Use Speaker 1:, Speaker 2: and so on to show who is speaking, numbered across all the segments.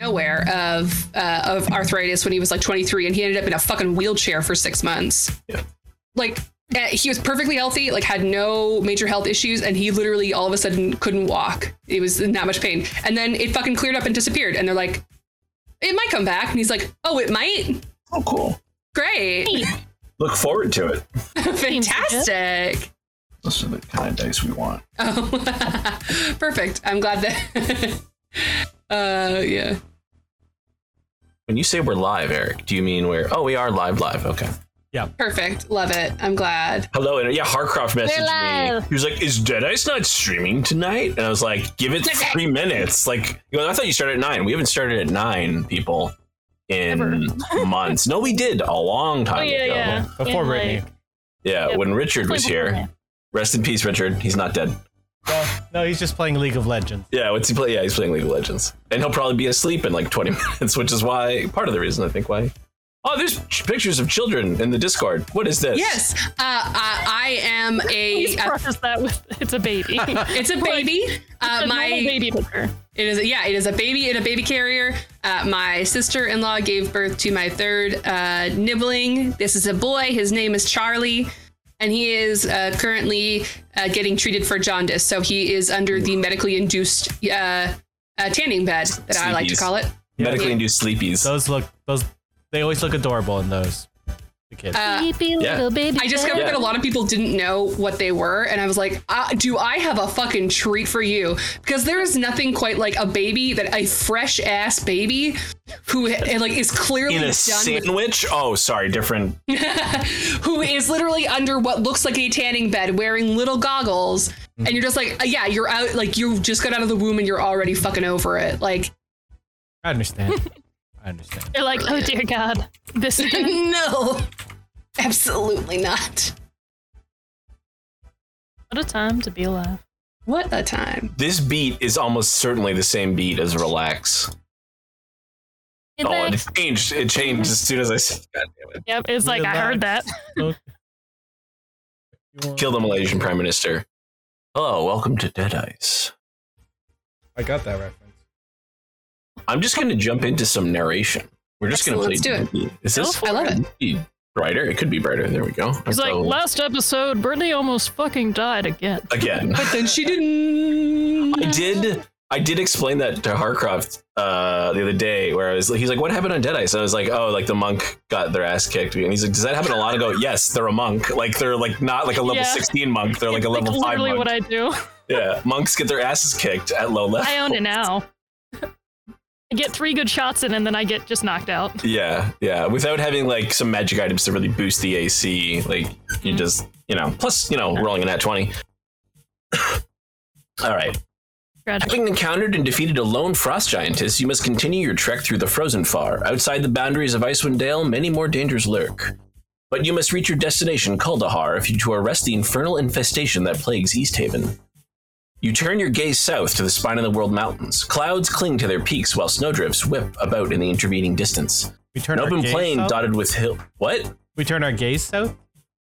Speaker 1: nowhere of uh, of arthritis when he was like 23, and he ended up in a fucking wheelchair for six months.
Speaker 2: Yeah.
Speaker 1: Like eh, he was perfectly healthy, like had no major health issues, and he literally all of a sudden couldn't walk. It was in that much pain, and then it fucking cleared up and disappeared. And they're like, "It might come back," and he's like, "Oh, it might.
Speaker 2: Oh, cool.
Speaker 1: Great,
Speaker 2: Look forward to it.
Speaker 1: fantastic."
Speaker 2: Those are the kind of dice we want.
Speaker 1: Oh, perfect. I'm glad that. uh, yeah.
Speaker 2: When you say we're live, Eric, do you mean we're? Oh, we are live, live. Okay.
Speaker 1: Perfect. Love it. I'm glad.
Speaker 2: Hello, and yeah, Harcroft messaged me.
Speaker 3: live.
Speaker 2: He was like, "Is Dead Ice not streaming tonight?" And I was like, "Give it three minutes." Like, he goes, I thought you started at nine. We haven't started at nine, people, in months. No, we did a long time
Speaker 3: Oh, yeah,
Speaker 2: ago.
Speaker 3: yeah.
Speaker 4: Before
Speaker 3: In,
Speaker 4: Brittany.
Speaker 3: like-
Speaker 2: Yeah,
Speaker 3: Yeah,
Speaker 2: when Richard was
Speaker 3: Before
Speaker 2: here.
Speaker 3: that.
Speaker 2: Rest in peace, Richard. He's not dead.
Speaker 4: Well, no, he's just playing League of Legends.
Speaker 2: Yeah, what's he play? Yeah, he's playing League of Legends, and he'll probably be asleep in like 20 minutes, which is why part of the reason I think why. Oh, there's ch- pictures of children in the Discord. What is this?
Speaker 1: Yes. Uh, I, I am a.
Speaker 3: Please
Speaker 1: a-
Speaker 3: preface that with it's a baby.
Speaker 1: it's
Speaker 3: It's
Speaker 1: a baby. Uh,
Speaker 3: a
Speaker 1: my
Speaker 3: normal baby picture.
Speaker 1: it is yeah it is a baby in a baby carrier. Uh, my sister-in-law gave birth to my third uh, nibbling. This is a boy. His name is Charlie, and he is uh, currently uh, getting treated for jaundice. So he is under the medically induced uh, uh, tanning bed that I like to
Speaker 2: Sleepies.
Speaker 1: call it.
Speaker 2: medically
Speaker 1: Yeah.
Speaker 2: induced sleepies.
Speaker 4: Those look those they always look adorable in those. The kids.
Speaker 1: Uh,
Speaker 3: Sleepy little baby.
Speaker 1: I discovered
Speaker 2: Yeah.
Speaker 1: that a lot of people didn't know what they were, and I was like, uh, "Do I have a fucking treat for you?" Because there is nothing quite like a baby that a fresh ass baby who and, like is clearly
Speaker 2: in
Speaker 1: done
Speaker 2: a
Speaker 1: with,
Speaker 2: sandwich? Oh, sorry, different.
Speaker 1: who is literally under what looks like a tanning bed wearing little goggles, and you're just like, uh, "Yeah, you're out. Like you just got out of the womb and you're already fucking over it." Like,
Speaker 4: I understand. I understand.
Speaker 3: They're like, oh dear God, this is gonna
Speaker 1: no, absolutely not.
Speaker 3: what a time to be alive.
Speaker 1: What a time.
Speaker 2: This beat is almost certainly the same beat as Relax.
Speaker 3: Hey,
Speaker 2: oh, and
Speaker 3: babe.
Speaker 2: it changed. It changed as soon as I said, God damn
Speaker 3: Yep, it's like I heard that.
Speaker 2: it. Kill the Malaysian Prime Minister. Hello, welcome to Dead Ice.
Speaker 4: I got that reference.
Speaker 2: I'm just going to jump into some narration. We're just going to play.
Speaker 1: Let's do it.
Speaker 2: DD. Is this
Speaker 3: Go
Speaker 1: I love it.
Speaker 2: be brighter? It could be brighter. There we go.
Speaker 3: It's like
Speaker 2: I'll go
Speaker 3: last episode, Brittany almost fucking died again.
Speaker 2: again.
Speaker 1: But then she didn't.
Speaker 2: I did. I did explain that to Harcroft uh, the other day, where I was, he's like, "What happened on Deadice?" And I was like, "Oh, like the monk got their ass kicked." And he's like, "Does that happen a lot?" I go, "Yes, they're a monk. Like they're like not like a level
Speaker 3: Yeah.
Speaker 2: sixteen monk. They're like
Speaker 3: It's
Speaker 2: a level five
Speaker 3: literally
Speaker 2: monk.
Speaker 3: what I do.
Speaker 2: yeah, monks get their asses kicked at low level.
Speaker 3: I own it now. I get three good shots in and then I get just knocked out.
Speaker 2: Yeah, yeah. Without having like some magic items to really boost the AC, like you just you know. Plus, you know, rolling a nat twenty. All right.
Speaker 3: Tragic.
Speaker 2: Having encountered and defeated a lone frost giantess, you must continue your trek through the frozen far. Outside the boundaries of Icewind Dale, many more dangers lurk. But you must reach your destination, Kaldahar, if you to arrest the infernal infestation that plagues East Haven. You turn your gaze south to the spine of the world mountains. Clouds cling to their peaks while snowdrifts whip about in the intervening distance.
Speaker 4: We turn
Speaker 2: An
Speaker 4: our
Speaker 2: open
Speaker 4: gaze
Speaker 2: plain
Speaker 4: south?
Speaker 2: dotted with hill. What?
Speaker 4: We turn our gaze south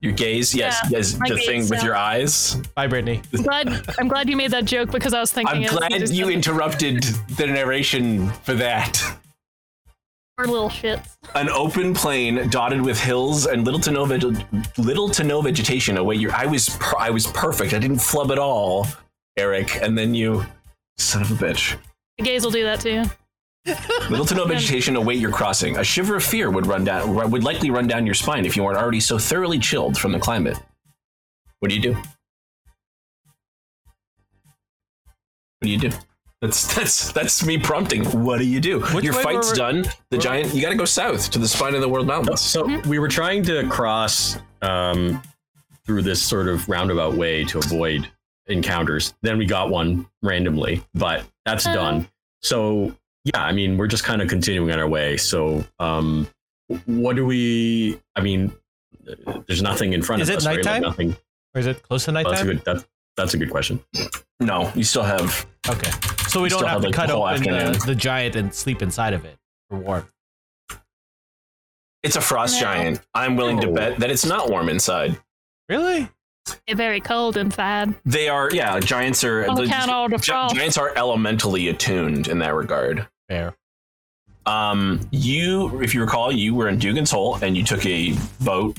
Speaker 2: Your gaze? Yes,
Speaker 3: Yeah,
Speaker 2: yes.
Speaker 3: my
Speaker 2: The
Speaker 3: gaze
Speaker 2: thing with
Speaker 3: south.
Speaker 2: your eyes.
Speaker 4: Bye, Brittany.
Speaker 3: I'm glad, I'm glad you made that joke because I was thinking
Speaker 2: I'm
Speaker 3: it was
Speaker 2: glad
Speaker 3: just
Speaker 2: you
Speaker 3: a-
Speaker 2: interrupted the narration for that.
Speaker 3: our little shits.
Speaker 2: An open plain dotted with hills and little to no veg- little to no vegetation away your I was per- I was perfect. I didn't flub at all, Eric. And then you son of a bitch.
Speaker 3: The gays will do that to you.
Speaker 2: Little to no vegetation await your crossing. A shiver of fear would run down would likely run down your spine if you weren't already so thoroughly chilled from the climate. What do you do? What do you do? That's that's that's me prompting. What do you do?
Speaker 5: Which
Speaker 2: your
Speaker 5: way
Speaker 2: fight's
Speaker 5: were-
Speaker 2: done. The giant. You got to go south to the spine of the world mountains.
Speaker 5: So we were trying to cross um, through this sort of roundabout way to avoid encounters. Then we got one randomly, but that's
Speaker 1: Uh-huh.
Speaker 3: Oh.
Speaker 5: done. So yeah, I mean, we're just kind of continuing on our way. So um, what do we? I mean, there's nothing in front
Speaker 4: Is
Speaker 5: of
Speaker 4: it
Speaker 5: us. right? Like,
Speaker 4: nighttime?
Speaker 5: nothing.
Speaker 4: Or is it close to
Speaker 5: Well, that's a
Speaker 4: nighttime?
Speaker 5: good. That's, that's a good question.
Speaker 2: No, you still have.
Speaker 4: Okay. So we
Speaker 2: We
Speaker 4: don't
Speaker 2: still
Speaker 4: have
Speaker 2: have,
Speaker 4: to
Speaker 2: like,
Speaker 4: cut
Speaker 2: the whole
Speaker 4: open the,
Speaker 2: afternoon.
Speaker 4: the giant and sleep inside of it for warmth.
Speaker 2: It's a frost
Speaker 3: No.
Speaker 2: giant. I'm willing to
Speaker 5: No.
Speaker 2: bet that it's not warm inside.
Speaker 4: Really?
Speaker 3: They're very cold inside.
Speaker 2: They are, yeah. Giants are.
Speaker 3: Don't
Speaker 2: the-
Speaker 3: count all the
Speaker 2: gi-
Speaker 3: frost.
Speaker 2: giants are elementally attuned in that regard.
Speaker 4: Fair.
Speaker 2: Um, you, if you recall, you were in Dugan's Hole and you took a boat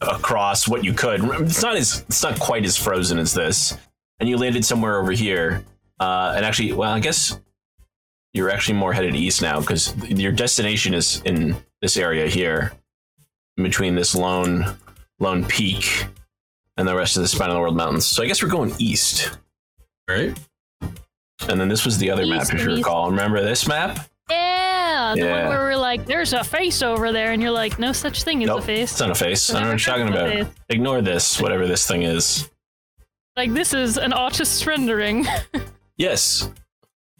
Speaker 2: across what you could. It's not as it's not quite as frozen as this, and you landed somewhere over here. Uh, and actually, well, I guess you're actually more headed east now because your destination is in this area here, in between this lone lone peak and the rest of the Spine of the World Mountains. So I guess we're going east.
Speaker 5: Right?
Speaker 2: And then this was the other map,
Speaker 3: East,
Speaker 2: if you
Speaker 3: east.
Speaker 2: recall. Remember this map?
Speaker 3: Yeah, the
Speaker 2: Yeah.
Speaker 3: one where we're like, there's a face over there, and you're like, no such thing as a face.
Speaker 2: It's not a face. I don't know what you're talking
Speaker 3: It's not a
Speaker 2: about.
Speaker 3: face.
Speaker 2: Ignore this, whatever this thing is.
Speaker 3: Like this is an artist's rendering.
Speaker 2: Yes.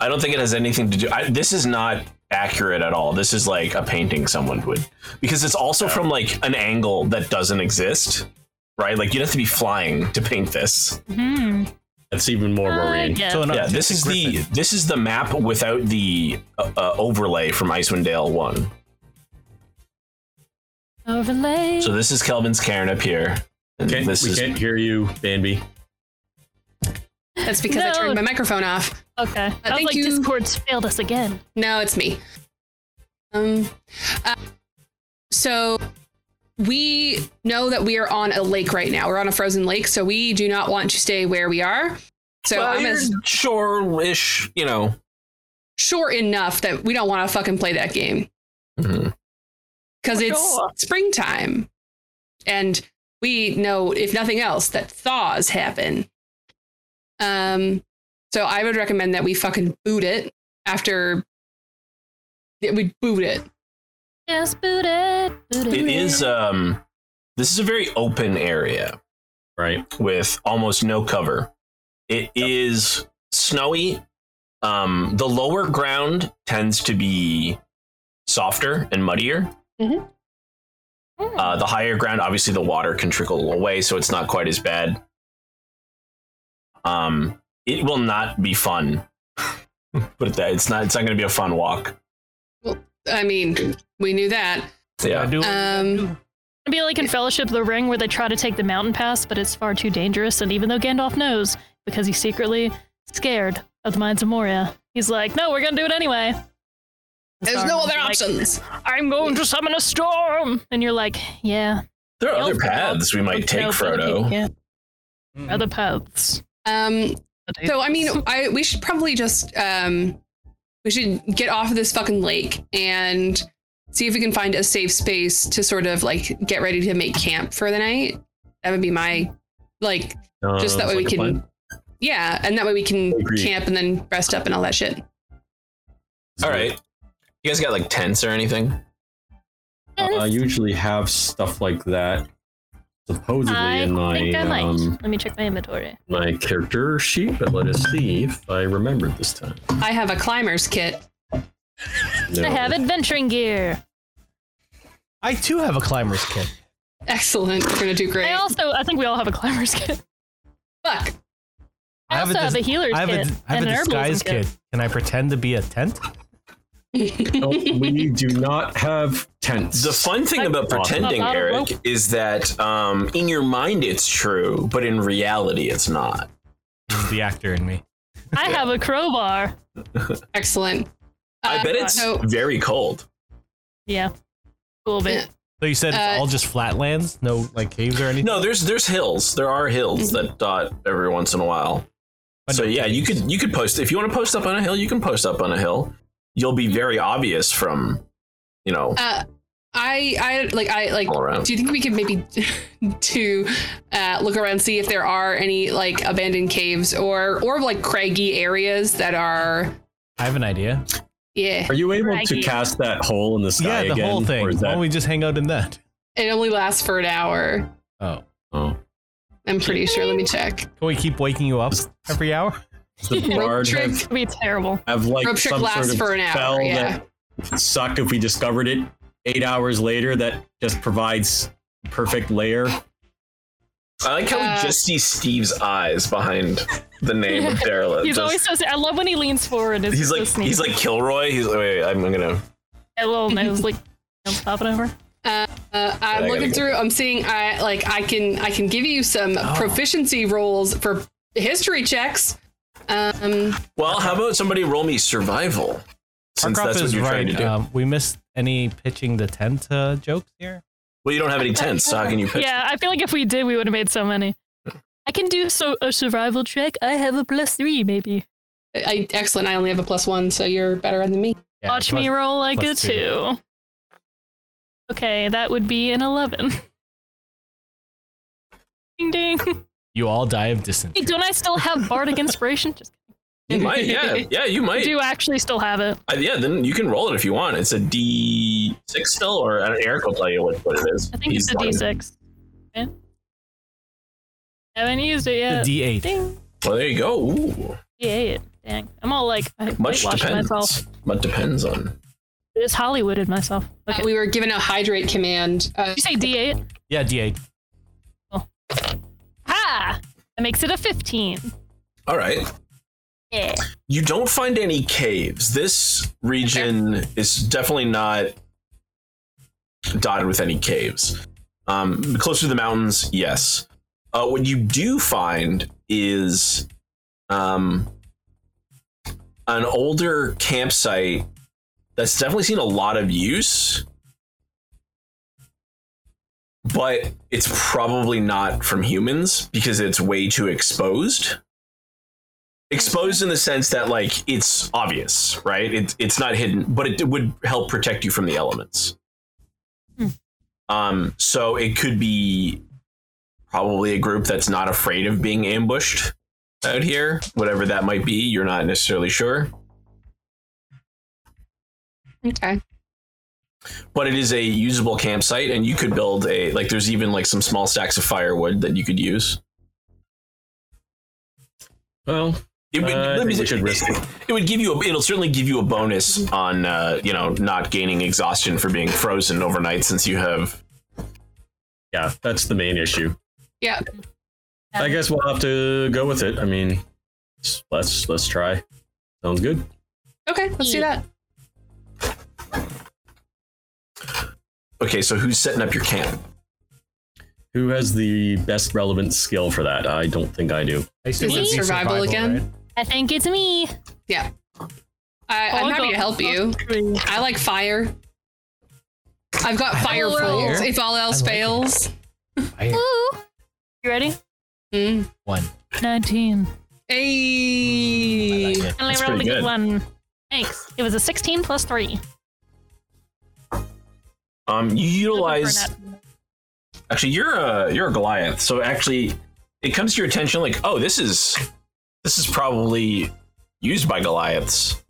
Speaker 2: I don't think it has anything to do. I, this is not accurate at all. This is like a painting someone would, because it's also from like an angle that doesn't exist, right? Like you'd have to be flying to paint this.
Speaker 3: Hmm.
Speaker 2: Mm-hmm.
Speaker 5: That's even more worrying.
Speaker 3: Uh, yeah.
Speaker 4: So an
Speaker 2: yeah, this
Speaker 4: artistic
Speaker 2: is
Speaker 4: griffin.
Speaker 2: the this is the map without the uh, uh, overlay from Icewind Dale one.
Speaker 3: Overlay.
Speaker 2: So this is Kelvin's cairn up here. And
Speaker 5: Okay,
Speaker 2: this
Speaker 5: we
Speaker 2: is
Speaker 5: can't hear you, Banby.
Speaker 1: That's because I
Speaker 3: No.
Speaker 1: turned my microphone off.
Speaker 3: okay. I, was
Speaker 1: think
Speaker 3: like,
Speaker 1: you-
Speaker 3: Discord's failed us again.
Speaker 1: No, it's me. Um, uh, so we know that we are on a lake right now. We're on a frozen lake, so we do not want to stay where we are. So
Speaker 2: well,
Speaker 1: I'm
Speaker 2: you're
Speaker 1: as
Speaker 2: shore-ish, you know.
Speaker 1: sure enough that we don't want to fucking play that game
Speaker 5: Mm-hmm.
Speaker 2: Mhm.
Speaker 1: because
Speaker 3: For
Speaker 1: it's
Speaker 3: sure.
Speaker 1: springtime, and we know, if nothing else, that thaws happen. Um, so I would recommend that we fucking boot it after. that We boot it.
Speaker 3: Yes, boot it. Boot it.
Speaker 2: It is um this is a very open area.
Speaker 5: Right.
Speaker 2: with almost no cover. It is snowy. Um, the lower ground tends to be softer and muddier.
Speaker 3: Hmm.
Speaker 2: Uh, the higher ground, obviously, the water can trickle away, so it's not quite as bad. Um, it will not be fun. Put it that it's not. It's not going to be a fun walk.
Speaker 1: I mean, we knew that.
Speaker 4: I
Speaker 2: Yeah.
Speaker 4: do-
Speaker 3: Uh,
Speaker 1: Um,
Speaker 3: It'd be like in Fellowship of the Ring where they try to take the mountain pass, but it's far too dangerous. And even though Gandalf knows, because he's secretly scared of the Mines of Moria, he's like, no, we're going to do it anyway. And
Speaker 1: there's
Speaker 3: Sauron's
Speaker 1: no other
Speaker 3: like,
Speaker 1: options.
Speaker 3: I'm going to summon a storm. And you're like, yeah.
Speaker 2: There are other
Speaker 3: Elf-
Speaker 2: paths we might take,
Speaker 3: No,
Speaker 2: Frodo.
Speaker 3: Yeah.
Speaker 4: Mm.
Speaker 3: Other paths.
Speaker 1: Um, so I mean, I we should probably just um, we should get off of this fucking lake and see if we can find a safe space to sort of like get ready to make camp for the night. That would be my like
Speaker 5: Uh,
Speaker 1: just that way we
Speaker 5: like a plan.
Speaker 1: can yeah, and that way we can
Speaker 5: Agreed.
Speaker 1: camp and then rest up and all that shit.
Speaker 2: All right. You guys got like tents or anything?
Speaker 5: Uh, I usually have stuff like that supposedly
Speaker 3: I
Speaker 5: in my
Speaker 3: think I might.
Speaker 5: um,
Speaker 3: Let me check my inventory.
Speaker 5: my character sheet, but let us see if I remember this time.
Speaker 1: I have a climber's kit.
Speaker 5: No.
Speaker 3: I have adventuring gear.
Speaker 4: I too have a climber's kit.
Speaker 1: Excellent. You're gonna do great.
Speaker 3: I also, I think we all have a climber's kit.
Speaker 1: Fuck.
Speaker 4: I
Speaker 3: I,
Speaker 4: have
Speaker 3: also
Speaker 4: a
Speaker 3: have
Speaker 4: dis-
Speaker 3: a healer's
Speaker 4: I have
Speaker 3: kit
Speaker 4: a, I have
Speaker 3: and
Speaker 4: a
Speaker 3: an herbalism
Speaker 4: disguise kit. Can I pretend to be a tent?
Speaker 5: No, we do not have tents.
Speaker 2: The fun thing
Speaker 3: I-
Speaker 2: about pretending,
Speaker 3: A lot of
Speaker 2: Eric, is that um, in your mind it's true, but in reality it's not.
Speaker 4: the actor in me.
Speaker 3: I have a crowbar.
Speaker 1: Excellent.
Speaker 2: I
Speaker 1: Uh,
Speaker 2: bet it's
Speaker 1: so-
Speaker 2: very cold.
Speaker 3: Yeah. A little bit.
Speaker 1: Yeah.
Speaker 4: So you said
Speaker 1: Uh,
Speaker 4: it's all just flatlands, no like caves or anything.
Speaker 2: No, there's there's hills. There are hills
Speaker 3: Mm-hmm.
Speaker 2: that dot every once in a while.
Speaker 4: But
Speaker 2: So
Speaker 4: no
Speaker 2: yeah, you
Speaker 4: caves.
Speaker 2: could you could post if you want to post up on a hill, you can post up on a hill. You'll be very obvious from, you know,
Speaker 1: Uh, I I like I like.
Speaker 2: all around.
Speaker 1: Do you think we could maybe to uh, look around see if there are any like abandoned caves or or like craggy areas that are
Speaker 4: I have an idea.
Speaker 1: yeah.
Speaker 5: Are you able to
Speaker 3: Craggy.
Speaker 5: cast that hole in the sky
Speaker 4: Yeah, the
Speaker 5: again?
Speaker 4: whole thing.
Speaker 5: Or is
Speaker 4: Why
Speaker 5: that...
Speaker 4: don't we just hang out in that?
Speaker 1: It only lasts for an hour.
Speaker 4: Oh,
Speaker 5: oh.
Speaker 1: I'm pretty sure. Let me check.
Speaker 4: can we keep waking you up every hour?
Speaker 5: Does the
Speaker 3: Rope
Speaker 5: bard
Speaker 1: trick.
Speaker 5: have,
Speaker 3: It'd be terrible.
Speaker 5: have like
Speaker 1: Rope trick
Speaker 5: some sort
Speaker 1: lasts
Speaker 5: of
Speaker 1: for an hour,
Speaker 5: spell
Speaker 1: yeah.
Speaker 5: that sucked if we discovered it eight hours later that just provides perfect layer.
Speaker 2: I like how
Speaker 1: Uh,
Speaker 2: we just see Steve's eyes behind the name of Derelict.
Speaker 3: He's
Speaker 2: Just-
Speaker 3: always so. I love when he leans forward. And
Speaker 2: he's like he's like Kilroy. He's like, wait, wait, I'm gonna
Speaker 3: a little nose, like I'm popping over.
Speaker 1: Uh, I'm
Speaker 2: gotta
Speaker 1: looking
Speaker 2: go.
Speaker 1: through. I'm seeing. I like. I can. I can give you some
Speaker 5: Oh.
Speaker 1: proficiency rolls for history checks. Um.
Speaker 2: Well, how about somebody roll me survival? Since
Speaker 4: Harkruff
Speaker 2: that's what
Speaker 4: is
Speaker 2: you're trying
Speaker 4: right.
Speaker 2: to
Speaker 5: uh,
Speaker 2: do.
Speaker 4: Um, we missed any pitching the tent uh, jokes here.
Speaker 2: well, you don't have any tents, so how can you pitch?
Speaker 3: Yeah, I feel like if we did, we would have made so many. I can do so a survival check. I have a plus three, maybe.
Speaker 1: I, excellent. I only have a plus one, so you're better than me.
Speaker 4: Yeah,
Speaker 3: Watch
Speaker 4: plus-
Speaker 3: me roll like a
Speaker 4: plus
Speaker 3: two.
Speaker 4: two.
Speaker 3: Okay, that would be an eleven. ding ding.
Speaker 4: You all die of
Speaker 3: Hey,
Speaker 4: dysentery.
Speaker 3: don't I still have bardic inspiration? Just
Speaker 2: You might, yeah, yeah, you
Speaker 3: I
Speaker 2: might.
Speaker 3: do actually still have it.
Speaker 2: Uh, yeah, then you can roll it if you want. It's a D six still, or uh, Eric will tell you what, what it is.
Speaker 3: I think
Speaker 2: He's
Speaker 3: it's a
Speaker 2: lying.
Speaker 3: D6. Okay. Haven't used it yet.
Speaker 4: D eight.
Speaker 3: Ding.
Speaker 2: Well, there you go. Ooh,
Speaker 3: D8. Dang. I'm all like, I
Speaker 2: much
Speaker 3: whitewashed
Speaker 2: depends.
Speaker 3: myself.
Speaker 2: Much depends on.
Speaker 3: It's Hollywooded myself.
Speaker 1: Uh,
Speaker 3: Okay.
Speaker 1: we were given a hydrate command. Uh,
Speaker 3: Did you say D8?
Speaker 4: Yeah, D eight.
Speaker 3: Ha! That makes it a 15.
Speaker 2: All right.
Speaker 3: Yeah.
Speaker 2: You don't find any caves. This region is definitely not dotted with any caves. Um, closer to the mountains, yes. Uh, what you do find is um, an older campsite that's definitely seen a lot of use, but it's probably not from humans because it's way too exposed. Exposed in the sense that, like, it's obvious, right? It, it's not hidden, but it would help protect you from the elements.
Speaker 3: Hmm.
Speaker 2: Um, so it could be probably a group that's not afraid of being ambushed out here, whatever that might be. You're not necessarily sure.
Speaker 1: okay.
Speaker 2: but it is a usable campsite and you could build a like there's even like some small stacks of firewood that you could use
Speaker 5: Well,
Speaker 2: it would,
Speaker 5: Uh, I
Speaker 2: let me
Speaker 5: think we
Speaker 2: say-
Speaker 5: should risk it.
Speaker 2: it would give you a, it'll certainly give you a bonus on uh you know not gaining exhaustion for being frozen overnight since you have
Speaker 5: yeah, that's the main issue.
Speaker 1: Yeah.
Speaker 5: I guess we'll have to go with it. I mean, s- let's let's try. Sounds good.
Speaker 1: Okay. Let's do that.
Speaker 2: okay so who's setting up your camp
Speaker 5: Who has the best relevant skill for that? I don't think I do.
Speaker 4: I assume
Speaker 1: Is it
Speaker 4: it'd be
Speaker 1: survival again?
Speaker 4: right?
Speaker 3: I think it's me.
Speaker 1: I, I'm happy to help you. I like fire. I've got fire
Speaker 3: like
Speaker 1: pools.
Speaker 4: fire.
Speaker 1: If all else
Speaker 4: I like it.
Speaker 1: fails,
Speaker 4: I,
Speaker 3: Ooh. You ready?
Speaker 1: Mm.
Speaker 4: one.
Speaker 3: 19.
Speaker 1: Ayy.
Speaker 2: Mm,
Speaker 4: I like
Speaker 3: Finally
Speaker 4: it.
Speaker 2: That's
Speaker 3: rolled a
Speaker 2: pretty
Speaker 3: good
Speaker 2: good.
Speaker 3: one. Thanks. It was a 16 plus 3.
Speaker 2: um you utilize
Speaker 3: Looking for an app.
Speaker 2: actually you're a you're a goliath so actually it comes to your attention like oh this is this is probably used by goliaths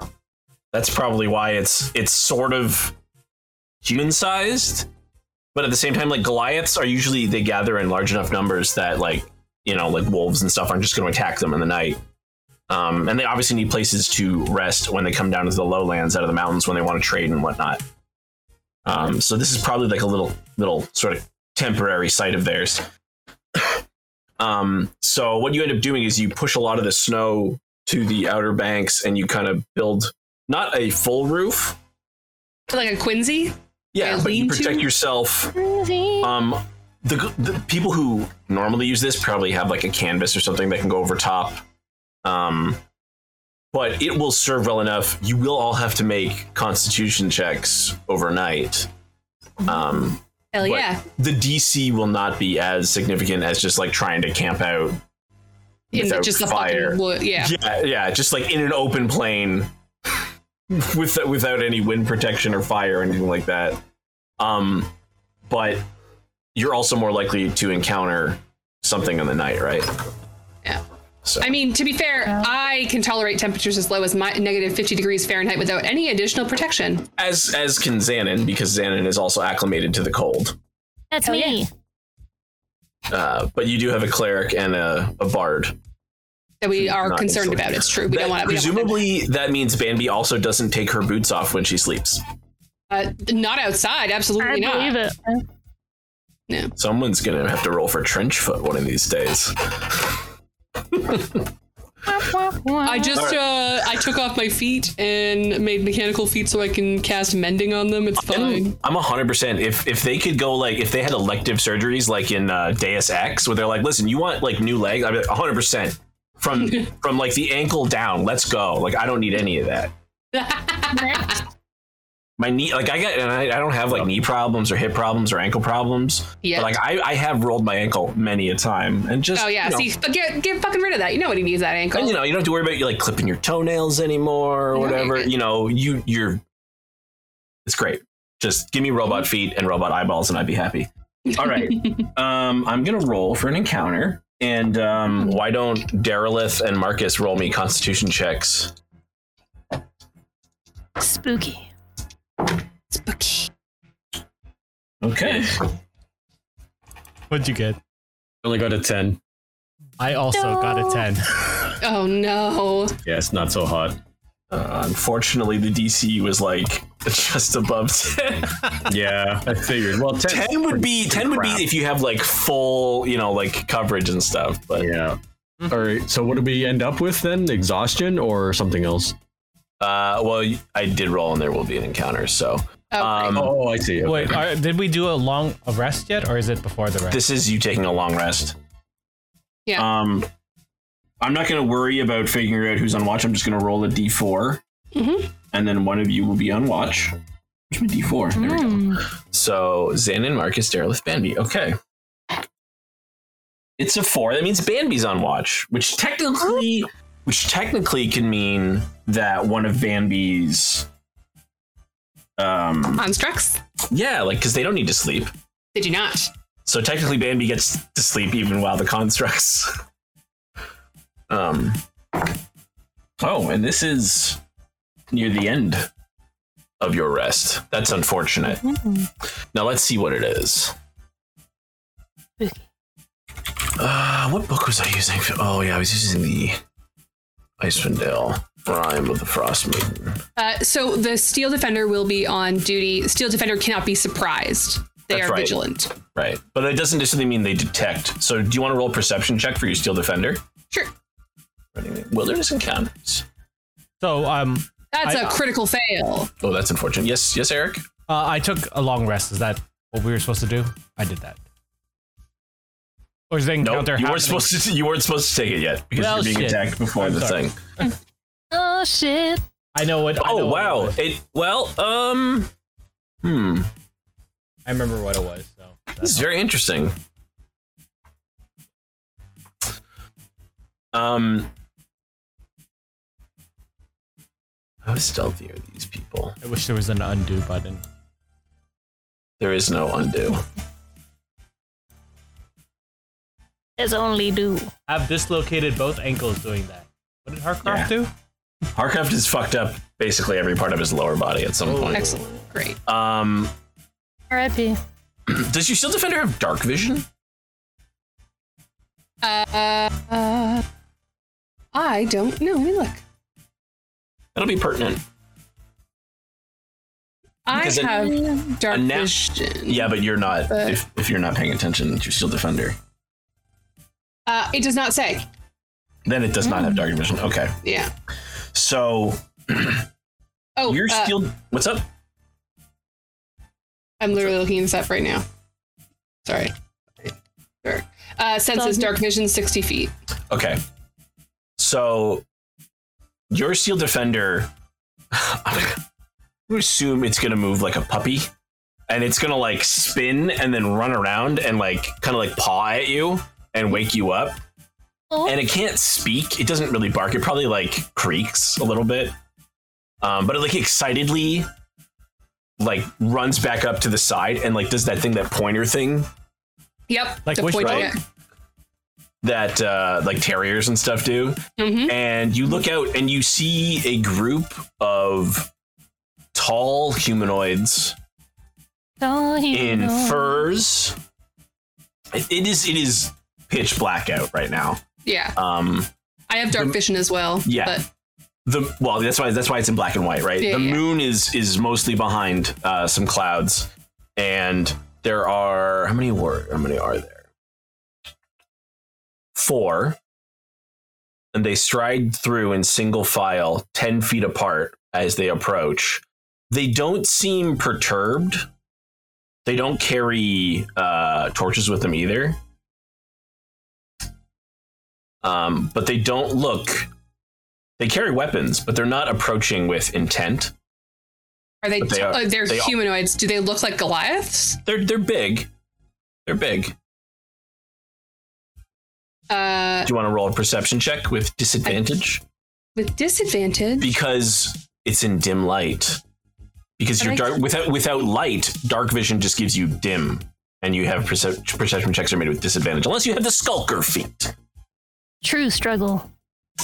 Speaker 2: that's probably why it's it's sort of human sized but at the same time like goliaths are usually they gather in large enough numbers that like you know like wolves and stuff aren't just going to attack them in the night um, and they obviously need places to rest when they come down to the lowlands out of the mountains when they want to trade and whatnot um, so this is probably like a little little sort of temporary site of theirs. um, so what you end up doing is you push a lot of the snow to the outer banks and you kind of build not a full roof.
Speaker 1: Like a Quincy.
Speaker 2: Yeah,
Speaker 1: A
Speaker 2: but you
Speaker 1: lean-to?
Speaker 2: protect yourself. Um, the, the people who normally use this probably have like a canvas or something that can go over top. Um, but it will serve well enough. You will all have to make constitution checks overnight. Um,
Speaker 1: Hell
Speaker 2: What?
Speaker 1: yeah.
Speaker 2: the DC will not be as significant as just like trying to camp out.
Speaker 1: In the,
Speaker 2: Without
Speaker 1: just the
Speaker 2: fire.
Speaker 1: fucking wood. Yeah.
Speaker 2: yeah, yeah, just like in an open plain with without any wind protection or fire or anything like that. Um, but you're also more likely to encounter something in the night, right?
Speaker 1: Yeah.
Speaker 2: So
Speaker 1: I mean, to be fair, I can tolerate temperatures as low as my, negative 50 degrees Fahrenheit without any additional protection.
Speaker 2: as as can Xanon because Xanon is also acclimated to the cold.
Speaker 3: That's
Speaker 1: Hell
Speaker 3: me.
Speaker 2: Uh, but you do have a cleric and a, a bard.
Speaker 1: That we are
Speaker 2: Not
Speaker 1: concerned
Speaker 2: insulated.
Speaker 1: about. It's true. We
Speaker 2: That-
Speaker 1: don't want to.
Speaker 2: presumably that means Bambi also doesn't take her boots off when she sleeps.
Speaker 1: uh, not outside.
Speaker 3: I
Speaker 1: Absolutely not.
Speaker 3: believe it.
Speaker 2: Someone's gonna have to roll for trench foot uh, one of these days.
Speaker 1: I
Speaker 2: Uh-huh.
Speaker 1: just uh, I took off my feet and made mechanical feet so I can cast mending on them. It's
Speaker 2: Oh.
Speaker 1: fine.
Speaker 2: I'm hundred percent. If if they could go like if they had elective surgeries like in uh, Deus Ex, where they're like, listen, you want like new legs? I'm hundred percent from from like the ankle down. Let's go. Like I don't need any of that. My knee, like I got, and I, I don't have like knee problems or hip problems or ankle problems.
Speaker 1: Yeah.
Speaker 2: But like I, I have rolled my ankle many a time, and just
Speaker 1: oh yeah,
Speaker 2: you know,
Speaker 1: see, but get get fucking rid of that. You know what he needs that ankle.
Speaker 2: And, you know, you don't have to worry about you like clipping your toenails anymore or
Speaker 1: No, you're
Speaker 2: whatever.
Speaker 1: good.
Speaker 2: You know, you you're. It's great. Just give me
Speaker 1: Mm-hmm.
Speaker 2: robot feet and robot eyeballs, and I'd be happy. All right, um, I'm gonna roll for an encounter, and
Speaker 1: Hmm.
Speaker 2: um, why don't Derelith and Marcus roll me Constitution checks?
Speaker 3: Spooky.
Speaker 1: Spooky.
Speaker 2: Okay,
Speaker 4: What'd you get?
Speaker 5: Only got a 10.
Speaker 4: I also got a
Speaker 3: No.
Speaker 4: 10.
Speaker 1: Oh no.
Speaker 5: Yeah, it's not so hot.
Speaker 2: uh, unfortunately, the DC was like just above ten.
Speaker 5: Yeah, I figured. Well, 10,
Speaker 2: ten would be ten would
Speaker 5: crap.
Speaker 2: be if you have like full, you know, like coverage and stuff. But
Speaker 5: Yeah. All right. So what do we end up with then? Exhaustion or something else?
Speaker 2: uh, well, I did roll, and there will be an encounter. So.
Speaker 1: Oh,
Speaker 2: Um,
Speaker 5: Oh, I see. Okay.
Speaker 4: Wait, are, did we do a long a rest yet, or is it before the rest?
Speaker 2: this is you taking a long rest.
Speaker 1: Yeah.
Speaker 2: Um, I'm not going to worry about figuring out who's on watch. I'm just going to roll a d4,
Speaker 1: Mhm.
Speaker 2: and then one of you will be on watch. Where's my d4? There we go.
Speaker 1: Hmm.
Speaker 3: Mm.
Speaker 2: So Xan and Marcus, Derelith, Banby. Okay. It's a four. That means Banby's on watch, which technically, which technically can mean that one of Banby's, um,
Speaker 1: constructs?
Speaker 2: yeah, like because they don't need to sleep.
Speaker 1: Did you not?
Speaker 2: So technically, Bambi gets to sleep even while the constructs. um. Oh, and this is near the end of your rest. That's unfortunate. Now let's see what it is.
Speaker 3: Spooky.
Speaker 2: Uh, what book was I using? for- Oh yeah, I was using the Icewind Dale Rhyme of the Frost Maiden.
Speaker 1: Uh, so the steel defender will be on duty. Steel defender cannot be surprised. They
Speaker 2: That's
Speaker 1: are
Speaker 2: right.
Speaker 1: vigilant.
Speaker 2: Right, but it doesn't necessarily mean they detect. So, do you want to roll perception check for your steel defender?
Speaker 1: Sure.
Speaker 2: Wilderness encounters.
Speaker 4: so, um,
Speaker 1: That's
Speaker 4: I-
Speaker 1: a critical fail.
Speaker 2: Oh, that's unfortunate. Yes, yes, Eric.
Speaker 4: uh, I took a long rest. Is that what we were supposed to do? I did that. Or is the
Speaker 2: No,
Speaker 4: encounter
Speaker 2: you
Speaker 4: happening?
Speaker 2: weren't supposed to. You weren't supposed to take it yet because
Speaker 4: Well,
Speaker 2: you're being
Speaker 4: shit.
Speaker 2: attacked before
Speaker 4: I'm
Speaker 2: the
Speaker 4: sorry.
Speaker 2: thing.
Speaker 3: Oh shit.
Speaker 4: I know what. I know
Speaker 2: Oh
Speaker 4: what it
Speaker 2: wow!
Speaker 4: was.
Speaker 2: It well, um, hmm,
Speaker 4: I remember what it was. So
Speaker 2: this is very interesting. Um, how stealthy are these people?
Speaker 4: I wish there was an undo button.
Speaker 2: There is no undo.
Speaker 3: As only do.
Speaker 4: I've dislocated both ankles doing that. What did Harcroft
Speaker 2: Yeah.
Speaker 4: do?
Speaker 2: Harcraft has fucked up basically every part of his lower body at some point.
Speaker 1: Excellent. Great.
Speaker 2: Um,
Speaker 3: R.I.P.
Speaker 2: does your shield defender have dark vision?
Speaker 1: Uh, uh, I don't know. Let me look.
Speaker 2: That'll be pertinent.
Speaker 1: I
Speaker 2: Because a-
Speaker 1: have dark
Speaker 2: a nat-
Speaker 1: vision.
Speaker 2: Yeah, but you're not.
Speaker 1: But-
Speaker 2: if, if you're not paying attention, you're still defender.
Speaker 1: Uh, it does not say.
Speaker 2: Then it does not have dark vision. Okay,
Speaker 1: Yeah.
Speaker 2: so
Speaker 1: Oh,
Speaker 2: you're
Speaker 1: uh,
Speaker 2: still. What's up?
Speaker 1: I'm literally looking this up right now. Sorry. Sure. Uh, senses dark vision 60 feet.
Speaker 2: Okay, so your seal defender. I'm gonna assume it's gonna move like a puppy, and it's gonna like spin and then run around and like kind of like paw at you and wake you up.
Speaker 3: Oh.
Speaker 2: And it can't speak. It doesn't really bark. It probably like creaks a little bit, um, but it like excitedly like runs back up to the side and like does that thing that pointer thing
Speaker 1: Yep.
Speaker 4: Like which
Speaker 2: way? that uh, like terriers and stuff do.
Speaker 1: Mm-hmm.
Speaker 2: And you look out and you see a group of tall humanoids
Speaker 3: Oh, he
Speaker 2: in
Speaker 3: knows.
Speaker 2: furs. It- it is it is pitch black out right now.
Speaker 1: Yeah.
Speaker 2: Um,
Speaker 1: I have dark
Speaker 2: The-
Speaker 1: vision as well.
Speaker 2: Yeah.
Speaker 1: But
Speaker 2: the well that's why that's why it's in black and white right
Speaker 1: Yeah,
Speaker 2: the
Speaker 1: yeah.
Speaker 2: moon is is mostly behind uh some clouds and there are how many were how many are there four and they stride through in single file 10 feet apart as they approach they don't seem perturbed they don't carry uh torches with them either um but they don't look They carry weapons, but they're not approaching with intent.
Speaker 1: Are they?
Speaker 2: But they are-
Speaker 1: oh, they're
Speaker 2: they are-
Speaker 1: humanoids. Do they look like Goliaths?
Speaker 2: They're they're big. They're big. Do
Speaker 1: Uh,
Speaker 2: you want to roll a perception check with disadvantage?
Speaker 1: with disadvantage.
Speaker 2: because it's in dim light. Because
Speaker 1: That
Speaker 2: you're
Speaker 1: makes
Speaker 2: dark without without light, dark vision just gives you dim, and you have percep- perception checks are made with disadvantage unless you have the skulker feat.
Speaker 3: True struggle.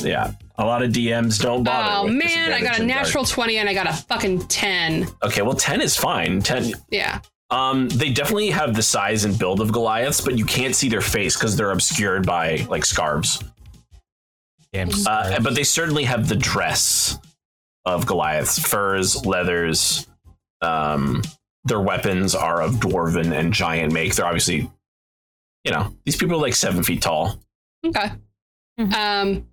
Speaker 2: Yeah, a lot of DMs don't
Speaker 1: oh
Speaker 2: bother. with
Speaker 1: man, I
Speaker 2: disadvantage
Speaker 1: got a
Speaker 2: in dark.
Speaker 1: natural twenty and I got a fucking ten.
Speaker 2: Okay, well, ten is fine. Ten.
Speaker 1: Yeah.
Speaker 2: Um, they definitely have the size and build of Goliaths, but you can't see their face because they're obscured by like scarves.
Speaker 4: Damn.
Speaker 2: Uh,
Speaker 4: scarves.
Speaker 2: but they certainly have the dress of Goliath's furs, leathers. Um, their weapons are of dwarven and giant make. They're obviously, you know, these people are like seven feet tall.
Speaker 1: Okay.
Speaker 3: Mhm.
Speaker 1: Um,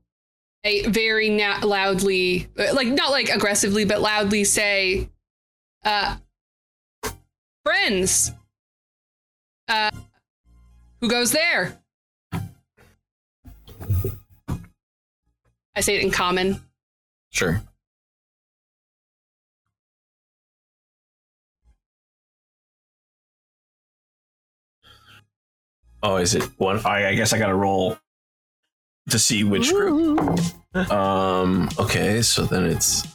Speaker 1: I very na- loudly, uh, like not like aggressively, but loudly say, uh, friends, uh, who goes there? I say it in common.
Speaker 2: Sure. Oh, is it one? I, I guess I gotta roll to see which group.
Speaker 3: Ooh.
Speaker 2: Um. Okay. So then it's.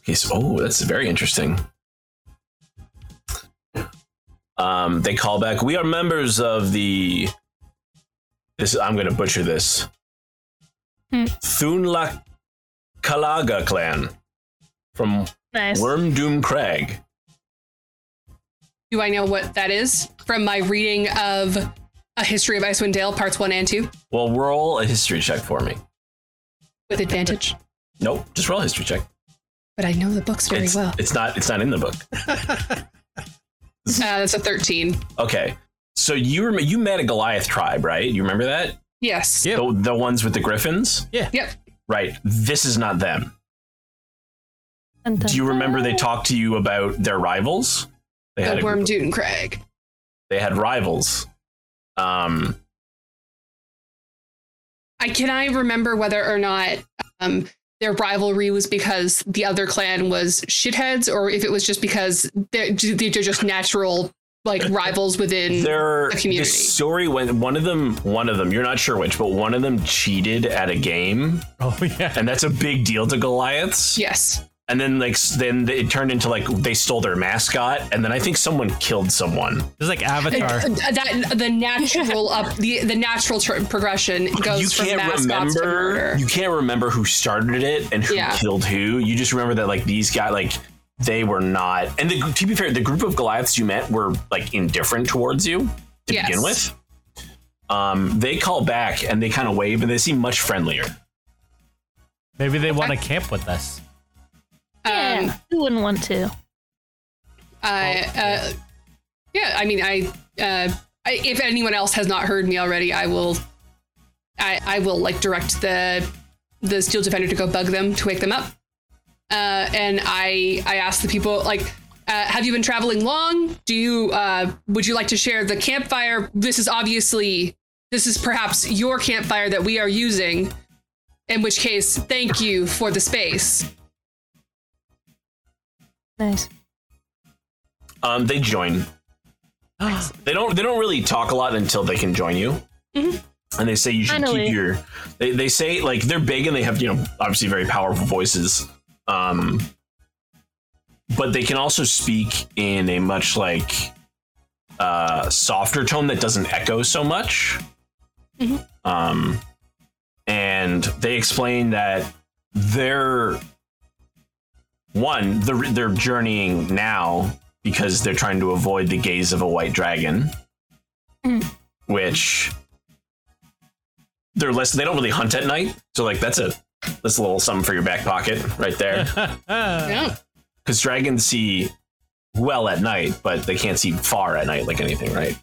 Speaker 2: Okay. So oh, that's very interesting. Um. They call back. We are members of the. This I'm going to butcher this.
Speaker 3: Hmm.
Speaker 2: Thunla Kalaga clan from
Speaker 3: Nice.
Speaker 2: Wormdoom Crag.
Speaker 1: Do I know what that is from my reading of A History of Icewind Dale, parts one and two,
Speaker 2: Well, roll a history check for me.
Speaker 1: with advantage?
Speaker 2: Nope, just roll a history check.
Speaker 1: But I know the books very
Speaker 2: it's,
Speaker 1: well.
Speaker 2: it's not. It's not in the book.
Speaker 1: Uh, that's a 13.
Speaker 2: Okay. So you rem- you met a Goliath tribe, right? You remember that?
Speaker 1: Yes.
Speaker 4: Yep.
Speaker 2: The, the ones with the griffins?
Speaker 1: Yep.
Speaker 2: Right. This is not them.
Speaker 3: Dun, dun,
Speaker 2: Do you remember they
Speaker 3: dun.
Speaker 2: talked to you about their rivals? They had
Speaker 1: The
Speaker 2: a-
Speaker 1: Worm Dune Craig.
Speaker 2: they had rivals. Um
Speaker 1: I can I remember whether or not um, their rivalry was because the other clan was shitheads, or if it was just because they're, they're just natural like rivals within.
Speaker 2: their
Speaker 1: the community.
Speaker 2: this story when one of them one of them, you're not sure which, but one of them cheated at a game,
Speaker 4: oh yeah.
Speaker 2: and that's a big deal to Goliaths.
Speaker 1: yes.
Speaker 2: And then like s- then it turned into like they stole their mascot, and then I think someone killed someone.
Speaker 4: It's like
Speaker 1: Uh,
Speaker 4: Avatar.
Speaker 1: that the natural up the the natural tr- progression goes
Speaker 2: you
Speaker 1: from
Speaker 2: can't
Speaker 1: mascots to
Speaker 2: remember
Speaker 1: murder.
Speaker 2: you can't remember who started it and who
Speaker 1: Yeah.
Speaker 2: killed who you just remember that like these guys like they were not and the, to be fair the group of goliaths you met were like indifferent towards you to
Speaker 1: Yes.
Speaker 2: begin with um they call back and they kind of wave and they seem much friendlier
Speaker 4: Maybe they want to camp with us.
Speaker 1: Um,
Speaker 3: Yeah, who wouldn't want to?
Speaker 1: I, uh, yeah, I mean, I, uh, I, if anyone else has not heard me already, I will, I, I will like direct the, the steel defender to go bug them to wake them up. Uh, and I, I ask the people like, uh, have you been traveling long? Do you, uh, would you like to share the campfire? This is obviously, this is perhaps your campfire that we are using. In which case, thank you for the space.
Speaker 3: Nice.
Speaker 2: um they join they don't they don't really talk a lot until they can join you and they say you should
Speaker 3: Finally.
Speaker 2: keep your they, they say like they're big and they have you know obviously very powerful voices um but they can also speak in a much like uh softer tone that doesn't echo so much
Speaker 1: Mhm.
Speaker 2: um and they explain that they're one they're, they're journeying now because they're trying to avoid the gaze of a white dragon
Speaker 3: Mm.
Speaker 2: which they're less they don't really hunt at night so like that's a that's a little something for your back pocket right there
Speaker 1: Yeah.
Speaker 2: because dragons see well at night but they can't see far at night like anything right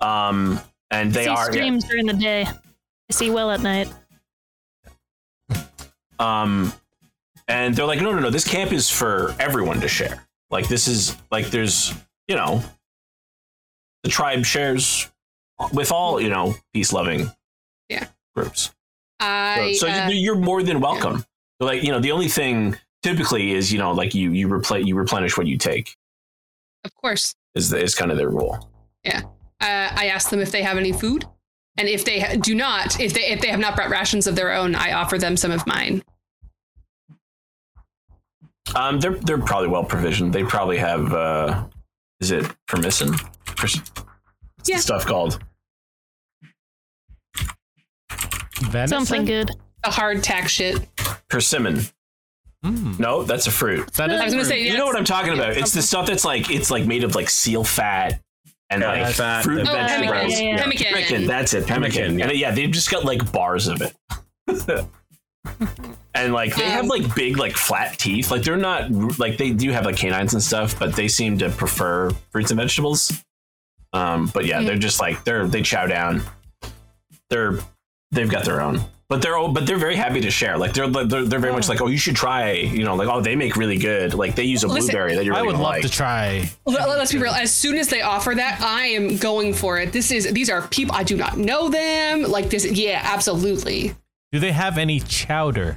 Speaker 2: um and they
Speaker 3: see
Speaker 2: are yeah.
Speaker 3: streams during the day. I see well at night.
Speaker 2: um and they're like no no no this camp is for everyone to share like this is like there's you know the tribe shares with all you know peace loving
Speaker 1: Yeah.
Speaker 2: groups.
Speaker 1: I
Speaker 2: so
Speaker 1: uh,
Speaker 2: you- you're more than welcome. Like you know, the only thing typically is you know like you you repl- you replenish what you take
Speaker 1: of course
Speaker 2: is the, is kind of their rule.
Speaker 1: uh, I ask them if they have any food, and if they ha- do not, if they if they have not brought rations of their own, I offer them some of mine.
Speaker 2: Um, they're they're probably well provisioned. They probably have uh, is it permission? Pers- what's the
Speaker 1: Yeah.
Speaker 2: Stuff called
Speaker 4: Venison?
Speaker 3: Something good.
Speaker 1: The hard tack shit.
Speaker 2: persimmon.
Speaker 4: Mm.
Speaker 2: No, that's a fruit.
Speaker 4: That
Speaker 1: I was
Speaker 4: is
Speaker 1: gonna
Speaker 4: true.
Speaker 1: say
Speaker 2: you know what I'm talking
Speaker 1: yeah,
Speaker 2: about. It's
Speaker 1: something-
Speaker 2: the stuff that's like it's like made of like seal fat and
Speaker 5: Yeah,
Speaker 2: like
Speaker 5: fat
Speaker 2: fruit and
Speaker 5: and-
Speaker 1: Oh,
Speaker 5: Adventure
Speaker 2: vegetables.
Speaker 1: pemmican.
Speaker 5: Bros.
Speaker 3: Yeah.
Speaker 1: Pemmican.
Speaker 2: Pemmican, that's it. Pemmican.
Speaker 5: Pemmican, yeah.
Speaker 2: And yeah, they've just got like bars of it. and like they have
Speaker 1: Um,
Speaker 2: like big like flat teeth. Like they're not like they do have like canines and stuff, but they seem to prefer fruits and vegetables. Um, but yeah,
Speaker 1: Mm.
Speaker 2: they're just like they're they chow down. They're they've got their own. But they're all, but they're very happy to share. Like they're they're, they're very much like oh you should try you know like oh they make really good like they use a
Speaker 1: Listen,
Speaker 2: blueberry that you're
Speaker 4: I
Speaker 2: really
Speaker 4: would
Speaker 2: gonna
Speaker 4: love
Speaker 2: like.
Speaker 4: to try.
Speaker 1: Let, us be real. As soon as they offer that, I am going for it. This is these are people I do not know them. Like this, yeah, absolutely.
Speaker 4: Do they have any chowder?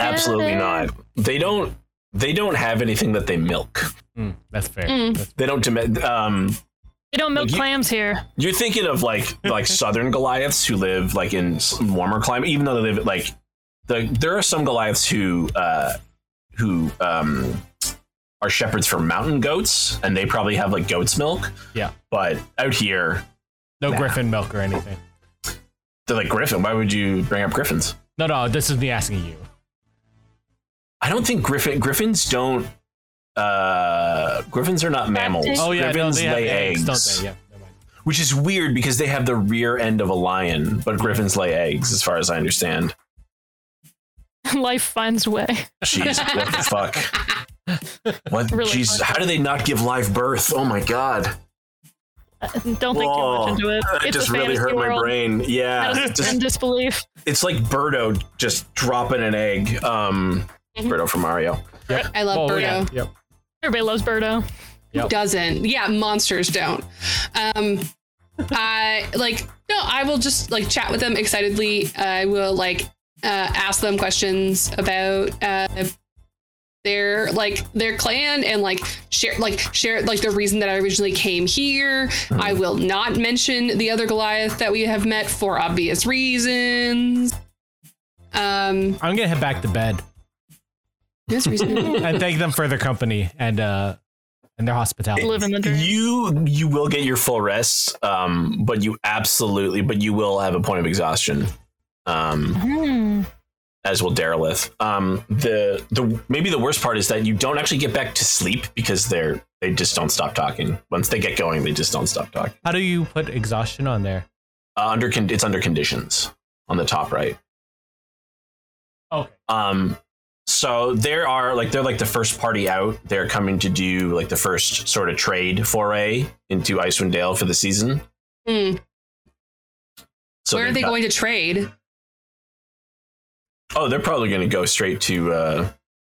Speaker 2: Absolutely
Speaker 3: Yeah.
Speaker 1: Uh-huh.
Speaker 2: not. They don't. They don't have anything that they milk.
Speaker 4: Mm, that's fair.
Speaker 1: Mm.
Speaker 4: That's-
Speaker 2: They don't. deme- Um,
Speaker 3: They don't milk
Speaker 2: Like you-
Speaker 3: clams here.
Speaker 2: you're thinking of like like southern Goliaths who live like in s- warmer climate, even though they live like the, there are some Goliaths who uh, who um, are shepherds for mountain goats, and they probably have like goat's milk.
Speaker 4: Yeah.
Speaker 2: But out here,
Speaker 4: no
Speaker 2: Nah.
Speaker 4: griffin milk or anything.
Speaker 2: they're like griffin. Why would you bring up griffins?
Speaker 4: No, no, this is me asking you.
Speaker 2: I don't think griffin griffins don't. Uh, griffins are not mammals.
Speaker 3: Oh,
Speaker 4: Oh yeah, no,
Speaker 2: griffins
Speaker 4: they have
Speaker 2: lay
Speaker 4: eggs,
Speaker 2: eggs.
Speaker 4: don't they? Yeah. never mind.
Speaker 2: Which is weird because they have the rear end of a lion, but griffins lay eggs, as far as I understand.
Speaker 3: Life finds a way.
Speaker 2: Jeez, what the fuck? What?
Speaker 3: Really
Speaker 2: Jeez,
Speaker 3: funny.
Speaker 2: how do they not give live birth? Oh my god,
Speaker 3: I don't think
Speaker 2: Whoa,
Speaker 3: too much into it.
Speaker 2: that
Speaker 3: it's
Speaker 2: just
Speaker 3: a
Speaker 2: really
Speaker 3: fantasy
Speaker 2: hurt my
Speaker 3: world.
Speaker 2: brain. Yeah,
Speaker 3: Madison in
Speaker 2: just,
Speaker 3: disbelief.
Speaker 2: it's like Birdo just dropping an egg. Um,
Speaker 3: Mm-hmm.
Speaker 1: Mhm.
Speaker 2: Birdo from Mario.
Speaker 1: I love
Speaker 4: Oh,
Speaker 1: Birdo.
Speaker 4: yeah, Yep.
Speaker 3: Everybody loves Birdo.
Speaker 4: Yep.
Speaker 1: doesn't yeah monsters don't um i like no i will just like chat with them excitedly i will like uh ask them questions about uh their like their clan and like share like share like the reason that i originally came here
Speaker 2: Hmm.
Speaker 1: i will not mention the other goliath that we have met for obvious reasons um
Speaker 4: I'm gonna head back to bed
Speaker 1: this reason
Speaker 4: and thank them for their company and uh and their hospitality.
Speaker 3: Live in the dream.
Speaker 2: You you will get your full rest, um, but you absolutely, but you will have a point of exhaustion. Um,
Speaker 3: Hmm.
Speaker 2: as will Derelith. Um, the the maybe the worst part is that you don't actually get back to sleep because they're they just don't stop talking. Once they get going, they just don't stop talking.
Speaker 4: How do you put exhaustion on there?
Speaker 2: Uh, under con- it's under conditions on the top right.
Speaker 4: Okay.
Speaker 2: Um, so there are like they're like the first party out. They're coming to do like the first sort of trade foray into Icewind Dale for the season.
Speaker 1: Hmm,
Speaker 2: So
Speaker 1: where are
Speaker 2: they've
Speaker 1: they
Speaker 2: got-
Speaker 1: going to trade
Speaker 2: Oh, they're probably going to go straight to uh,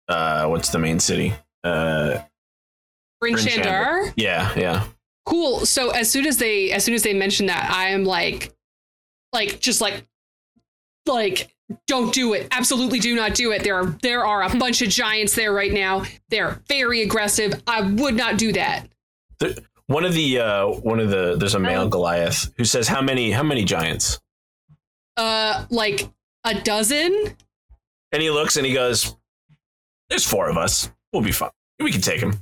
Speaker 2: uh, what's the main city? Uh,
Speaker 1: bring
Speaker 2: Bryn Shandor.
Speaker 1: shandar
Speaker 2: yeah, yeah.
Speaker 1: cool so as soon as they as soon as they mention that i am like like just like like don't do it absolutely do not do it there are there are a bunch of giants there right now they're very aggressive i would not do that
Speaker 2: One of the uh, one of the there's a male
Speaker 3: Oh.
Speaker 2: Goliath who says how many how many giants?
Speaker 1: uh like a dozen
Speaker 2: And he looks and he goes, "There's four of us. We'll be fine. We can take him."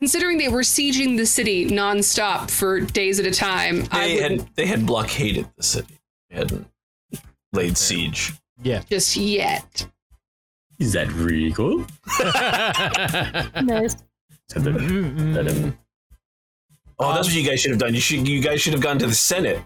Speaker 1: considering they were sieging the city nonstop for days at a time i
Speaker 2: They
Speaker 1: would
Speaker 2: had they had blockaded the city. They hadn't laid siege.
Speaker 4: Yeah.
Speaker 1: just yet
Speaker 5: Is that really cool?
Speaker 4: Ah,
Speaker 3: Nice.
Speaker 5: Said the- that in-
Speaker 2: Oh, that's what you guys should have done. You should you guys should have gone to the Senate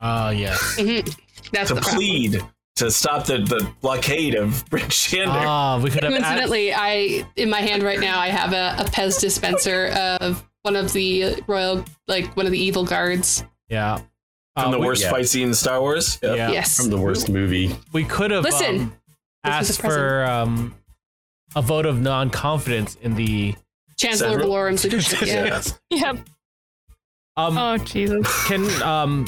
Speaker 4: Oh yes.
Speaker 1: Mhm. that's
Speaker 2: to
Speaker 1: the problem.
Speaker 2: plead to stop the, the blockade of Bryn Shander.
Speaker 4: Ah, we could have added,
Speaker 1: Coincidentally, I in my hand right now I have a, a Pez dispenser of one of the royal, like one of the evil guards.
Speaker 4: Yeah.
Speaker 2: from
Speaker 4: Uh,
Speaker 2: the
Speaker 4: we,
Speaker 2: worst
Speaker 5: yeah.
Speaker 2: fight scene in Star Wars. Yep.
Speaker 4: Yeah.
Speaker 1: Yes,
Speaker 5: From the worst movie.
Speaker 4: We could have
Speaker 1: Listen,
Speaker 4: um,
Speaker 1: this was a
Speaker 4: asked for um a vote of non-confidence in the
Speaker 1: Chancellor
Speaker 2: Several-
Speaker 1: Valorum's leadership. Yeah.
Speaker 3: Yep.
Speaker 4: um
Speaker 3: Oh Jesus.
Speaker 4: can um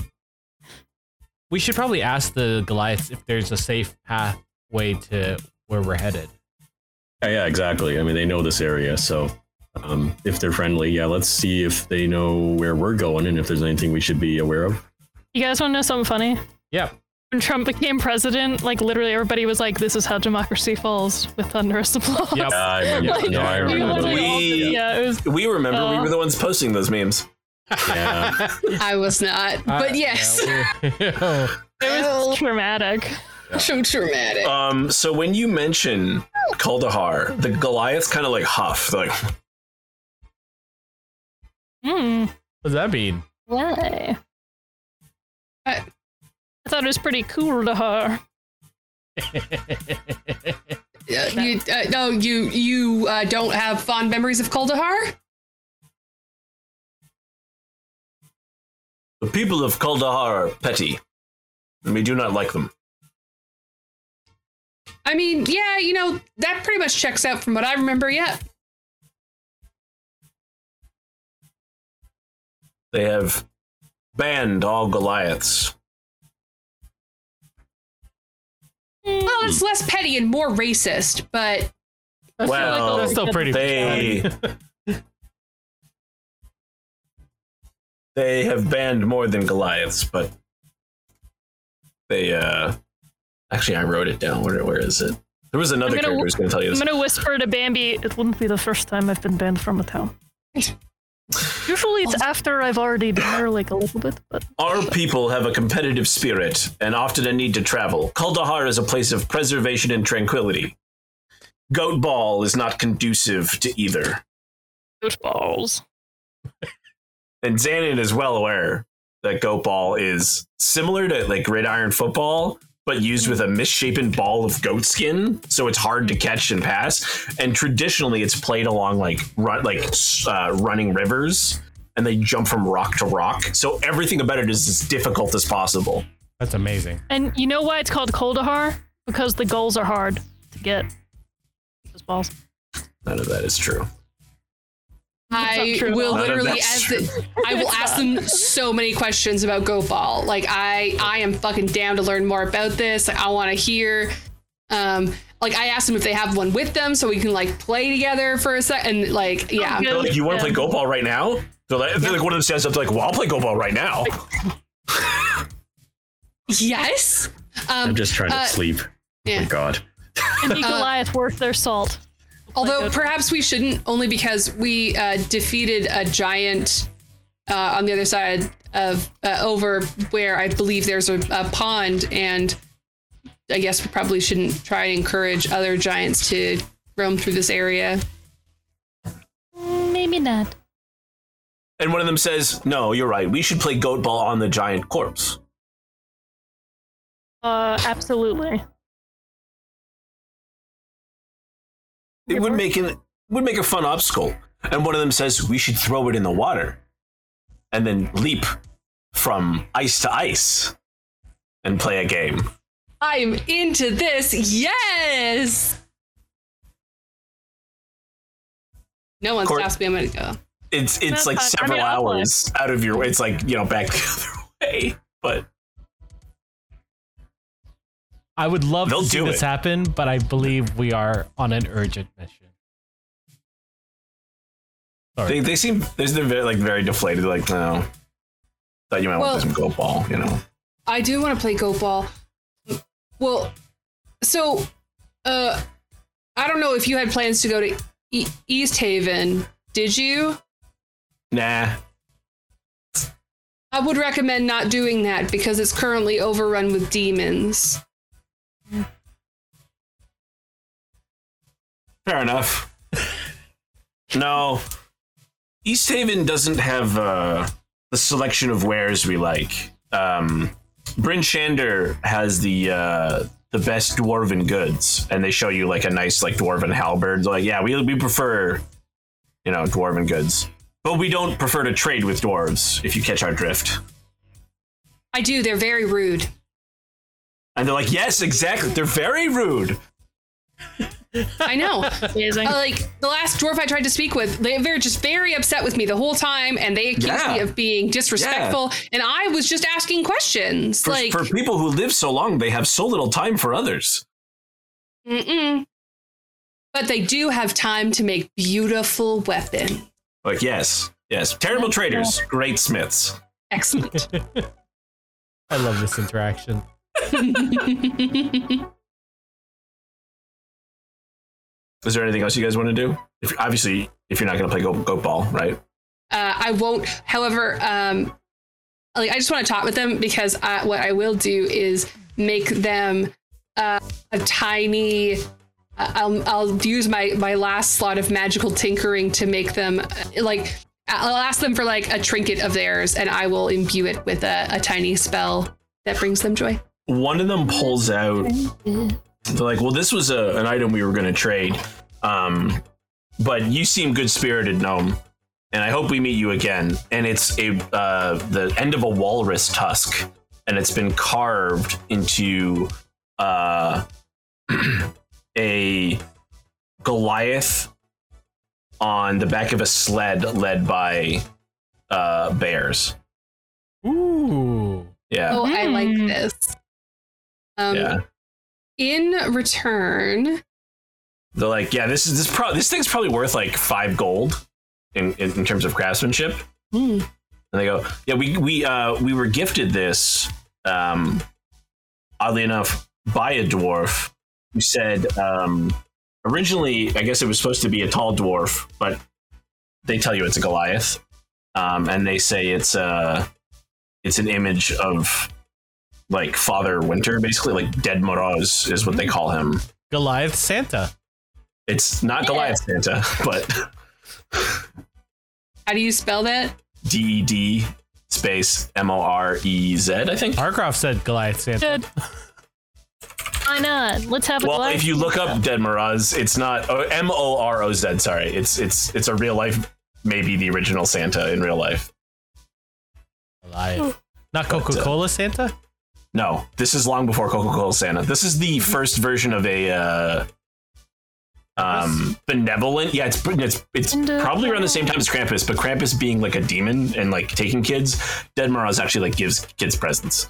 Speaker 4: we should probably ask the Goliaths if there's a safe pathway to where we're headed.
Speaker 5: Yeah, yeah, exactly. I mean, they know this area, so um, if they're friendly, yeah, let's see if they know where we're going and if there's anything we should be aware of.
Speaker 3: You guys want to know something funny?
Speaker 4: Yeah.
Speaker 3: When Trump became president, like literally everybody was like, "This is how democracy falls," with thunderous applause.
Speaker 4: Yep. Uh,
Speaker 5: Yeah, I remember.
Speaker 3: Like,
Speaker 5: no,
Speaker 3: we
Speaker 5: I remember.
Speaker 3: literally all did-
Speaker 2: We-
Speaker 3: yeah, it was
Speaker 2: We remember we
Speaker 3: Oh.
Speaker 2: were the ones posting those memes.
Speaker 5: Yeah.
Speaker 1: I was not, but
Speaker 4: Uh,
Speaker 1: yes,
Speaker 4: yeah, we-
Speaker 3: it was traumatic.
Speaker 1: so traumatic.
Speaker 2: Um, so when you mention Kaldahar, the Goliaths kind of like huff, They're like
Speaker 3: Hmm.
Speaker 4: what does that mean?
Speaker 3: Why? I, I thought it was pretty cool to her.
Speaker 1: Uh, you, uh, no, you you uh, don't have fond memories of Kaldahar?
Speaker 2: the people of Kaldahar are petty, and we do not like them.
Speaker 1: I mean, yeah, you know that pretty much checks out from what I remember. Yeah,
Speaker 2: They have banned all Goliaths.
Speaker 1: well, it's less petty and more racist, but
Speaker 2: Well,
Speaker 3: that's
Speaker 4: still pretty-
Speaker 2: they they have banned more than Goliaths, but they uh actually I wrote it down. Where where is it? There was another
Speaker 3: gonna-
Speaker 2: character who was going to tell you
Speaker 3: I'm
Speaker 2: this.
Speaker 3: gonna whisper to Bambi. It wouldn't be the first time I've been banned from a town. Usually it's after I've already been there like a little bit, but
Speaker 2: Our people have a competitive spirit and often a need to travel. Kaldahar is a place of preservation and tranquility. Goat Ball is not conducive to either.
Speaker 3: goat balls.
Speaker 2: And Xanon is well aware that Goat Ball is similar to like gridiron football, but used with a misshapen ball of goat skin, so it's hard to catch and pass. And traditionally, it's played along like run, like s- uh, running rivers, and they jump from rock to rock. So everything about it is as difficult as possible.
Speaker 4: That's amazing.
Speaker 3: And you know why it's called Koldahar? Because the goals are hard to get. Those balls.
Speaker 2: None of that is true.
Speaker 1: I
Speaker 3: not true at
Speaker 1: will
Speaker 3: all.
Speaker 2: None of
Speaker 1: literally
Speaker 2: that's
Speaker 1: ask the, I will ask them so many questions about Goat Ball. Like I I am fucking down to learn more about this. Like I want to hear. Um, like I asked them if they have one with them so we can like play together for a sec. And like yeah,
Speaker 3: good.
Speaker 2: They're like, you want to
Speaker 3: Yeah.
Speaker 2: play go ball right now? They're like, they're like one of them stands up, they're like, well, I'll play go ball right now.
Speaker 1: yes. Um,
Speaker 5: I'm just trying to
Speaker 1: Uh,
Speaker 5: sleep. Oh
Speaker 1: yeah.
Speaker 5: my god.
Speaker 3: And be Goliath worth their salt.
Speaker 1: Although
Speaker 3: Like a-
Speaker 1: perhaps we shouldn't, only because we uh, defeated a giant uh, on the other side of uh, over where I believe there's a, a pond, and I guess we probably shouldn't try and encourage other giants to roam through this area.
Speaker 3: Maybe not.
Speaker 2: And one of them says, no, you're right. We should play goat ball on the giant corpse.
Speaker 3: Uh, absolutely.
Speaker 2: It would make it would make a fun obstacle. And one of them says, we should throw it in the water and then leap from ice to ice and play a game.
Speaker 1: I'm into this. Yes. No one's
Speaker 2: Court-
Speaker 1: asked me. I'm gonna go.
Speaker 2: It's it's
Speaker 3: That's
Speaker 2: like
Speaker 3: fun. I
Speaker 2: several
Speaker 3: mean, I'll play.
Speaker 2: hours out of your. It's like you know back the other way, but
Speaker 4: I would love
Speaker 2: They'll
Speaker 4: to see
Speaker 2: do
Speaker 4: this
Speaker 2: it.
Speaker 4: happen, but I believe we are on an urgent mission.
Speaker 2: They, they seem they're, they're very, like very deflated. Like no, thought you might
Speaker 1: Well-
Speaker 2: want some goat ball. You know,
Speaker 1: I do want to play goat ball. Well, so uh I don't know if you had plans to go to e- East Haven. Did you?
Speaker 2: nah.
Speaker 1: I would recommend not doing that because it's currently overrun with demons.
Speaker 2: Fair enough. no, East Haven doesn't have uh, the selection of wares we like. Um, Bryn Shander has the uh, the best dwarven goods, and they show you like a nice like dwarven halberd. Like, yeah, we we prefer you know dwarven goods, but we don't prefer to trade with dwarves. If you catch our drift.
Speaker 1: I do. They're very rude.
Speaker 2: And they're like, yes, exactly. They're very rude.
Speaker 1: I know.
Speaker 3: Amazing.
Speaker 1: Uh, like the last dwarf I tried to speak with, they, they're just very upset with me the whole time, and they accused
Speaker 2: Yeah.
Speaker 1: me of being disrespectful. And I was just asking questions,
Speaker 2: For,
Speaker 1: like,
Speaker 2: for people who live so long, they have so little time for others.
Speaker 1: mm-mm. But they do have time to make beautiful weapons.
Speaker 2: Like, yes, yes. Terrible traders, great smiths.
Speaker 1: Excellent. Uh,
Speaker 4: I love this interaction.
Speaker 2: Is there anything else you guys want to do? If, obviously, if you're not going to play go, go ball, right?
Speaker 1: Uh, I won't. However, um, like I just want to talk with them because I, what I will do is make them uh, a tiny. I- I'll, I'll use my my last slot of magical tinkering to make them uh, like. I'll ask them for like a trinket of theirs, and I will imbue it with a, a tiny spell that brings them joy.
Speaker 2: One of them pulls out. They're like, well, this was a, an item we were going to trade, um, but you seem good spirited, gnome, and I hope we meet you again. And it's a uh, the end of a walrus tusk, and it's been carved into uh, a Goliath on the back of a sled led by uh, bears.
Speaker 4: Ooh.
Speaker 2: Yeah.
Speaker 1: Oh, I like
Speaker 3: Mm.
Speaker 1: this. Um,
Speaker 2: Yeah.
Speaker 1: In return,
Speaker 2: They're like, yeah, this is this pro this thing's probably worth like five gold in, in, in terms of craftsmanship.
Speaker 3: Hmm.
Speaker 2: And they go, yeah, we we uh we were gifted this, um, oddly enough, by a dwarf who said, um, originally I guess it was supposed to be a tall dwarf, but they tell you it's a Goliath, um, and they say it's uh it's an image of like Father Winter, basically like Dead Moroz is what they call him.
Speaker 4: Goliath Santa.
Speaker 2: It's not Goliath Santa, but
Speaker 1: how do you spell that?
Speaker 2: D E D space M O R E Z, I think.
Speaker 4: Harcroft said Goliath Santa.
Speaker 3: Good. Why not? Let's have a
Speaker 2: Well,
Speaker 3: glass.
Speaker 2: if you look up Dead Moroz, it's not oh, M O R O Z. Sorry, it's it's it's a real life, maybe the original Santa in real life.
Speaker 4: Goliath. Not Coca Cola Santa?
Speaker 2: No, this is long before Coca Cola Santa. This is the first version of a uh, um, benevolent. Yeah, it's it's it's probably around the same time as Krampus, but Krampus being like a demon and like taking kids, Dead Moroz actually like gives kids presents,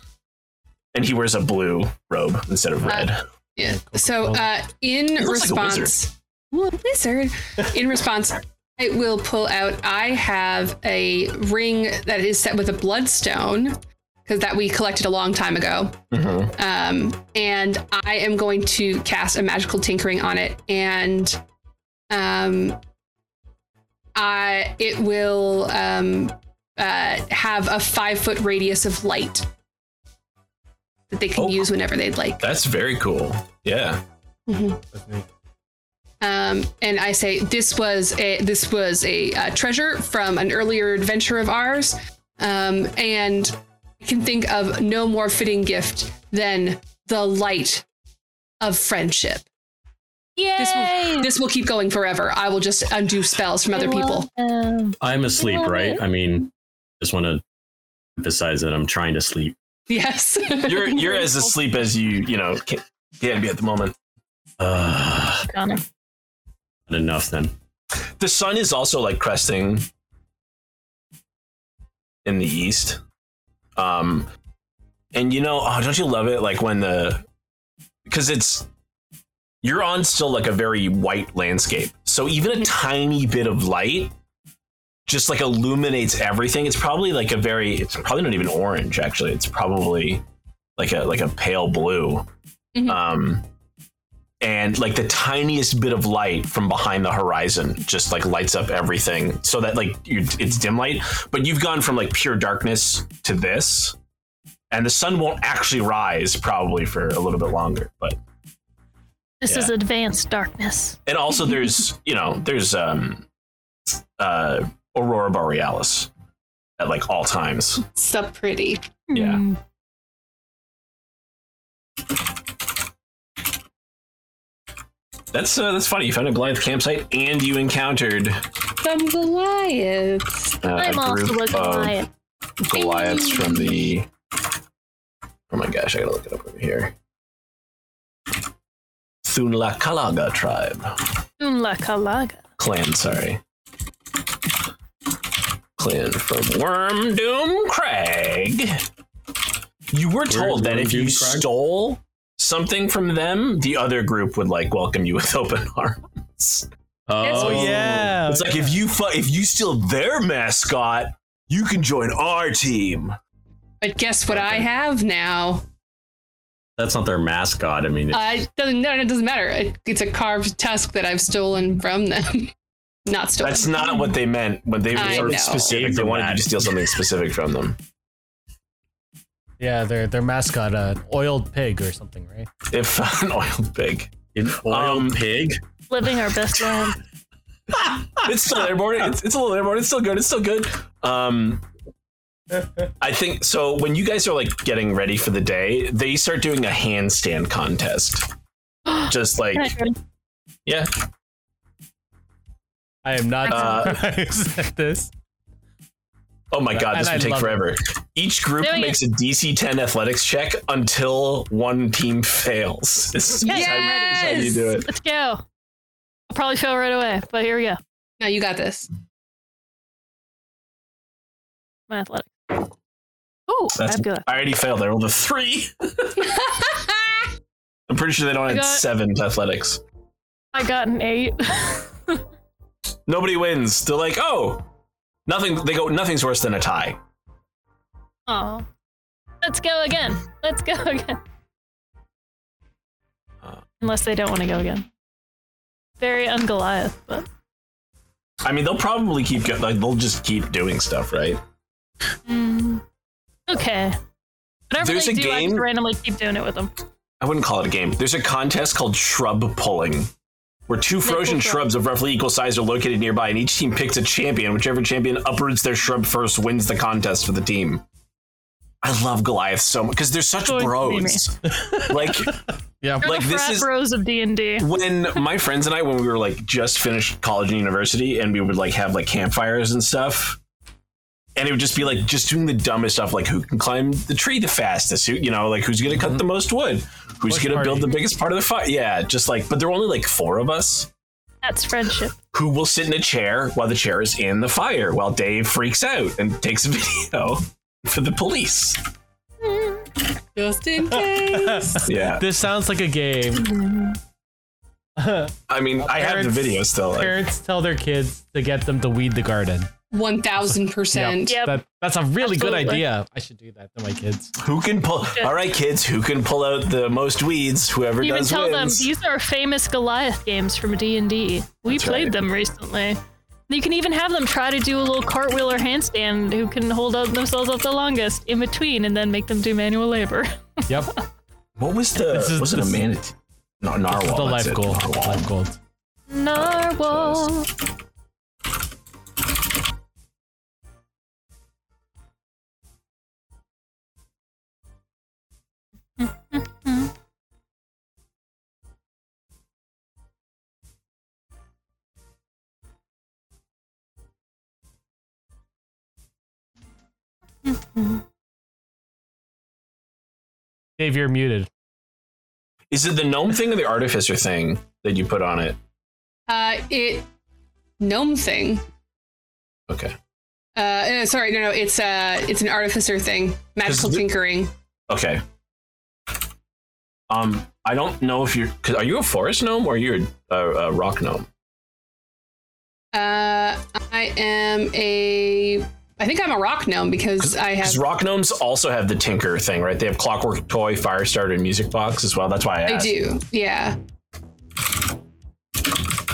Speaker 2: and he wears a blue robe instead of red.
Speaker 1: Yeah. So, uh, in
Speaker 2: oh, looks like a
Speaker 1: response, Well, lizard. In response, I will pull out. I have a ring that is set with a bloodstone because that we collected a long time ago.
Speaker 2: Mhm.
Speaker 1: Um, and I am going to cast a magical tinkering on it, and um, I it will um uh have a five foot radius of light that they can
Speaker 2: Oh.
Speaker 1: use whenever they'd like.
Speaker 2: That's very cool. Yeah.
Speaker 1: Um, and I say this was a this was a uh, treasure from an earlier adventure of ours, um, and I can think of no more fitting gift than the light of friendship.
Speaker 3: Yay!
Speaker 1: This will, this will keep going forever. I will just undo spells from other
Speaker 3: I
Speaker 1: people.
Speaker 3: love them.
Speaker 5: I'm asleep,
Speaker 3: Love
Speaker 5: right?
Speaker 3: it.
Speaker 5: I mean, just want to emphasize that I'm trying to sleep.
Speaker 1: Yes.
Speaker 2: You're you're as asleep as you, you know, can, can be at the moment.
Speaker 5: Uh,
Speaker 3: Got it.
Speaker 5: not enough then.
Speaker 2: The sun is also like cresting in the east. Um and you know, oh, don't you love it like when the cuz it's you're on still like a very white landscape. So even a tiny bit of light just like illuminates everything. It's probably like a very it's probably not even orange actually. It's probably like a like a pale blue.
Speaker 1: Mhm.
Speaker 2: Um and like the tiniest bit of light from behind the horizon just like lights up everything so that like you it's dim light but you've gone from like pure darkness to this and the sun won't actually rise probably for a little bit longer but
Speaker 3: This is advanced darkness.
Speaker 2: and also there's you know there's um uh aurora borealis at like all times
Speaker 1: so pretty.
Speaker 2: Yeah.
Speaker 3: Hmm.
Speaker 2: that's uh, that's funny you found a goliath campsite and you encountered
Speaker 1: Some Goliaths.
Speaker 2: uh,
Speaker 3: I'm
Speaker 2: a
Speaker 3: off to
Speaker 2: group
Speaker 3: look
Speaker 2: of
Speaker 3: at it.
Speaker 2: Goliaths from the. Oh my gosh, I gotta look it up over here. Thunlakalaga tribe.
Speaker 3: Unlakalaga.
Speaker 2: Clan, sorry. Clan from Worm Doom Crag. You were told that
Speaker 5: Worm
Speaker 2: if you
Speaker 5: Doom Crag?
Speaker 2: stole something from them, the other group would like welcome you with open arms.
Speaker 1: Oh,
Speaker 4: yeah.
Speaker 2: It's like if you fu- if you steal their mascot, you can join our team.
Speaker 1: But guess what I have now?
Speaker 5: That's not their mascot. I mean,
Speaker 1: Uh, it doesn't no, no, it doesn't matter. It, it's a carved tusk that I've stolen from them. Not stolen.
Speaker 2: That's not what they meant when they
Speaker 1: I
Speaker 2: were
Speaker 1: know.
Speaker 2: specific. They wanted you to steal something specific from them.
Speaker 4: Yeah, their their mascot, uh, an oiled pig or something, right?
Speaker 2: If an oiled pig,
Speaker 5: an oil
Speaker 2: Um,
Speaker 5: pig.
Speaker 3: Living our best life.
Speaker 2: it's still airborne. It's, it's a little airborne. It's still good. It's still good. Um, I think so. When you guys are like getting ready for the day, they start doing a handstand contest. Just like yeah,
Speaker 4: I am not
Speaker 2: Uh,
Speaker 4: surprised at this.
Speaker 2: Oh my god,
Speaker 4: And
Speaker 2: this
Speaker 4: I
Speaker 2: would take
Speaker 4: love it.
Speaker 2: forever. Each group
Speaker 3: Doing it.
Speaker 2: makes a DC 10 athletics check until one team fails. This is
Speaker 1: Yes!
Speaker 2: how you do it.
Speaker 3: Let's go. I'll probably fail right away, but here we go.
Speaker 1: No, you got this.
Speaker 3: My athletic. Oh,
Speaker 2: That's-
Speaker 3: I'm good.
Speaker 2: I already failed. I rolled a three. I'm pretty sure they don't
Speaker 3: I
Speaker 2: have
Speaker 3: got-
Speaker 2: seven to athletics.
Speaker 3: I got an eight.
Speaker 2: Nobody wins. They're like, oh, nothing. They go, nothing's worse than a tie.
Speaker 3: Oh, let's go again. Let's go again.
Speaker 2: Uh.
Speaker 3: Unless they don't want to go again. Very ungoliath, but
Speaker 2: I mean, they'll probably keep go- like they'll just keep doing stuff, right?
Speaker 3: mm, okay. Whatever
Speaker 2: There's
Speaker 3: they
Speaker 2: a
Speaker 3: do, I just
Speaker 2: game-
Speaker 3: randomly keep doing it with them.
Speaker 2: I wouldn't call it a game. There's a contest called shrub pulling, where two frozen
Speaker 3: shrub.
Speaker 2: shrubs of roughly equal size are located nearby, and each team picks a champion. Whichever champion uproots their shrub first wins the contest for the team. I love Goliath so much because they're such
Speaker 3: Going to be
Speaker 2: bros. like
Speaker 4: Yeah,
Speaker 3: You're
Speaker 2: Like,
Speaker 3: the
Speaker 2: this
Speaker 3: frat
Speaker 2: is-
Speaker 3: bros of D and D.
Speaker 2: when my friends and I, when we were like just finished college and university, and we would like have like campfires and stuff, and it would just be like just doing the dumbest stuff, like who can climb the tree the fastest, who you know, like who's gonna
Speaker 4: Mm-hmm.
Speaker 2: cut the most wood, who's
Speaker 4: Bush
Speaker 2: gonna build
Speaker 4: party.
Speaker 2: the biggest part of the fire. Yeah, just like, but there were only like four of us
Speaker 3: That's friendship.
Speaker 2: who will sit in a chair while the chair is in the fire, while Dave freaks out and takes a video for the police.
Speaker 1: Just in case.
Speaker 2: Yeah,
Speaker 4: this sounds like a game.
Speaker 2: I mean, I have the
Speaker 4: Parents-
Speaker 2: video still. like-
Speaker 4: Parents tell their kids to get them to weed the garden.
Speaker 1: One thousand percent.
Speaker 3: Yep.
Speaker 4: That, that's a really good
Speaker 3: Absolutely.
Speaker 4: idea. I should do that to my kids.
Speaker 2: Who can pull? All right, kids, who can pull out the most weeds? Whoever
Speaker 3: You even
Speaker 2: does
Speaker 3: tell them
Speaker 2: wins.
Speaker 3: these are famous Goliath games from D and D. We
Speaker 2: That's
Speaker 3: played
Speaker 2: right.
Speaker 3: them recently. You can even have them try to do a little cartwheel or handstand. Who can hold up themselves up the longest in between, and then make them do manual labor.
Speaker 4: Yep.
Speaker 2: What was the?
Speaker 4: This is-
Speaker 2: was it a
Speaker 4: this-
Speaker 2: manatee? No, narwhal.
Speaker 4: the
Speaker 2: that's
Speaker 4: life
Speaker 2: it,
Speaker 4: goal.
Speaker 2: narwhal.
Speaker 4: Life gold.
Speaker 3: Narwhal.
Speaker 4: Dave, you're muted.
Speaker 2: Is it the gnome thing or the artificer thing that you put on it?
Speaker 1: Uh, it gnome thing.
Speaker 2: Okay.
Speaker 1: Uh, uh, sorry, no, no, it's uh, it's an artificer thing. Magical
Speaker 2: the-
Speaker 1: tinkering.
Speaker 2: Okay. Um, I don't know if you're. Cause are you a forest gnome or you're a, a rock gnome?
Speaker 1: Uh, I am a. I think I'm a rock gnome because I have.
Speaker 2: Because rock gnomes also have the tinker thing, right? They have clockwork toy, fire starter, and music box as well. That's why I
Speaker 1: I
Speaker 2: asked.
Speaker 1: do. Yeah.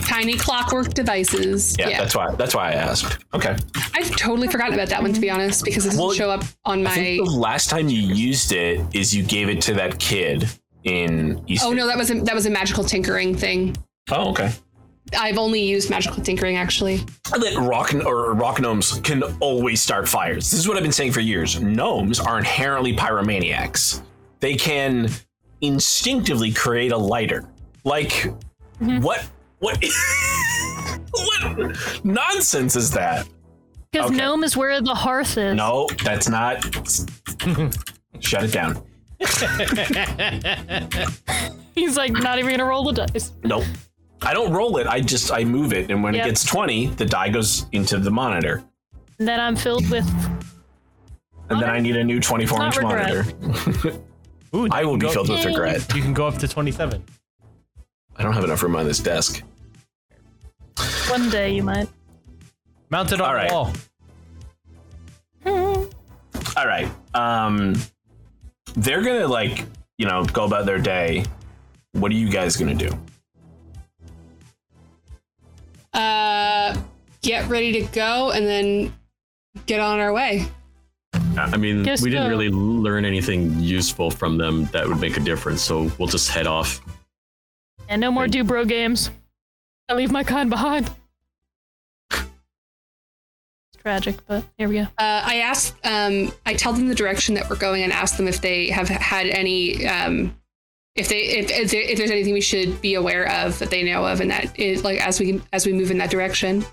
Speaker 1: Tiny clockwork devices.
Speaker 2: Yeah, that's why. That's why I asked. Okay.
Speaker 1: I've totally forgotten about that one to be honest because it doesn't
Speaker 2: Well,
Speaker 1: show up on
Speaker 2: I
Speaker 1: my.
Speaker 2: think the last time you used it is you gave it to that kid in East.
Speaker 1: Oh no, that was a, that was a magical tinkering thing.
Speaker 2: Oh, okay.
Speaker 1: I've only used magical tinkering actually.
Speaker 2: that rock or rock gnomes can always start fires. This is what I've been saying for years. Gnomes are inherently pyromaniacs. They can instinctively create a lighter. Like
Speaker 1: Mm-hmm.
Speaker 2: what what what nonsense is that?
Speaker 3: Because
Speaker 2: Okay.
Speaker 3: gnome is where the hearth is.
Speaker 2: No, that's not Shut it down.
Speaker 3: He's like not even gonna roll the dice.
Speaker 2: Nope. I don't roll it. I just I move it, and when
Speaker 3: Yep.
Speaker 2: it gets twenty, the die goes into the monitor,
Speaker 3: And then I'm filled with
Speaker 2: and then I need a new twenty-four
Speaker 3: Not
Speaker 2: inch monitor.
Speaker 3: regret.
Speaker 4: Ooh,
Speaker 2: I will be
Speaker 4: go-
Speaker 2: filled with
Speaker 3: Yay.
Speaker 2: regret.
Speaker 4: You can go up to 27.
Speaker 2: I don't have enough room on this desk.
Speaker 3: one day you might.
Speaker 4: Mounted on
Speaker 2: All
Speaker 4: the
Speaker 2: right.
Speaker 4: wall.
Speaker 2: All right. Um, they're gonna like you know go about their day. What are you guys gonna do?
Speaker 1: Uh, get ready to go and then get on our way.
Speaker 5: I mean,
Speaker 3: Guess
Speaker 5: we didn't
Speaker 3: so.
Speaker 5: really learn anything useful from them that would make a difference, so we'll just head off.
Speaker 3: And no more Dubro games. I leave my kind behind. It's tragic, but here we go.
Speaker 1: Uh, I ask, um, I tell them the direction that we're going and ask them if they have had any, um, if they, if, if, there, if there's anything we should be aware of that they know of, and that is like as we as we move in that direction.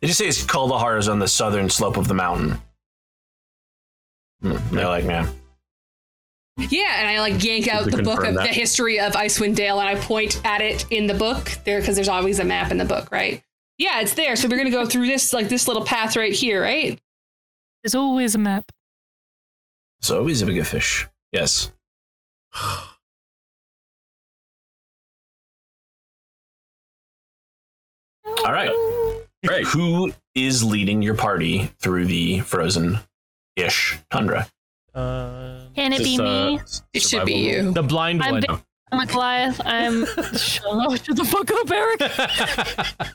Speaker 2: They just say it's Kaldahar is on the southern slope of the mountain. Hmm, They're like, man,
Speaker 1: Yeah, and I like yank out
Speaker 5: to
Speaker 1: the book
Speaker 5: confirm
Speaker 1: of
Speaker 5: that.
Speaker 1: the history of Icewind Dale, and I point at it in the book there because there's always a map in the book, right? Yeah, it's there. So we're gonna go through this like this little path right here, right?
Speaker 3: There's always a map.
Speaker 2: it's always a big fish. Yes. All right.
Speaker 5: Right.
Speaker 2: Who is leading your party through the frozen ish tundra?
Speaker 4: Uh,
Speaker 3: Can it be
Speaker 5: Just, uh,
Speaker 3: me?
Speaker 1: It should be
Speaker 5: survival
Speaker 1: you.
Speaker 4: the blind
Speaker 3: Um, I'm
Speaker 4: one.
Speaker 3: big- I'm Goliath. I'm. shut, up, shut the fuck up, Eric.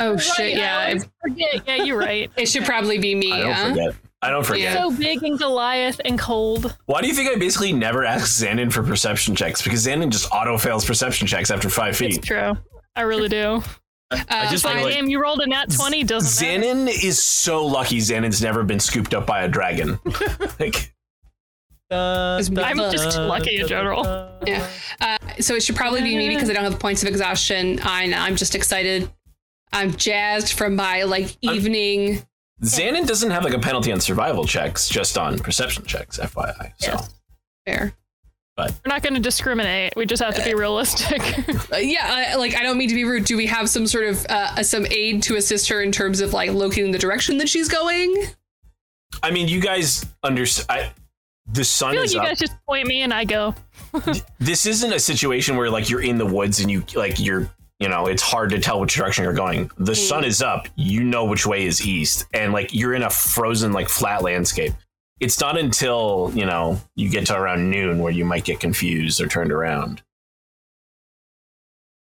Speaker 1: Oh
Speaker 3: Right,
Speaker 1: shit,
Speaker 3: I
Speaker 1: yeah.
Speaker 3: always
Speaker 1: It,
Speaker 3: forget. Yeah, you're right.
Speaker 1: it should probably be me.
Speaker 2: I don't
Speaker 1: huh?
Speaker 2: forget. I don't forget.
Speaker 1: Yeah.
Speaker 3: So big and Goliath and cold.
Speaker 2: Why do you think I basically never ask Xanon for perception checks? Because Xanon just auto fails perception checks after five
Speaker 3: It's
Speaker 2: feet.
Speaker 3: true. I really do.
Speaker 1: Uh,
Speaker 5: just
Speaker 1: fine.
Speaker 5: feel like-
Speaker 3: Damn, you rolled a nat 20, doesn't matter.
Speaker 2: Xanon is so lucky Xanon's never been scooped up by a dragon. like,
Speaker 1: I'm
Speaker 3: just lucky in general.
Speaker 1: Yeah. Uh, so it should probably be me because I don't have points of exhaustion. I know. I'm just excited. I'm jazzed from my like evening.
Speaker 2: Xanon doesn't have like a penalty on survival checks, just on perception checks, FYI. So
Speaker 3: Yes.
Speaker 1: Fair.
Speaker 3: We're not going to discriminate. We just have to be realistic.
Speaker 1: Uh, yeah, I, like I don't mean to be rude. Do we have some sort of uh, some aid to assist her in terms of like locating the direction that she's going?
Speaker 2: I mean, you guys understand. The sun
Speaker 3: I feel
Speaker 2: is
Speaker 3: like you
Speaker 2: up.
Speaker 3: guys just point me and I go.
Speaker 2: this isn't a situation where like you're in the woods and you like you're you know it's hard to tell which direction you're going the sun is up you know which way is east and like you're in a frozen like flat landscape it's not until you know you get to around noon where you might get confused or turned around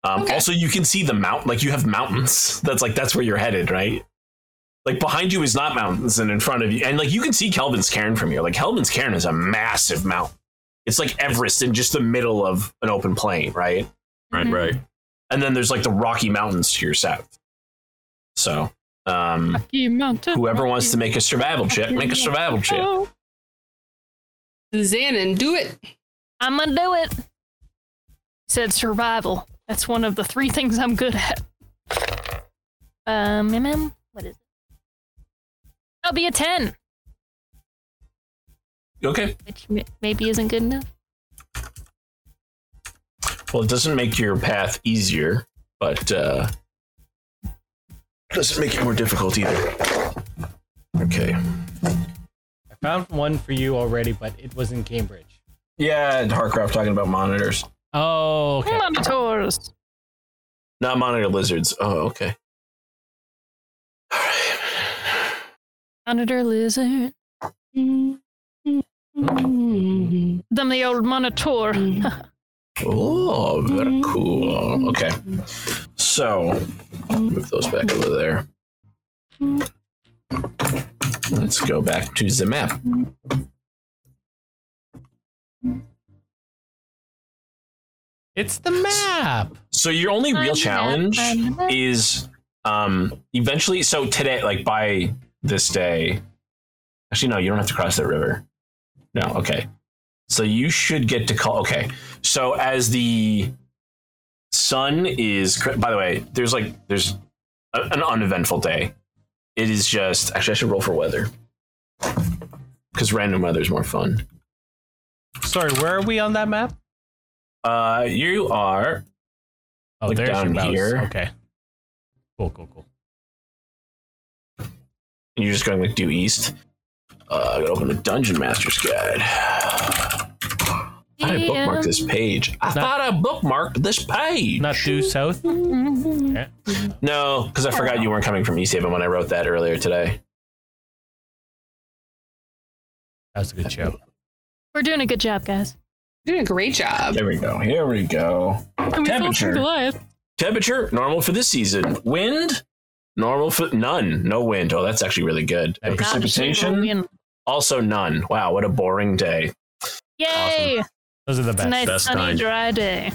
Speaker 2: um,
Speaker 1: Okay.
Speaker 2: also you can see the mountain like you have mountains that's like that's where you're headed right like behind you is not mountains and in front of you and like you can see kelvin's cairn from here like kelvin's cairn is a massive mountain it's like Everest in just the middle of an open plain, right?
Speaker 5: Right,
Speaker 3: Mm-hmm.
Speaker 5: right.
Speaker 2: And then there's like the Rocky Mountains to your south. So, um,
Speaker 3: Rocky Mountain.
Speaker 2: whoever wants to make a survival check, make a survival check.
Speaker 1: Xanon, do it.
Speaker 3: I'm gonna do it. Said survival. That's one of the three things I'm good at. Um, mm, what is it? I'll be a ten,
Speaker 2: Okay.
Speaker 3: which m- maybe isn't good enough.
Speaker 2: Well, it doesn't make your path easier, but uh, doesn't make it more difficult either. Okay.
Speaker 4: I found one for you already, but it was in Cambridge.
Speaker 2: Yeah, Harcraft talking about monitors,
Speaker 4: Oh, okay.
Speaker 3: Monitors.
Speaker 2: not monitor lizards. Oh, okay.
Speaker 3: Monitor lizard. Them the old monitor.
Speaker 2: Oh, very cool. Okay. So, move those back over there. Let's go back to the map.
Speaker 4: It's the map.
Speaker 2: So, your only real challenge is um eventually so today like by this day actually no you don't have to cross that river no okay so you should get to call okay so as the sun is cr- by the way there's like there's a- an uneventful day it is just actually i should roll for weather because random weather is more fun
Speaker 4: Sorry, where are we on that map?
Speaker 2: Uh, you are
Speaker 4: Oh,
Speaker 2: Like
Speaker 4: there's
Speaker 2: down
Speaker 4: your mouse.
Speaker 2: here.
Speaker 4: Okay. Cool, cool, cool.
Speaker 2: and you're just going like due east. Uh, I gotta open the Dungeon Master's Guide. I did bookmark this page. I thought I bookmarked this page.
Speaker 4: Not due south.
Speaker 3: Mm-hmm.
Speaker 4: Okay.
Speaker 2: no, because I forgot you weren't coming from East Haven when I wrote that earlier today.
Speaker 4: That was a good show.
Speaker 3: We're doing a good job, guys.
Speaker 1: You're doing a great job.
Speaker 2: There we go. Here we go.
Speaker 3: And we fell
Speaker 2: Temperature.
Speaker 3: from Goliath.
Speaker 2: Temperature normal for this season. Wind normal for none. No wind. Oh, that's actually really good. And
Speaker 4: Nice.
Speaker 2: precipitation also none. Wow, what a boring day.
Speaker 3: Yay!
Speaker 4: Those are the
Speaker 3: It's a
Speaker 4: best.
Speaker 3: nice
Speaker 5: Best
Speaker 3: sunny,
Speaker 5: time.
Speaker 3: dry day.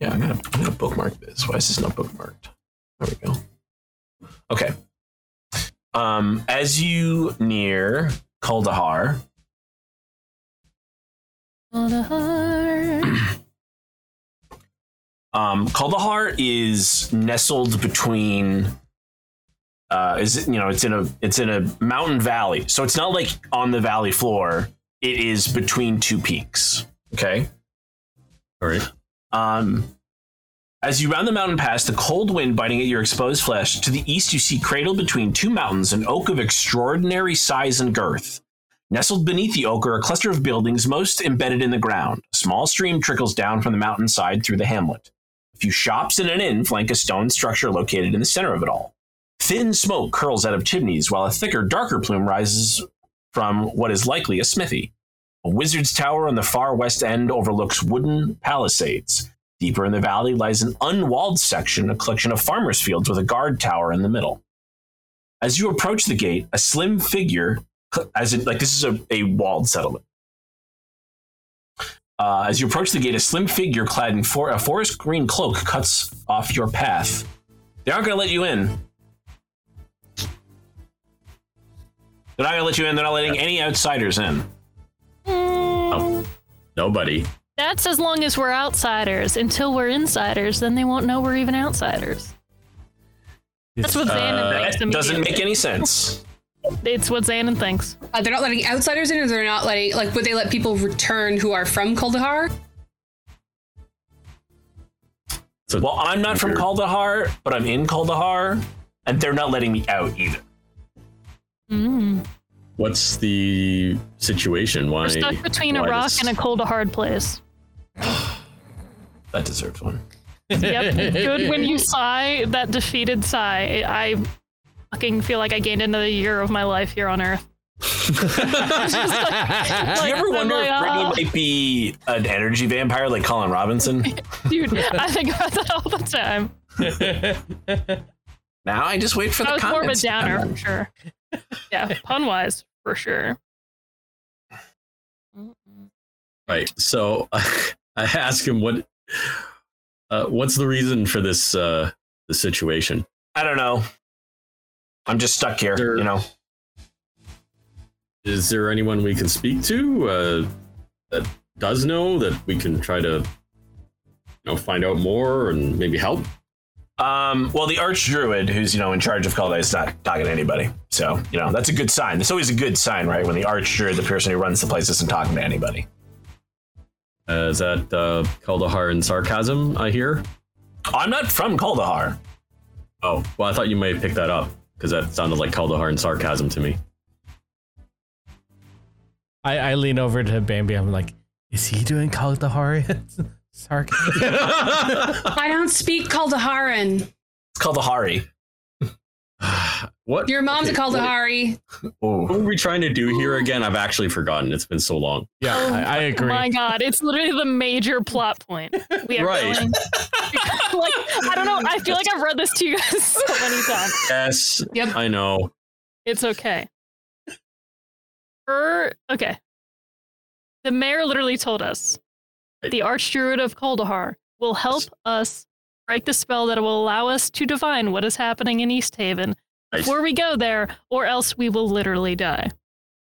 Speaker 2: Yeah, I'm gonna, I'm gonna bookmark this. Why is this not bookmarked? There we go. Okay. Um, as you near Kaldahar,
Speaker 3: All the heart.
Speaker 2: um, Kaldahar is nestled between. Uh, is you know it's in a it's in a mountain valley, so it's not like on the valley floor. It is between two peaks. Okay.
Speaker 5: All right.
Speaker 2: Um, as you round the mountain pass, the cold wind biting at your exposed flesh, to the east you see cradled between two mountains an oak of extraordinary size and girth. Nestled beneath the oak are a cluster of buildings, most embedded in the ground. A small stream trickles down from the mountainside through the hamlet. A few shops and an inn flank a stone structure located in the center of it all. Thin smoke curls out of chimneys, while a thicker, darker plume rises from what is likely a smithy. A wizard's tower on the far west end overlooks wooden palisades. Deeper in the valley lies an unwalled section, a collection of farmers' fields with a guard tower in the middle. As you approach the gate, a slim figure, cl- as in, like this is a, a walled settlement. Uh, as you approach the gate, a slim figure clad in for- a forest green cloak cuts off your path. They aren't going to let you in. They're not going to let you in. They're not letting any outsiders in.
Speaker 5: Oh, nobody.
Speaker 3: That's as long as we're outsiders. Until we're insiders, then they won't know we're even outsiders. That's what Xanon
Speaker 5: Uh,
Speaker 3: thinks.
Speaker 2: That doesn't
Speaker 3: immediately.
Speaker 2: make any sense.
Speaker 3: It's what Xanon thinks.
Speaker 1: Uh, they're not letting outsiders in, or they're not letting like would they let people return who are from Kaldahar?
Speaker 5: So,
Speaker 2: Well, uh, I'm not from
Speaker 5: Weird.
Speaker 2: Kaldahar, but I'm in Kaldahar, and they're not letting me out either.
Speaker 3: Mm.
Speaker 5: what's the situation? Why?
Speaker 3: We're stuck between a
Speaker 5: why
Speaker 3: rock
Speaker 5: this-
Speaker 3: and a cold, a hard place.
Speaker 2: That deserves one.
Speaker 3: Yep. it's good when you sigh that defeated sigh. I I fucking feel like I gained another year of my life here on Earth.
Speaker 2: Do you
Speaker 3: Like,
Speaker 2: ever
Speaker 3: I'm
Speaker 2: wonder if
Speaker 3: like,
Speaker 2: Brittany
Speaker 3: "Ah."
Speaker 2: might be an energy vampire like Colin Robinson?
Speaker 3: Dude, I think about that all the time.
Speaker 2: now I just wait for
Speaker 3: I
Speaker 2: the
Speaker 3: was more of a
Speaker 2: comments. to come
Speaker 3: downer,
Speaker 2: in.
Speaker 3: for sure. Yeah, pun wise, for sure.
Speaker 5: Right. So I ask him what uh, what's the reason for this uh, the situation?
Speaker 2: I don't know. I'm just stuck here,
Speaker 5: They're-
Speaker 2: you know.
Speaker 5: Is there anyone we can speak to uh, that does know that we can try to you know find out more and maybe help?
Speaker 2: Um, well, the archdruid, who's you know in charge of Kaldai, is not talking to anybody. So you know that's a good sign. That's always a good sign, right? When the archdruid, the person who runs the place, isn't talking to anybody.
Speaker 5: Uh, is that uh, Kaldahar and sarcasm? I hear.
Speaker 2: I'm not from Kaldahar.
Speaker 5: Oh, well, I thought you may have picked that up because that sounded like Kaldahar and sarcasm to me.
Speaker 4: I, I lean over to Bambi. I'm like, is he doing Kaldahar? Sarcasm.
Speaker 1: I don't speak Kaldaharan.
Speaker 2: It's Kaldahari.
Speaker 5: What?
Speaker 1: Your mom's
Speaker 5: okay,
Speaker 1: a Kaldahari.
Speaker 2: Ooh.
Speaker 5: What were we trying to do here again? I've actually forgotten. It's been so long.
Speaker 4: Yeah, I, I agree.
Speaker 3: Oh My God, it's literally the major plot point. We are
Speaker 5: Right.
Speaker 3: going- like I don't know. I feel like I've read this to you guys so many times.
Speaker 5: Yes,
Speaker 1: Yep.
Speaker 5: I know.
Speaker 3: It's okay. Her okay. The mayor literally told us the Archdruid of Kaldahar will help us break the spell that will allow us to divine what is happening in East Haven
Speaker 5: Right.
Speaker 3: before we go there, or else we will literally die.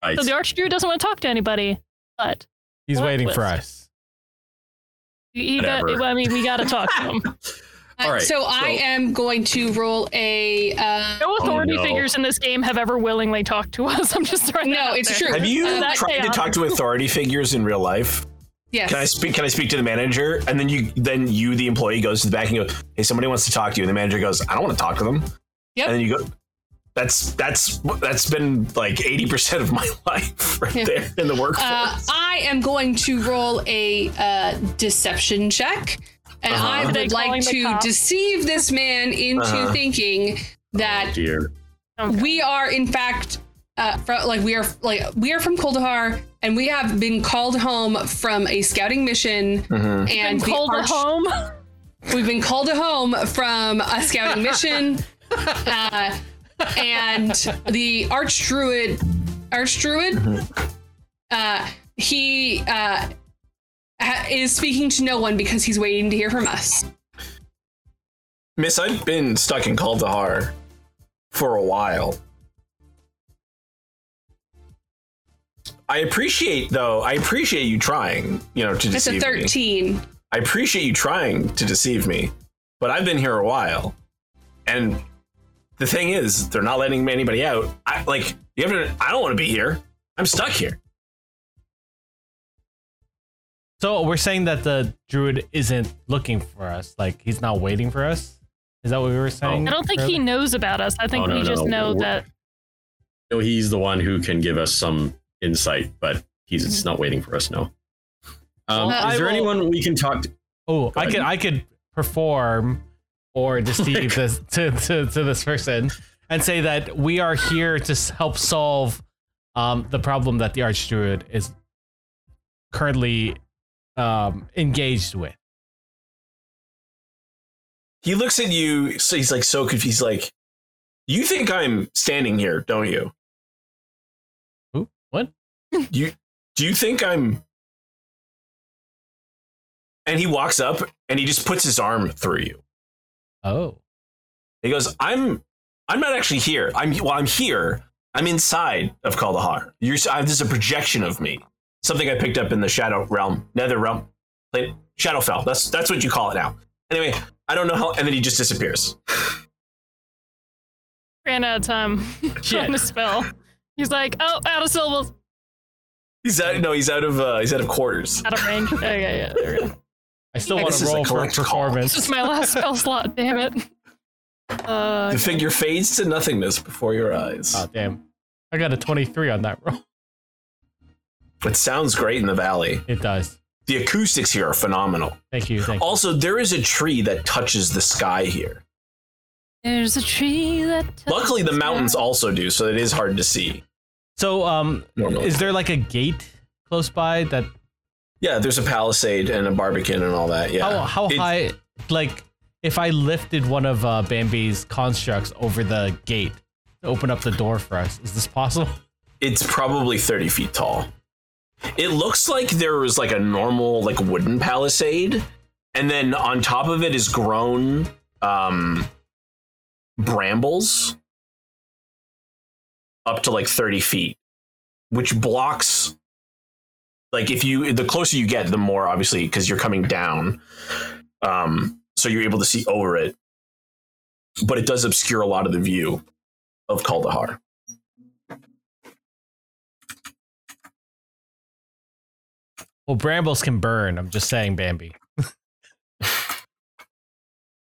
Speaker 5: Right.
Speaker 3: So the Archdruid doesn't want to talk to anybody, but
Speaker 4: He's
Speaker 3: What
Speaker 4: waiting for
Speaker 3: was-
Speaker 4: us.
Speaker 3: he got,
Speaker 5: Whatever.
Speaker 3: I mean, we got to talk to him.
Speaker 1: Uh,
Speaker 5: All right,
Speaker 1: so, I
Speaker 5: so-
Speaker 1: am going to roll a. Uh,
Speaker 4: Oh,
Speaker 3: No authority
Speaker 5: no.
Speaker 3: figures in this game have ever willingly talked to us. I'm just throwing that
Speaker 1: No,
Speaker 3: out
Speaker 1: it's
Speaker 3: there.
Speaker 1: true.
Speaker 2: Have you
Speaker 1: Uh,
Speaker 3: that
Speaker 2: tried to
Speaker 3: chaotic.
Speaker 2: talk to authority figures in real life?
Speaker 1: yes.
Speaker 2: Can I speak? Can I speak to the manager? And then you, then you, the employee, goes to the back and goes, "Hey, somebody wants to talk to you." And the manager goes, "I don't want to talk to them."
Speaker 1: Yep.
Speaker 2: And then you go, "That's that's that's been like eighty percent of my life right
Speaker 1: Yeah.
Speaker 2: there in the workforce."
Speaker 1: Uh, I am going to roll a uh, deception check, and
Speaker 2: Uh-huh.
Speaker 1: I
Speaker 2: Are
Speaker 3: they
Speaker 1: would like
Speaker 3: calling the
Speaker 1: to
Speaker 3: cops?
Speaker 1: deceive this man into
Speaker 2: Uh-huh.
Speaker 1: thinking
Speaker 5: Oh,
Speaker 1: that
Speaker 5: dear.
Speaker 3: Okay.
Speaker 1: we are, in fact, uh, fro- like we are, like we are from Koldahar, and we have been called home from a scouting mission,
Speaker 2: Mhm.
Speaker 1: and
Speaker 3: and
Speaker 1: the
Speaker 3: called
Speaker 1: arch-
Speaker 3: home.
Speaker 1: We've been called home from a scouting mission, uh, and the archdruid, archdruid, uh, he uh, ha- is speaking to no one because he's waiting to hear from us.
Speaker 2: Miss, I've been stuck in Kaldahar for a while. I appreciate, though. I appreciate you trying, you know, to
Speaker 1: That's a
Speaker 2: deceive me.
Speaker 1: thirteen.
Speaker 2: I appreciate you trying to deceive me, but I've been here a while, and the thing is, they're not letting anybody out. I like you have to. I don't want to be here. I'm stuck here.
Speaker 4: So we're saying that the druid isn't looking for us. Like he's not waiting for us. Is that what we were saying?
Speaker 3: I don't think he knows about us. I think
Speaker 5: Oh, no,
Speaker 3: we just
Speaker 5: no.
Speaker 3: know
Speaker 5: We're-
Speaker 3: that
Speaker 5: No, he's the one who can give us some insight, but he's it's
Speaker 3: Mm-hmm.
Speaker 5: not waiting for us. No. Um,
Speaker 4: Well,
Speaker 5: is
Speaker 4: I
Speaker 5: there
Speaker 4: will-
Speaker 5: anyone we can talk to?
Speaker 4: Oh, I
Speaker 5: ahead.
Speaker 4: could I could perform or deceive this to, to, to this person and say that we are here to s- help solve um, the problem that the archdruid is currently um, engaged with.
Speaker 2: He looks at you, so he's like so confused. He's like, "You think I'm standing here, don't you?
Speaker 4: Who? What?
Speaker 2: You do you think I'm?" And he walks up and he just puts his arm through you.
Speaker 4: Oh,
Speaker 2: He goes, "I'm, I'm not actually here. I'm well, I'm here. I'm inside of Kaldahar. You're, s- I, this is a projection of me. Something I picked up in the Shadow Realm, Nether Realm, like Shadowfell. That's that's what you call it now. Anyway, I don't know how. And then he just disappears.
Speaker 3: ran out of time um, trying to spell. He's like, oh, out of syllables,
Speaker 2: He's out. No, he's out of uh, he's out of quarters.
Speaker 3: out of range. Okay, yeah, there we go.
Speaker 4: I still
Speaker 1: Hey,
Speaker 4: want
Speaker 2: this
Speaker 4: to
Speaker 2: is a
Speaker 4: roll for
Speaker 2: collect call.
Speaker 3: This is
Speaker 4: performance.
Speaker 3: my last spell slot. Damn it. Uh,
Speaker 2: The figure fades to nothingness before your eyes.
Speaker 4: Oh damn! I got a twenty-three on that roll.
Speaker 2: It sounds great in the valley.
Speaker 4: It does.
Speaker 2: The acoustics here are phenomenal.
Speaker 4: Thank you. Thank you.
Speaker 2: Also, there is a tree that touches the sky here.
Speaker 3: there's a tree that.
Speaker 2: Luckily, the mountains also do, so it is hard to see.
Speaker 4: So, um,
Speaker 2: Normally.
Speaker 4: is there like a gate close by that?
Speaker 2: Yeah, there's a palisade and a barbican and all that. Yeah.
Speaker 4: How how
Speaker 2: It's-
Speaker 4: high? Like, if I lifted one of uh, Bambi's constructs over the gate to open up the door for us, is this possible?
Speaker 2: It's probably 30 feet tall. It looks like there was like a normal like wooden palisade, and then on top of it is grown um, brambles up to like 30 feet, which blocks. Like if you the closer you get, the more obviously because you're coming down, um, so you're able to see over it. But it does obscure a lot of the view of Kaldahar.
Speaker 4: Well, brambles can burn. I'm just saying, Bambi.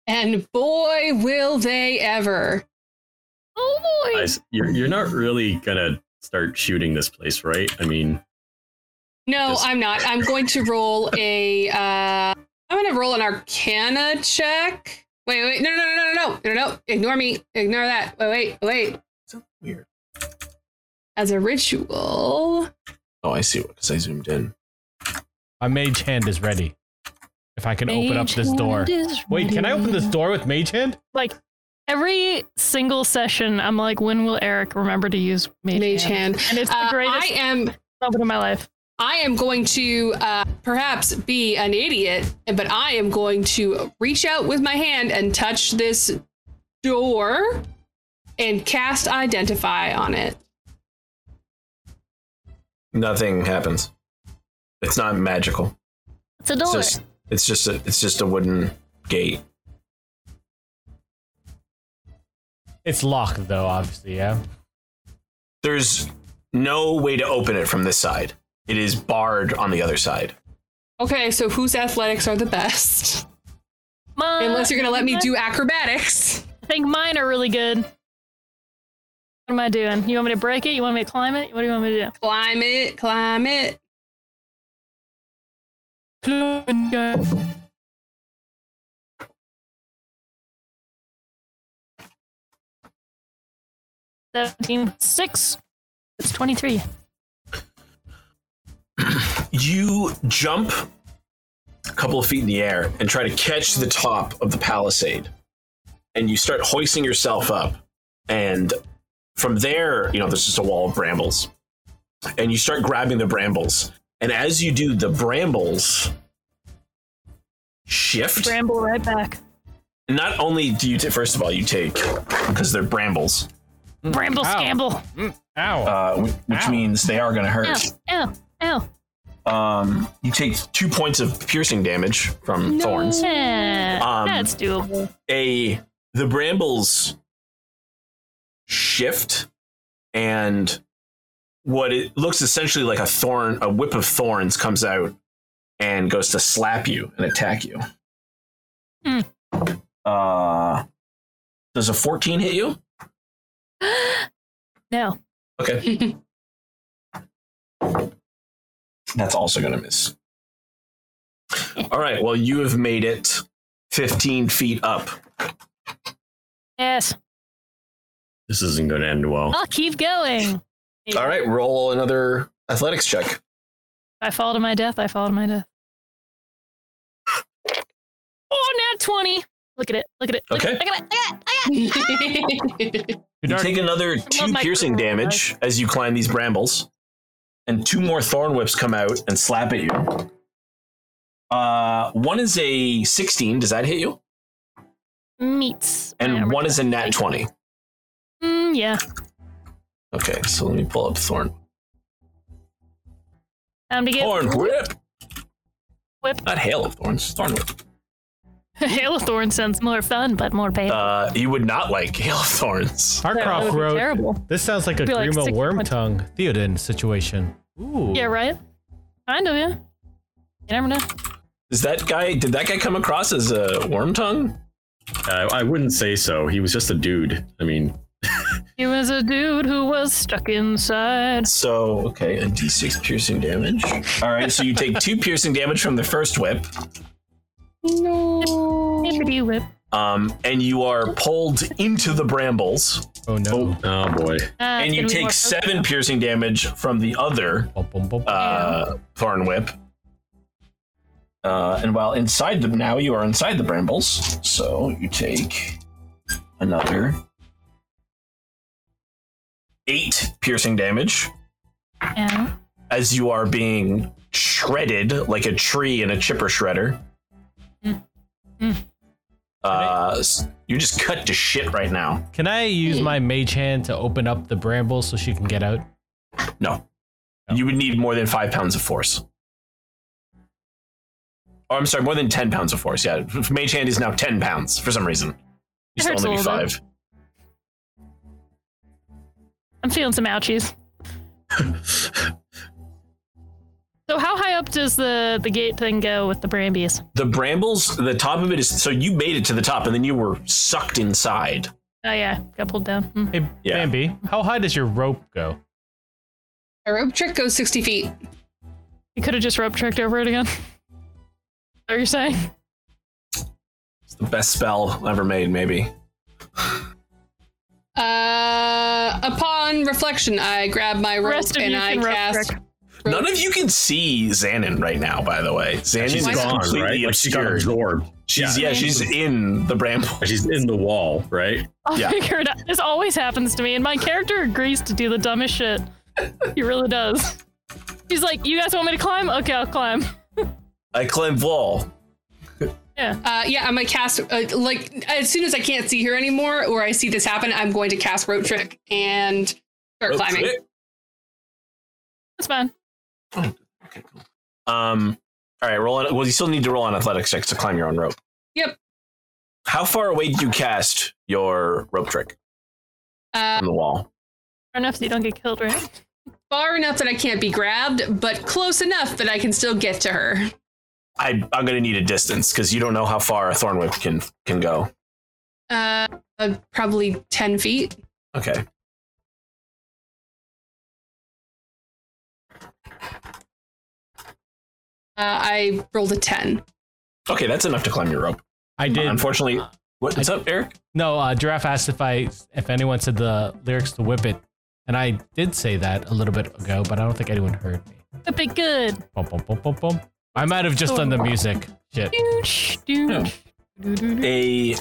Speaker 1: And boy, will they ever!
Speaker 3: Oh boy.
Speaker 5: Guys, you're, you're not really gonna start shooting this place, right? I mean,
Speaker 1: No,
Speaker 5: Just-
Speaker 1: I'm not. I'm going to roll a. Uh, I'm going to roll an Arcana check. Wait, wait, no, no, no, no, no, no, no, no! Ignore me. Ignore that. Wait, wait, wait.
Speaker 2: Weird.
Speaker 1: As a ritual,
Speaker 2: Oh, I see what because I zoomed in.
Speaker 4: My mage hand is ready. If I can open up
Speaker 3: Mage
Speaker 4: this door.
Speaker 3: hand is
Speaker 4: Wait, can I open this
Speaker 3: ready.
Speaker 4: door with mage hand?
Speaker 3: Like every single session, I'm like, when will Eric remember to use mage,
Speaker 1: mage hand.
Speaker 3: And it's
Speaker 1: Uh,
Speaker 3: the
Speaker 1: I
Speaker 3: greatest
Speaker 1: am
Speaker 3: moment of my life.
Speaker 1: I am going to uh, perhaps be an idiot, but I am going to reach out with my hand and touch this door and cast identify on it.
Speaker 2: Nothing happens. It's not magical.
Speaker 3: It's a
Speaker 2: It's
Speaker 3: door.
Speaker 2: just it's just a it's just a wooden gate.
Speaker 4: It's locked though, obviously. Yeah.
Speaker 2: There's no way to open it from this side. It is barred on the other side.
Speaker 1: Okay, so whose athletics are the best? Uh,
Speaker 3: Mine,
Speaker 1: Unless you're gonna let me do acrobatics.
Speaker 3: I think mine are really good. What am I doing? You want me to break it? You want me to climb it? What do you want me to do?
Speaker 1: Climb it, climb it.
Speaker 3: Seventeen six. It's twenty-three.
Speaker 2: You jump a couple of feet in the air and try to catch the top of the palisade. And you start hoisting yourself up. And from there, you know, there's just a wall of brambles. And you start grabbing the brambles. And as you do, the brambles shift.
Speaker 3: Bramble right back.
Speaker 2: Not only do you, ta- first of all, you take, because they're brambles, Mm.
Speaker 3: Bramble
Speaker 4: Ow.
Speaker 3: scamble.
Speaker 4: Ow.
Speaker 2: uh, wh- which
Speaker 4: Ow.
Speaker 2: means they are going to hurt.
Speaker 3: Ow, ow, ow.
Speaker 2: Um, you take two points of piercing damage from thorns.
Speaker 3: Eh,
Speaker 2: Um,
Speaker 3: that's doable.
Speaker 2: A the brambles shift, and what it looks essentially like a thorn, a whip of thorns comes out and goes to slap you and attack you.
Speaker 3: Hmm.
Speaker 2: Uh, does a fourteen hit you?
Speaker 3: No.
Speaker 2: Okay, that's also going to miss. All right. Well, you have made it fifteen feet up.
Speaker 3: Yes.
Speaker 5: This isn't going to end well.
Speaker 3: I'll keep going.
Speaker 2: All right, roll another athletics check.
Speaker 3: I fall to my death. I fall to my death. Oh, nat 20. Look at it. Look at it. Look
Speaker 2: Okay.
Speaker 3: At it, look at it. Look at it.
Speaker 2: You
Speaker 4: Good dark.
Speaker 2: take another two
Speaker 3: my
Speaker 2: piercing
Speaker 3: curve,
Speaker 2: damage as you climb these brambles, and two more thorn whips come out and slap at you. Uh, one is a 16. Does that hit you?
Speaker 3: Meats.
Speaker 2: And
Speaker 3: Yeah,
Speaker 2: one is a nat
Speaker 3: right.
Speaker 2: 20.
Speaker 3: Mm, yeah.
Speaker 2: Okay, so let me pull up Thorn.
Speaker 3: Time to get
Speaker 2: Thorn whip!
Speaker 3: Whip.
Speaker 2: Not hail of thorns, thorn whip.
Speaker 3: Hail of Thorns sounds more fun, but more painful.
Speaker 2: Uh, you would not like hail of thorns.
Speaker 3: That would
Speaker 4: Harcroft
Speaker 3: be
Speaker 4: wrote.
Speaker 3: Terrible.
Speaker 4: This sounds like a
Speaker 3: Be like
Speaker 4: Grima
Speaker 3: six
Speaker 4: worm
Speaker 3: points.
Speaker 4: tongue Theoden situation. Ooh.
Speaker 3: Yeah, right? Kind of, yeah. You never know.
Speaker 2: Is that guy? Did that guy come across as a worm tongue?
Speaker 5: Uh, I wouldn't say so. He was just a dude. I mean,
Speaker 3: He was a dude who was stuck inside.
Speaker 2: So, okay, a d6 piercing damage. All right, so you take two piercing damage from the first whip,
Speaker 1: no.
Speaker 3: Hippity whip.
Speaker 2: um, and you are pulled into the brambles,
Speaker 4: Oh no.
Speaker 5: oh boy.
Speaker 3: Ah,
Speaker 2: and you
Speaker 3: it's gonna be more
Speaker 2: take
Speaker 3: fun.
Speaker 2: seven piercing damage from the other
Speaker 4: Bum, bum, bum.
Speaker 2: uh, thorn whip. Uh, and while inside the now you are inside the brambles, so you take another eight piercing damage
Speaker 3: Yeah.
Speaker 2: as you are being shredded like a tree in a chipper shredder.
Speaker 3: Mm. Mm.
Speaker 2: Uh, s- you're just cut to shit right now.
Speaker 4: Can I use my mage hand to open up the bramble so she can get out?
Speaker 2: No.
Speaker 4: No.
Speaker 2: You would need more than five pounds of force. Oh, I'm sorry, more than 10 pounds of force. Yeah, Mage Hand is now 10 pounds for some reason.
Speaker 3: It
Speaker 2: Used to
Speaker 3: hurts a
Speaker 2: only be
Speaker 3: little bit.
Speaker 2: five.
Speaker 3: I'm feeling some ouchies. so how high up does the the gate thing go with the brambies?
Speaker 2: The brambles, the top of it is so you made it to the top and then you were sucked inside.
Speaker 3: Oh yeah, got pulled down. Hmm.
Speaker 4: Hey,
Speaker 2: Yeah.
Speaker 4: Bambi, how high does your rope go?
Speaker 1: A rope trick goes 60 feet.
Speaker 3: You could have just rope tricked over it again. Are you saying?
Speaker 2: It's the best spell ever made, maybe.
Speaker 1: Uh, upon reflection, I grab my rope
Speaker 3: Rest of
Speaker 1: and
Speaker 3: you
Speaker 1: I
Speaker 3: can rope
Speaker 1: cast.
Speaker 3: trick.
Speaker 1: rope-
Speaker 2: None of you can see Xanon right now, by the way. Xanon
Speaker 5: She's
Speaker 2: is
Speaker 5: gone,
Speaker 2: completely
Speaker 5: right? Like she got
Speaker 2: obscured.
Speaker 5: absorbed.
Speaker 2: she's yeah. she's in the bramble.
Speaker 5: She's in the wall, right?
Speaker 3: I'll
Speaker 2: Yeah.
Speaker 3: figure it out. This always happens to me, and my character agrees to do the dumbest shit. He really does. He's like, "You guys want me to climb? Okay, I'll climb."
Speaker 2: I climb wall.
Speaker 1: Uh, yeah, I'm gonna cast. Uh, like as soon as I can't see her anymore, or I see this happen, I'm going to cast rope trick and start climbing.
Speaker 3: That's fine.
Speaker 2: Okay, cool. Um, all right, roll on. Well, you still need to roll on athletics checks to climb your own rope.
Speaker 1: Yep.
Speaker 2: How far away did you cast your rope trick?
Speaker 1: Uh,
Speaker 2: on the wall.
Speaker 3: Fair enough that you don't get killed, right?
Speaker 1: far enough that I can't be grabbed, but close enough that I can still get to her.
Speaker 2: I, I'm going to need a distance because you don't know how far a thorn whip can can go.
Speaker 1: Uh, uh, probably 10 feet.
Speaker 2: Okay.
Speaker 1: Uh, I rolled a 10.
Speaker 2: Okay, that's enough to climb your rope.
Speaker 4: I did.
Speaker 2: Unfortunately, what, what's up, Eric?
Speaker 4: No, uh, giraffe asked if I if anyone said the lyrics to "Whip It," and I did say that a little bit ago, but I don't think anyone heard me.
Speaker 3: That'd be good.
Speaker 4: Bum, bum, bum, bum, bum. I might have just done the music. Shit.
Speaker 3: Doosh, doosh, doo-doo-doo.
Speaker 2: A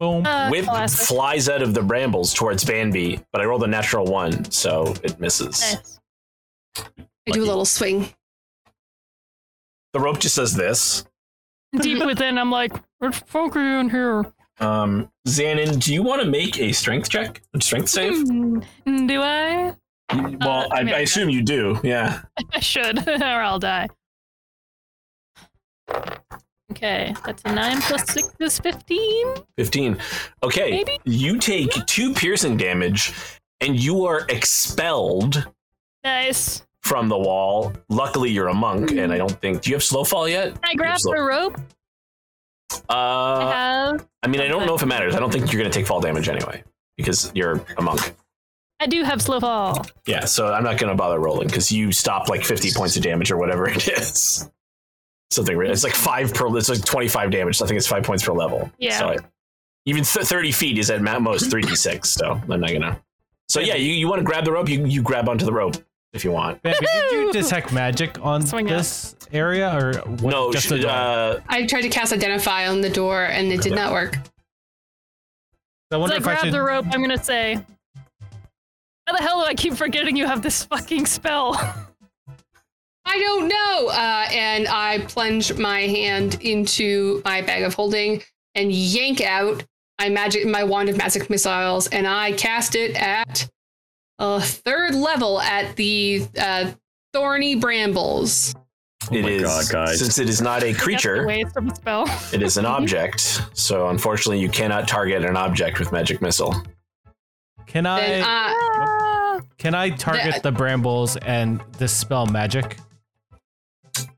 Speaker 4: Boom.
Speaker 3: Uh,
Speaker 2: whip
Speaker 3: classic.
Speaker 2: flies out of the brambles towards Banby, but I rolled a natural one, so it misses.
Speaker 3: Nice.
Speaker 1: I do a
Speaker 2: Lucky.
Speaker 1: little swing.
Speaker 2: The rope just says this.
Speaker 3: Deep within, I'm like, what the fuck are you in here?
Speaker 2: Um, Xanon, do you want to make a strength check? A strength save?
Speaker 3: Hmm, Do I?
Speaker 2: well, I,
Speaker 3: I mean,
Speaker 2: I
Speaker 3: I
Speaker 2: assume you do, yeah.
Speaker 3: I should, or I'll die. Okay, that's a 9 plus 6 is 15.
Speaker 2: 15. Okay.
Speaker 3: Maybe.
Speaker 2: You take two piercing damage and you are expelled
Speaker 3: Nice.
Speaker 2: from the wall. Luckily, you're a monk,
Speaker 3: Mm-hmm.
Speaker 2: and I don't think. Do you have slow fall yet?
Speaker 3: Can I grab
Speaker 2: Slow-
Speaker 3: the rope? I
Speaker 2: Uh,
Speaker 3: have.
Speaker 2: I mean, I don't know if it matters. I don't think you're going to take fall damage anyway because you're a monk.
Speaker 3: I do have slow fall.
Speaker 2: Yeah, so I'm not going to bother rolling because you stop like 50 points of damage or whatever it is. Something ri- it's like five per. It's like 25 damage. So I think it's five points per level.
Speaker 3: Yeah.
Speaker 2: So I- even th- 30 feet is at ma- most 3d6. So I'm not gonna. So yeah, you, you want to grab the rope? You you grab onto the rope if you want.
Speaker 4: Baby, did you detect magic on
Speaker 3: Swing out.
Speaker 4: this area or what,
Speaker 2: no,
Speaker 4: just
Speaker 2: sh-
Speaker 4: the door?
Speaker 2: uh,
Speaker 1: I tried to cast Identify on the door and it did
Speaker 2: Yeah.
Speaker 1: not work.
Speaker 4: I
Speaker 3: As
Speaker 4: wonder
Speaker 3: I
Speaker 4: if I
Speaker 3: grab
Speaker 4: should.
Speaker 3: the rope, I'm gonna say, How the hell do I keep forgetting you have this fucking spell?
Speaker 1: I don't know. Uh, and I plunge my hand into my bag of holding and yank out my magic, my wand of magic missiles, and I cast it at a third level at the uh, thorny brambles.
Speaker 5: Oh
Speaker 2: it
Speaker 5: my
Speaker 2: is-
Speaker 5: God, guys.
Speaker 2: since it is not a
Speaker 3: That's the Mm-hmm.
Speaker 2: creature,
Speaker 3: waste of a spell.
Speaker 2: it is an object. So unfortunately, you cannot target an object with magic missile.
Speaker 4: Can
Speaker 1: Then uh,
Speaker 4: I
Speaker 1: I,
Speaker 3: Ah,
Speaker 4: can I target the brambles and dispel magic?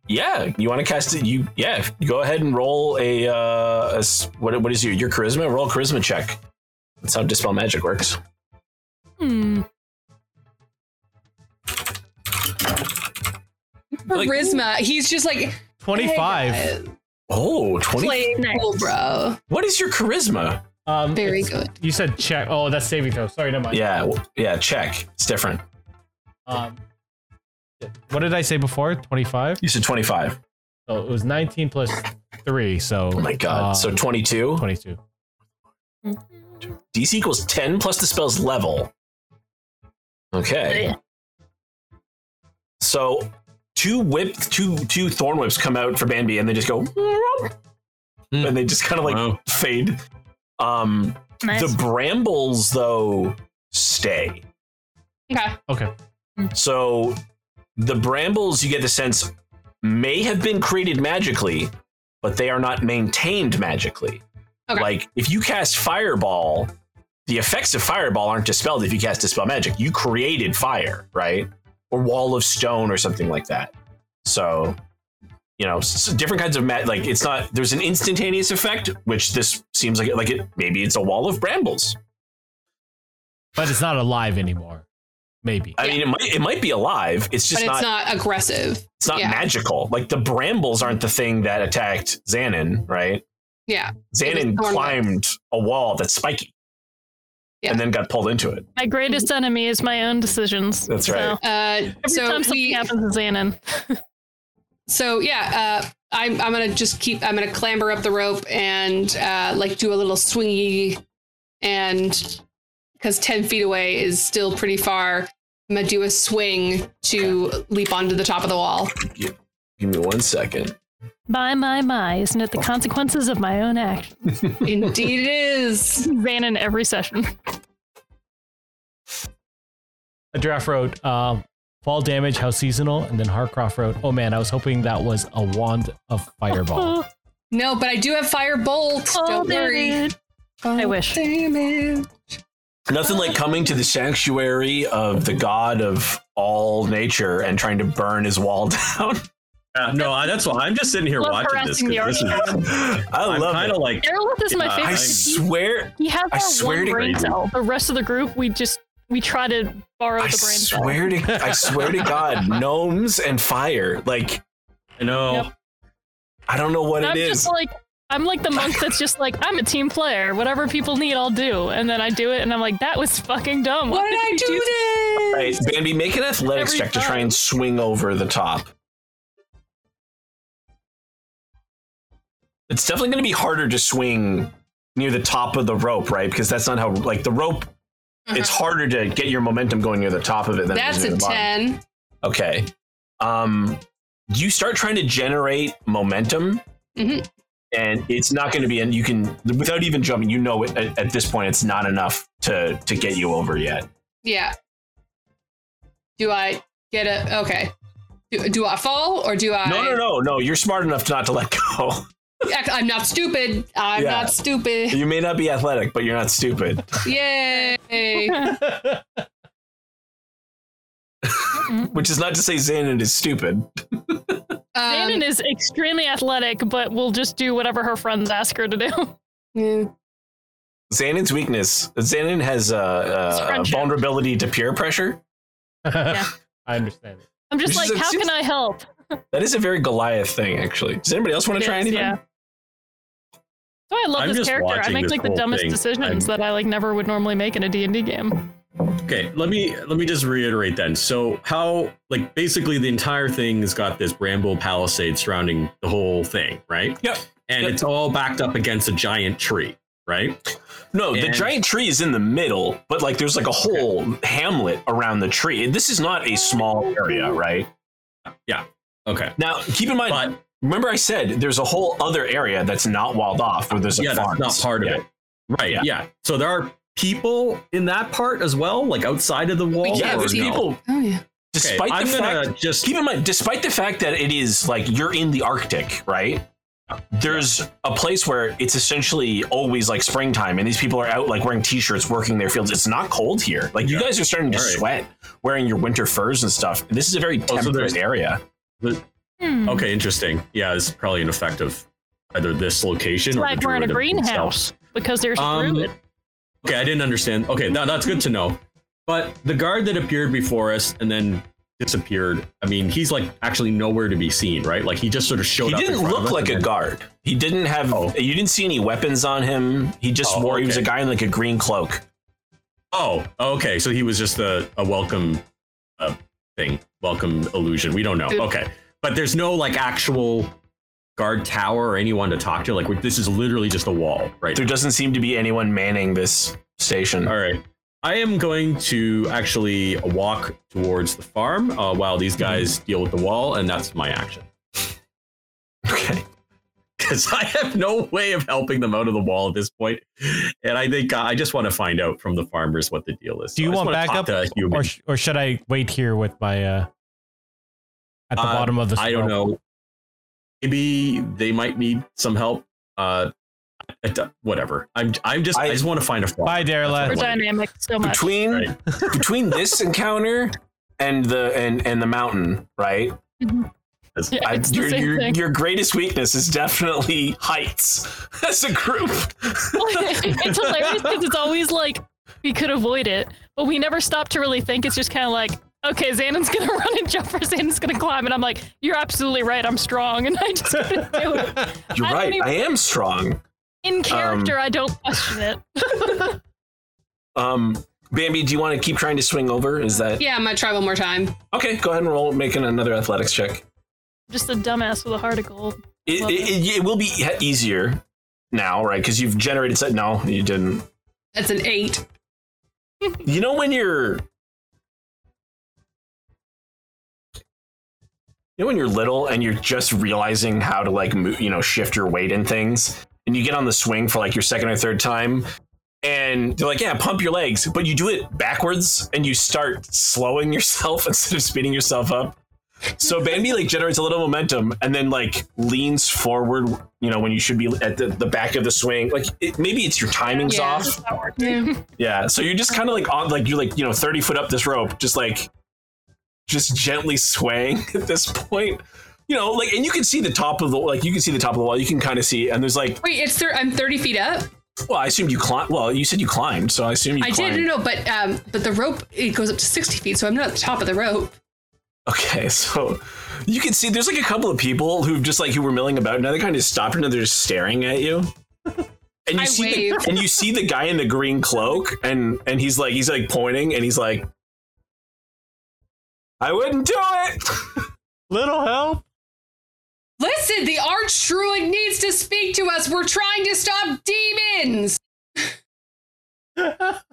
Speaker 2: Yeah, you want to cast it? You yeah, go ahead and roll a, uh, a s- what what is your your charisma? Roll a charisma check. That's how dispel magic works.
Speaker 3: hmm.
Speaker 2: Like-
Speaker 1: charisma. He's just like hey,
Speaker 4: Twenty
Speaker 1: guys,
Speaker 4: five.
Speaker 2: Oh, 20.
Speaker 1: play cool, bro.
Speaker 2: What is your charisma?
Speaker 4: um,
Speaker 1: Very
Speaker 4: it's-
Speaker 1: good.
Speaker 4: You said check. Oh, that's saving throw. Sorry, never mind.
Speaker 2: Yeah, w- yeah, check. It's different.
Speaker 4: Um, what did I say before? Twenty five.
Speaker 2: You said 25.
Speaker 4: So it was nineteen plus three. So
Speaker 2: Oh my god. so 22.
Speaker 4: twenty two.
Speaker 2: DC equals 10 plus the spell's level. Okay. So two whip two two thorn whips come out for Bambi and they just go and they just kind of like
Speaker 5: Wow.
Speaker 2: fade. Um
Speaker 3: Nice.
Speaker 2: The brambles, though, stay.
Speaker 1: Okay.
Speaker 4: Okay.
Speaker 2: So the brambles, you get the sense, may have been created magically, but they are not maintained magically.
Speaker 1: Okay.
Speaker 2: Like, if you cast Fireball, the effects of Fireball aren't dispelled if you cast Dispel Magic. You created fire, right? Or Wall of Stone or something like that. So, you know, s- different kinds of ma- like it's not there's an instantaneous effect, which this seems like it, like it maybe it's a wall of brambles.
Speaker 4: But it's not alive anymore. Maybe.
Speaker 2: I
Speaker 1: Yeah.
Speaker 2: mean, it might, it might be alive. It's
Speaker 1: But
Speaker 2: just
Speaker 1: it's
Speaker 2: not,
Speaker 1: not, aggressive.
Speaker 2: it's not
Speaker 1: yeah.
Speaker 2: magical. Like the brambles aren't the thing that attacked Xanon, right?
Speaker 1: Yeah. It
Speaker 2: Xanon
Speaker 1: was thorn
Speaker 2: climbed a wall that's spiky
Speaker 1: Yeah.
Speaker 2: and then got pulled into it.
Speaker 3: My greatest enemy is my own decisions.
Speaker 2: That's
Speaker 3: So,
Speaker 2: right.
Speaker 1: Uh,
Speaker 3: every
Speaker 1: so
Speaker 3: time something
Speaker 1: we,
Speaker 3: happens to Xanon,
Speaker 1: so yeah uh, I'm, I'm gonna just keep i'm gonna clamber up the rope and uh, like do a little swingy and because 10 feet away is still pretty far i'm gonna do a swing to leap onto the top of the wall
Speaker 2: Give me one second.
Speaker 3: my, my, my, isn't it the consequences of my own action?
Speaker 1: indeed it is
Speaker 3: Xanon every session.
Speaker 4: A draft wrote, um, fall damage, how seasonal, and then Harcroft wrote, oh man, I was hoping that was a wand of fireball.
Speaker 1: no but i do have fire bolt
Speaker 3: Oh,
Speaker 1: don't
Speaker 3: there it
Speaker 1: worry
Speaker 3: is. I wish.
Speaker 1: Damn it.
Speaker 2: Nothing like coming to the sanctuary of the god of all nature and trying to burn his wall down.
Speaker 5: Uh, no, I, that's why I'm just sitting here
Speaker 3: Love
Speaker 5: watching this.
Speaker 3: harassing
Speaker 5: 'cause
Speaker 3: the
Speaker 5: this is,
Speaker 2: I
Speaker 5: I'm
Speaker 2: love
Speaker 5: kind
Speaker 2: it.
Speaker 5: of like
Speaker 3: Aerolith is my
Speaker 5: Yeah, I
Speaker 3: favorite.
Speaker 2: I swear,
Speaker 3: he has
Speaker 2: I
Speaker 3: our
Speaker 2: swear
Speaker 3: one
Speaker 2: to
Speaker 3: brain
Speaker 5: God.
Speaker 3: cell. The rest of the group, we just we try to borrow
Speaker 2: I
Speaker 3: the brain
Speaker 2: swear to, I swear to God, gnomes and fire. Like
Speaker 5: I know.
Speaker 3: Yep.
Speaker 2: I don't know what
Speaker 3: cell. I'm
Speaker 2: it is.
Speaker 3: just like I'm like the monk that's just like I'm a team player. Whatever people need, I'll do. And then I do it, and I'm like, that was fucking dumb.
Speaker 1: Why did I do this?
Speaker 2: Right, Bambi, make an athletics
Speaker 3: Every
Speaker 2: check to try
Speaker 3: time.
Speaker 2: and swing over the top. It's definitely going to be harder to swing near the top of the rope, right? Because that's not how, like, the rope, it's harder to get your momentum going near the top of it than it is
Speaker 1: That's
Speaker 2: near
Speaker 1: a
Speaker 2: the bottom.
Speaker 1: 10.
Speaker 2: Okay. Um, you start trying to generate momentum,
Speaker 1: Mhm.
Speaker 2: and it's not going to be. And you can, without even jumping, you know it, at, at this point it's not enough to to get you over yet.
Speaker 1: Yeah. Do I get a. Okay. Do, do I fall or do I.
Speaker 2: No, no, no, no. You're smart enough not to let go.
Speaker 1: Act- I'm not stupid. I'm
Speaker 2: Yeah.
Speaker 1: not stupid.
Speaker 2: you may not be athletic, but you're not stupid.
Speaker 1: Yay. Um,
Speaker 2: Which is not to say Xanon is stupid.
Speaker 1: Um,
Speaker 3: Zanin is extremely athletic, but will just do whatever her friends ask her to do.
Speaker 1: yeah.
Speaker 2: Xanon's weakness. Xanon has uh,
Speaker 3: It's
Speaker 2: uh, a
Speaker 3: friendship.
Speaker 2: vulnerability to peer pressure.
Speaker 4: I understand it.
Speaker 3: I'm just
Speaker 2: Which
Speaker 3: like,
Speaker 2: is-
Speaker 3: how can I help?
Speaker 2: That is a very Goliath thing, actually. Does anybody else want
Speaker 3: It
Speaker 2: to try
Speaker 3: is,
Speaker 2: anything?
Speaker 3: yeah. That's why I love
Speaker 5: I'm
Speaker 3: this
Speaker 5: just
Speaker 3: character. I
Speaker 5: watching
Speaker 3: make
Speaker 5: this
Speaker 3: like the
Speaker 5: whole
Speaker 3: dumbest
Speaker 5: thing.
Speaker 3: decisions that I like never would normally make in a D&D game.
Speaker 5: Okay, let me let me just reiterate then. So how like basically the entire thing has got this bramble palisade surrounding the whole thing, right?
Speaker 2: Yep.
Speaker 5: And
Speaker 2: Yep.
Speaker 5: it's all backed up against a giant tree, right?
Speaker 2: No, the
Speaker 5: And-
Speaker 2: giant tree is in the middle, but like there's like a whole hamlet around the tree. This is not a small area, right?
Speaker 5: Okay.
Speaker 2: Now, keep in mind,
Speaker 5: But
Speaker 2: remember I said there's a whole other area that's not walled off where there's a
Speaker 5: yeah,
Speaker 2: farm.
Speaker 5: that's not part of
Speaker 2: Yeah.
Speaker 5: it. Right.
Speaker 2: Yeah.
Speaker 5: Yeah. So there are people in that part as well, like outside of the wall.
Speaker 2: Yeah,
Speaker 1: Yeah,
Speaker 2: there's
Speaker 1: no.
Speaker 2: people.
Speaker 1: Oh, yeah.
Speaker 2: Despite
Speaker 5: okay, I'm
Speaker 2: the
Speaker 5: gonna
Speaker 2: fact,
Speaker 5: just
Speaker 2: keep in mind, despite the fact that it is like you're in the Arctic, right? There's a place where it's essentially always like springtime, and these people are out like wearing t-shirts, working their fields. It's not cold here. Like you
Speaker 5: Yeah.
Speaker 2: guys are starting to
Speaker 5: All right. Oh,
Speaker 2: sweat, wearing your winter furs and stuff. This is a very
Speaker 5: so
Speaker 2: temperate
Speaker 5: there's-
Speaker 2: area.
Speaker 3: Hmm.
Speaker 5: Okay, interesting. Yeah, it's probably an effect of either this location
Speaker 3: It's
Speaker 5: or
Speaker 3: like
Speaker 5: the
Speaker 3: we're in a
Speaker 5: druid himself.
Speaker 3: greenhouse because there's
Speaker 5: Um,
Speaker 3: druid.
Speaker 5: Okay, I didn't understand. Okay, now that's good to know. But the guard that appeared before us and then disappeared. I mean, he's like actually nowhere to be seen, right? Like he just sort of showed
Speaker 2: He
Speaker 5: up. in
Speaker 2: didn't
Speaker 5: front of
Speaker 2: look
Speaker 5: us
Speaker 2: like a
Speaker 5: and then-
Speaker 2: guard. He didn't have.
Speaker 5: Oh.
Speaker 2: You didn't see any weapons on him. He just
Speaker 5: Oh,
Speaker 2: wore. He was a
Speaker 5: okay.
Speaker 2: guy in like a green cloak.
Speaker 5: Oh, okay. So he was just a, a welcome uh, thing, welcome illusion. We don't know.
Speaker 1: Dude.
Speaker 5: Okay, but there's no like actual guard tower or anyone to talk to. Like we- this is literally just a wall, right?
Speaker 2: There doesn't seem to be anyone manning this station.
Speaker 5: All right. I am going to actually walk towards the farm uh, while these guys
Speaker 4: Mm-hmm.
Speaker 5: deal with the wall, and that's my action.
Speaker 2: Okay.
Speaker 5: Because I have no way of helping them out of the wall at this point, and I think uh, I just want to find out from the farmers what the deal is.
Speaker 4: Do you
Speaker 5: I just
Speaker 4: want
Speaker 5: wanna
Speaker 4: backup,
Speaker 5: talk to a human.
Speaker 4: or sh- or should I wait here with my uh at the
Speaker 5: Uh,
Speaker 4: bottom of the?
Speaker 5: I don't
Speaker 4: scroll?
Speaker 5: know. Maybe they might need some help. Uh, it do- whatever. I'm. I'm just. I,
Speaker 2: I-
Speaker 5: just want to find a farm.
Speaker 4: Bye, Darla.
Speaker 3: We're
Speaker 5: That's what I wanna do.
Speaker 3: dynamic so much.
Speaker 2: between
Speaker 5: Right.
Speaker 2: between this encounter and the and and the mountain, right?
Speaker 3: Yeah,
Speaker 2: I-
Speaker 3: it's
Speaker 2: your,
Speaker 3: the same
Speaker 2: your,
Speaker 3: thing.
Speaker 2: your greatest weakness is definitely heights as a group.
Speaker 3: it's hilarious because it's always like we could avoid it, but we never stop to really think. It's just kind of like, okay, Xanon's gonna run and jump, or Xanon's gonna climb, and I'm like, you're absolutely right. I'm strong, and I just couldn't do it.
Speaker 2: You're
Speaker 3: I don't
Speaker 2: right.
Speaker 3: even-
Speaker 2: I am strong.
Speaker 5: Um,
Speaker 3: In character, I don't question it.
Speaker 2: Um, Bambi, do you want to keep trying to swing over? Is that
Speaker 1: Yeah, I'm going to try one more time.
Speaker 2: okay? Go ahead and roll, making another athletics check.
Speaker 3: Just a dumbass with a heart of gold.
Speaker 2: It,
Speaker 3: Love
Speaker 2: it, it, it will be e- easier now, right? Because you've generated. Set. No, you didn't.
Speaker 1: That's an 8.
Speaker 2: You know when you're You know when you're little and you're just realizing how to like move, you know, shift your weight and things and you get on the swing for like your second or third time and they're like, "Yeah, pump your legs," but you do it backwards and you start slowing yourself instead of speeding yourself up. So Bambi like generates a little momentum and then like leans forward, you know, when you should be at the, the back of the swing. Like it, maybe it's your timing's
Speaker 1: Yeah.
Speaker 2: off.
Speaker 6: That worked.
Speaker 1: Yeah.
Speaker 2: Yeah. So you're just kind of like on like you're like, you know, 30 foot up this rope, just like just gently swaying at this point. You know, like and you can see the top of the like you can see the top of the wall. You can kind of see and there's like
Speaker 1: Wait, it's thir- I'm 30 feet up.
Speaker 2: well, I assumed you climbed well, you said you climbed, so I assume you
Speaker 1: I
Speaker 2: climbed.
Speaker 1: did. No, no, but um, but the rope it goes up to 60 feet, so I'm not at the top of the rope.
Speaker 2: Okay, so you can see there's like a couple of people who've just like who were milling about. Now they kind of stopped and they're just staring at you. And you
Speaker 1: I
Speaker 2: see the,
Speaker 1: waved.
Speaker 2: and you see the guy in the green cloak and and he's like he's like pointing and he's like I wouldn't do it.
Speaker 4: Little help.
Speaker 1: Listen, the arch druid needs to speak to us. We're trying to stop demons.
Speaker 2: Because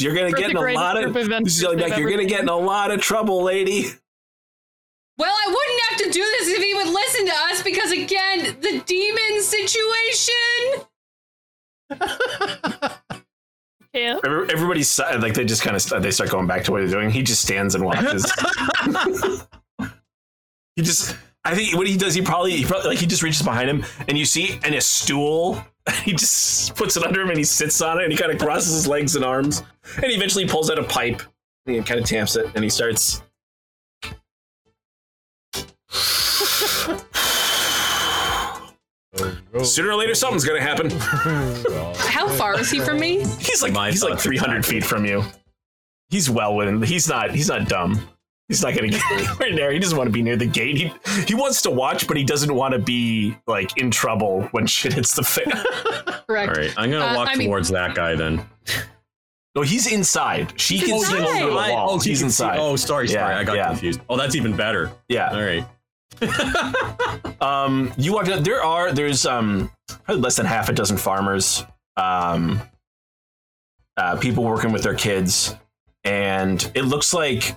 Speaker 2: you're gonna
Speaker 3: For
Speaker 2: get
Speaker 3: the
Speaker 2: in a
Speaker 3: greatest
Speaker 2: lot of
Speaker 3: group of
Speaker 2: this is like,
Speaker 3: adventures I've
Speaker 2: you're
Speaker 3: ever
Speaker 2: gonna get in a lot of trouble, lady.
Speaker 1: Well, I wouldn't have to do this if he would listen to us, because again, the demon situation.
Speaker 3: Yeah.
Speaker 2: Every- Everybody's si- like they just kind of they start going back to what they're doing. He just stands and watches. he just, I think what he does, he probably, he probably like he just reaches behind him and you see and a stool. He just puts it under him and he sits on it and he kind of crosses his legs and arms and he eventually pulls out a pipe and he kind of tamps it and he starts. Sooner or later, something's gonna happen.
Speaker 1: How far is he from me?
Speaker 2: He's like
Speaker 5: My
Speaker 2: he's like
Speaker 5: thoughts
Speaker 2: 300 feet from you. He's well within. He's not. He's not dumb. He's not going to get anywhere near. He doesn't want to be near the gate. He he wants to watch, but he doesn't want to be like in trouble when shit hits the fan.
Speaker 5: All
Speaker 1: Correct.
Speaker 5: right, I'm gonna
Speaker 1: Uh,
Speaker 5: walk
Speaker 1: I mean-
Speaker 5: towards that guy then.
Speaker 2: no, he's inside. She
Speaker 1: He's
Speaker 2: can see him
Speaker 1: inside.
Speaker 2: through the wall.
Speaker 5: Oh,
Speaker 2: he's inside.
Speaker 5: Oh, sorry, sorry,
Speaker 2: Yeah,
Speaker 5: I got
Speaker 2: yeah.
Speaker 5: confused. Oh, that's even better.
Speaker 2: Yeah.
Speaker 5: All right.
Speaker 2: Um. You walked out. There are. There's um. Probably less than half a dozen farmers. Um. Uh, people working with their kids, and it looks like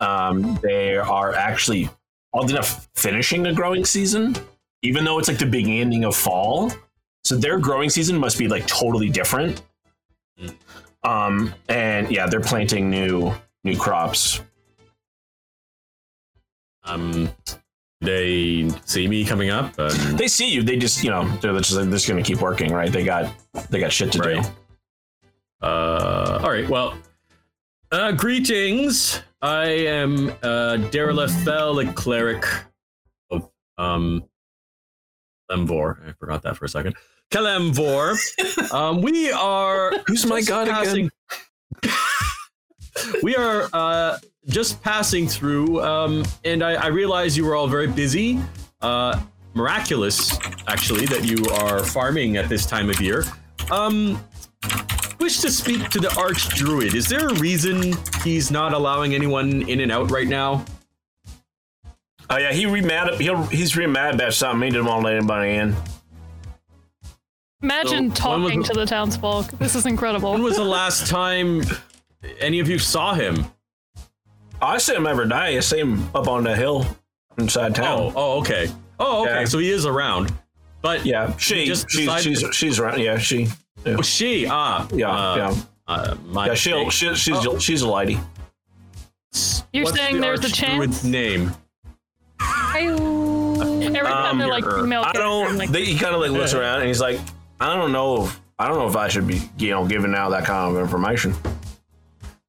Speaker 2: um, they are actually odd enough finishing a growing season, even though it's like the beginning of fall. So their growing season must be like totally different. Um, and yeah, they're planting new new crops.
Speaker 5: Um, they see me coming up. Um,
Speaker 2: They see you. They just you know they're just they're just gonna keep working, right? They got they got shit to do.
Speaker 5: Right. uh, all right. Well, uh, greetings. I am uh, Darylafel, the cleric of um, Lemvor. I forgot that for a second. Kalemvor. um, we are
Speaker 2: Who's my
Speaker 5: just
Speaker 2: god again?
Speaker 5: passing- we are uh, just passing through, um, and I, I realize you were all very busy. Uh, miraculous, actually, that you are farming at this time of year. Um, wish to speak to the arch druid. Is there a reason he's not allowing anyone in and out right now?
Speaker 2: Oh yeah, he re mad. He'll, he's re mad about something. He didn't want to let anybody in.
Speaker 3: Imagine
Speaker 5: So, when was
Speaker 3: talking
Speaker 5: the-
Speaker 3: to the townsfolk. This is
Speaker 5: When
Speaker 3: incredible.
Speaker 5: was the last time any of you saw him?
Speaker 2: I see him every day. I see him up on the hill inside
Speaker 5: Oh,
Speaker 2: town.
Speaker 5: oh, okay. Oh, okay.
Speaker 2: Yeah.
Speaker 5: So he is around, but
Speaker 2: Yeah, she.
Speaker 5: He just
Speaker 2: she's,
Speaker 5: decided-
Speaker 2: she's she's around. Yeah, she.
Speaker 5: Oh, she. Ah,
Speaker 2: Yeah,
Speaker 5: uh, Oh.
Speaker 2: yeah,
Speaker 5: Uh, my
Speaker 2: yeah. She'll,
Speaker 5: mistake.
Speaker 2: she, she's she's a lady.
Speaker 3: You're saying there's a
Speaker 5: archdruid's
Speaker 3: chance?
Speaker 5: name.
Speaker 3: Every time
Speaker 2: Um,
Speaker 3: they're like
Speaker 5: you're-
Speaker 3: female
Speaker 2: I
Speaker 3: character, I'm
Speaker 2: don't.
Speaker 3: like,
Speaker 2: they, he kind of like looks around and he's like, I don't know. If, I don't know if I should be you know giving out that kind of information.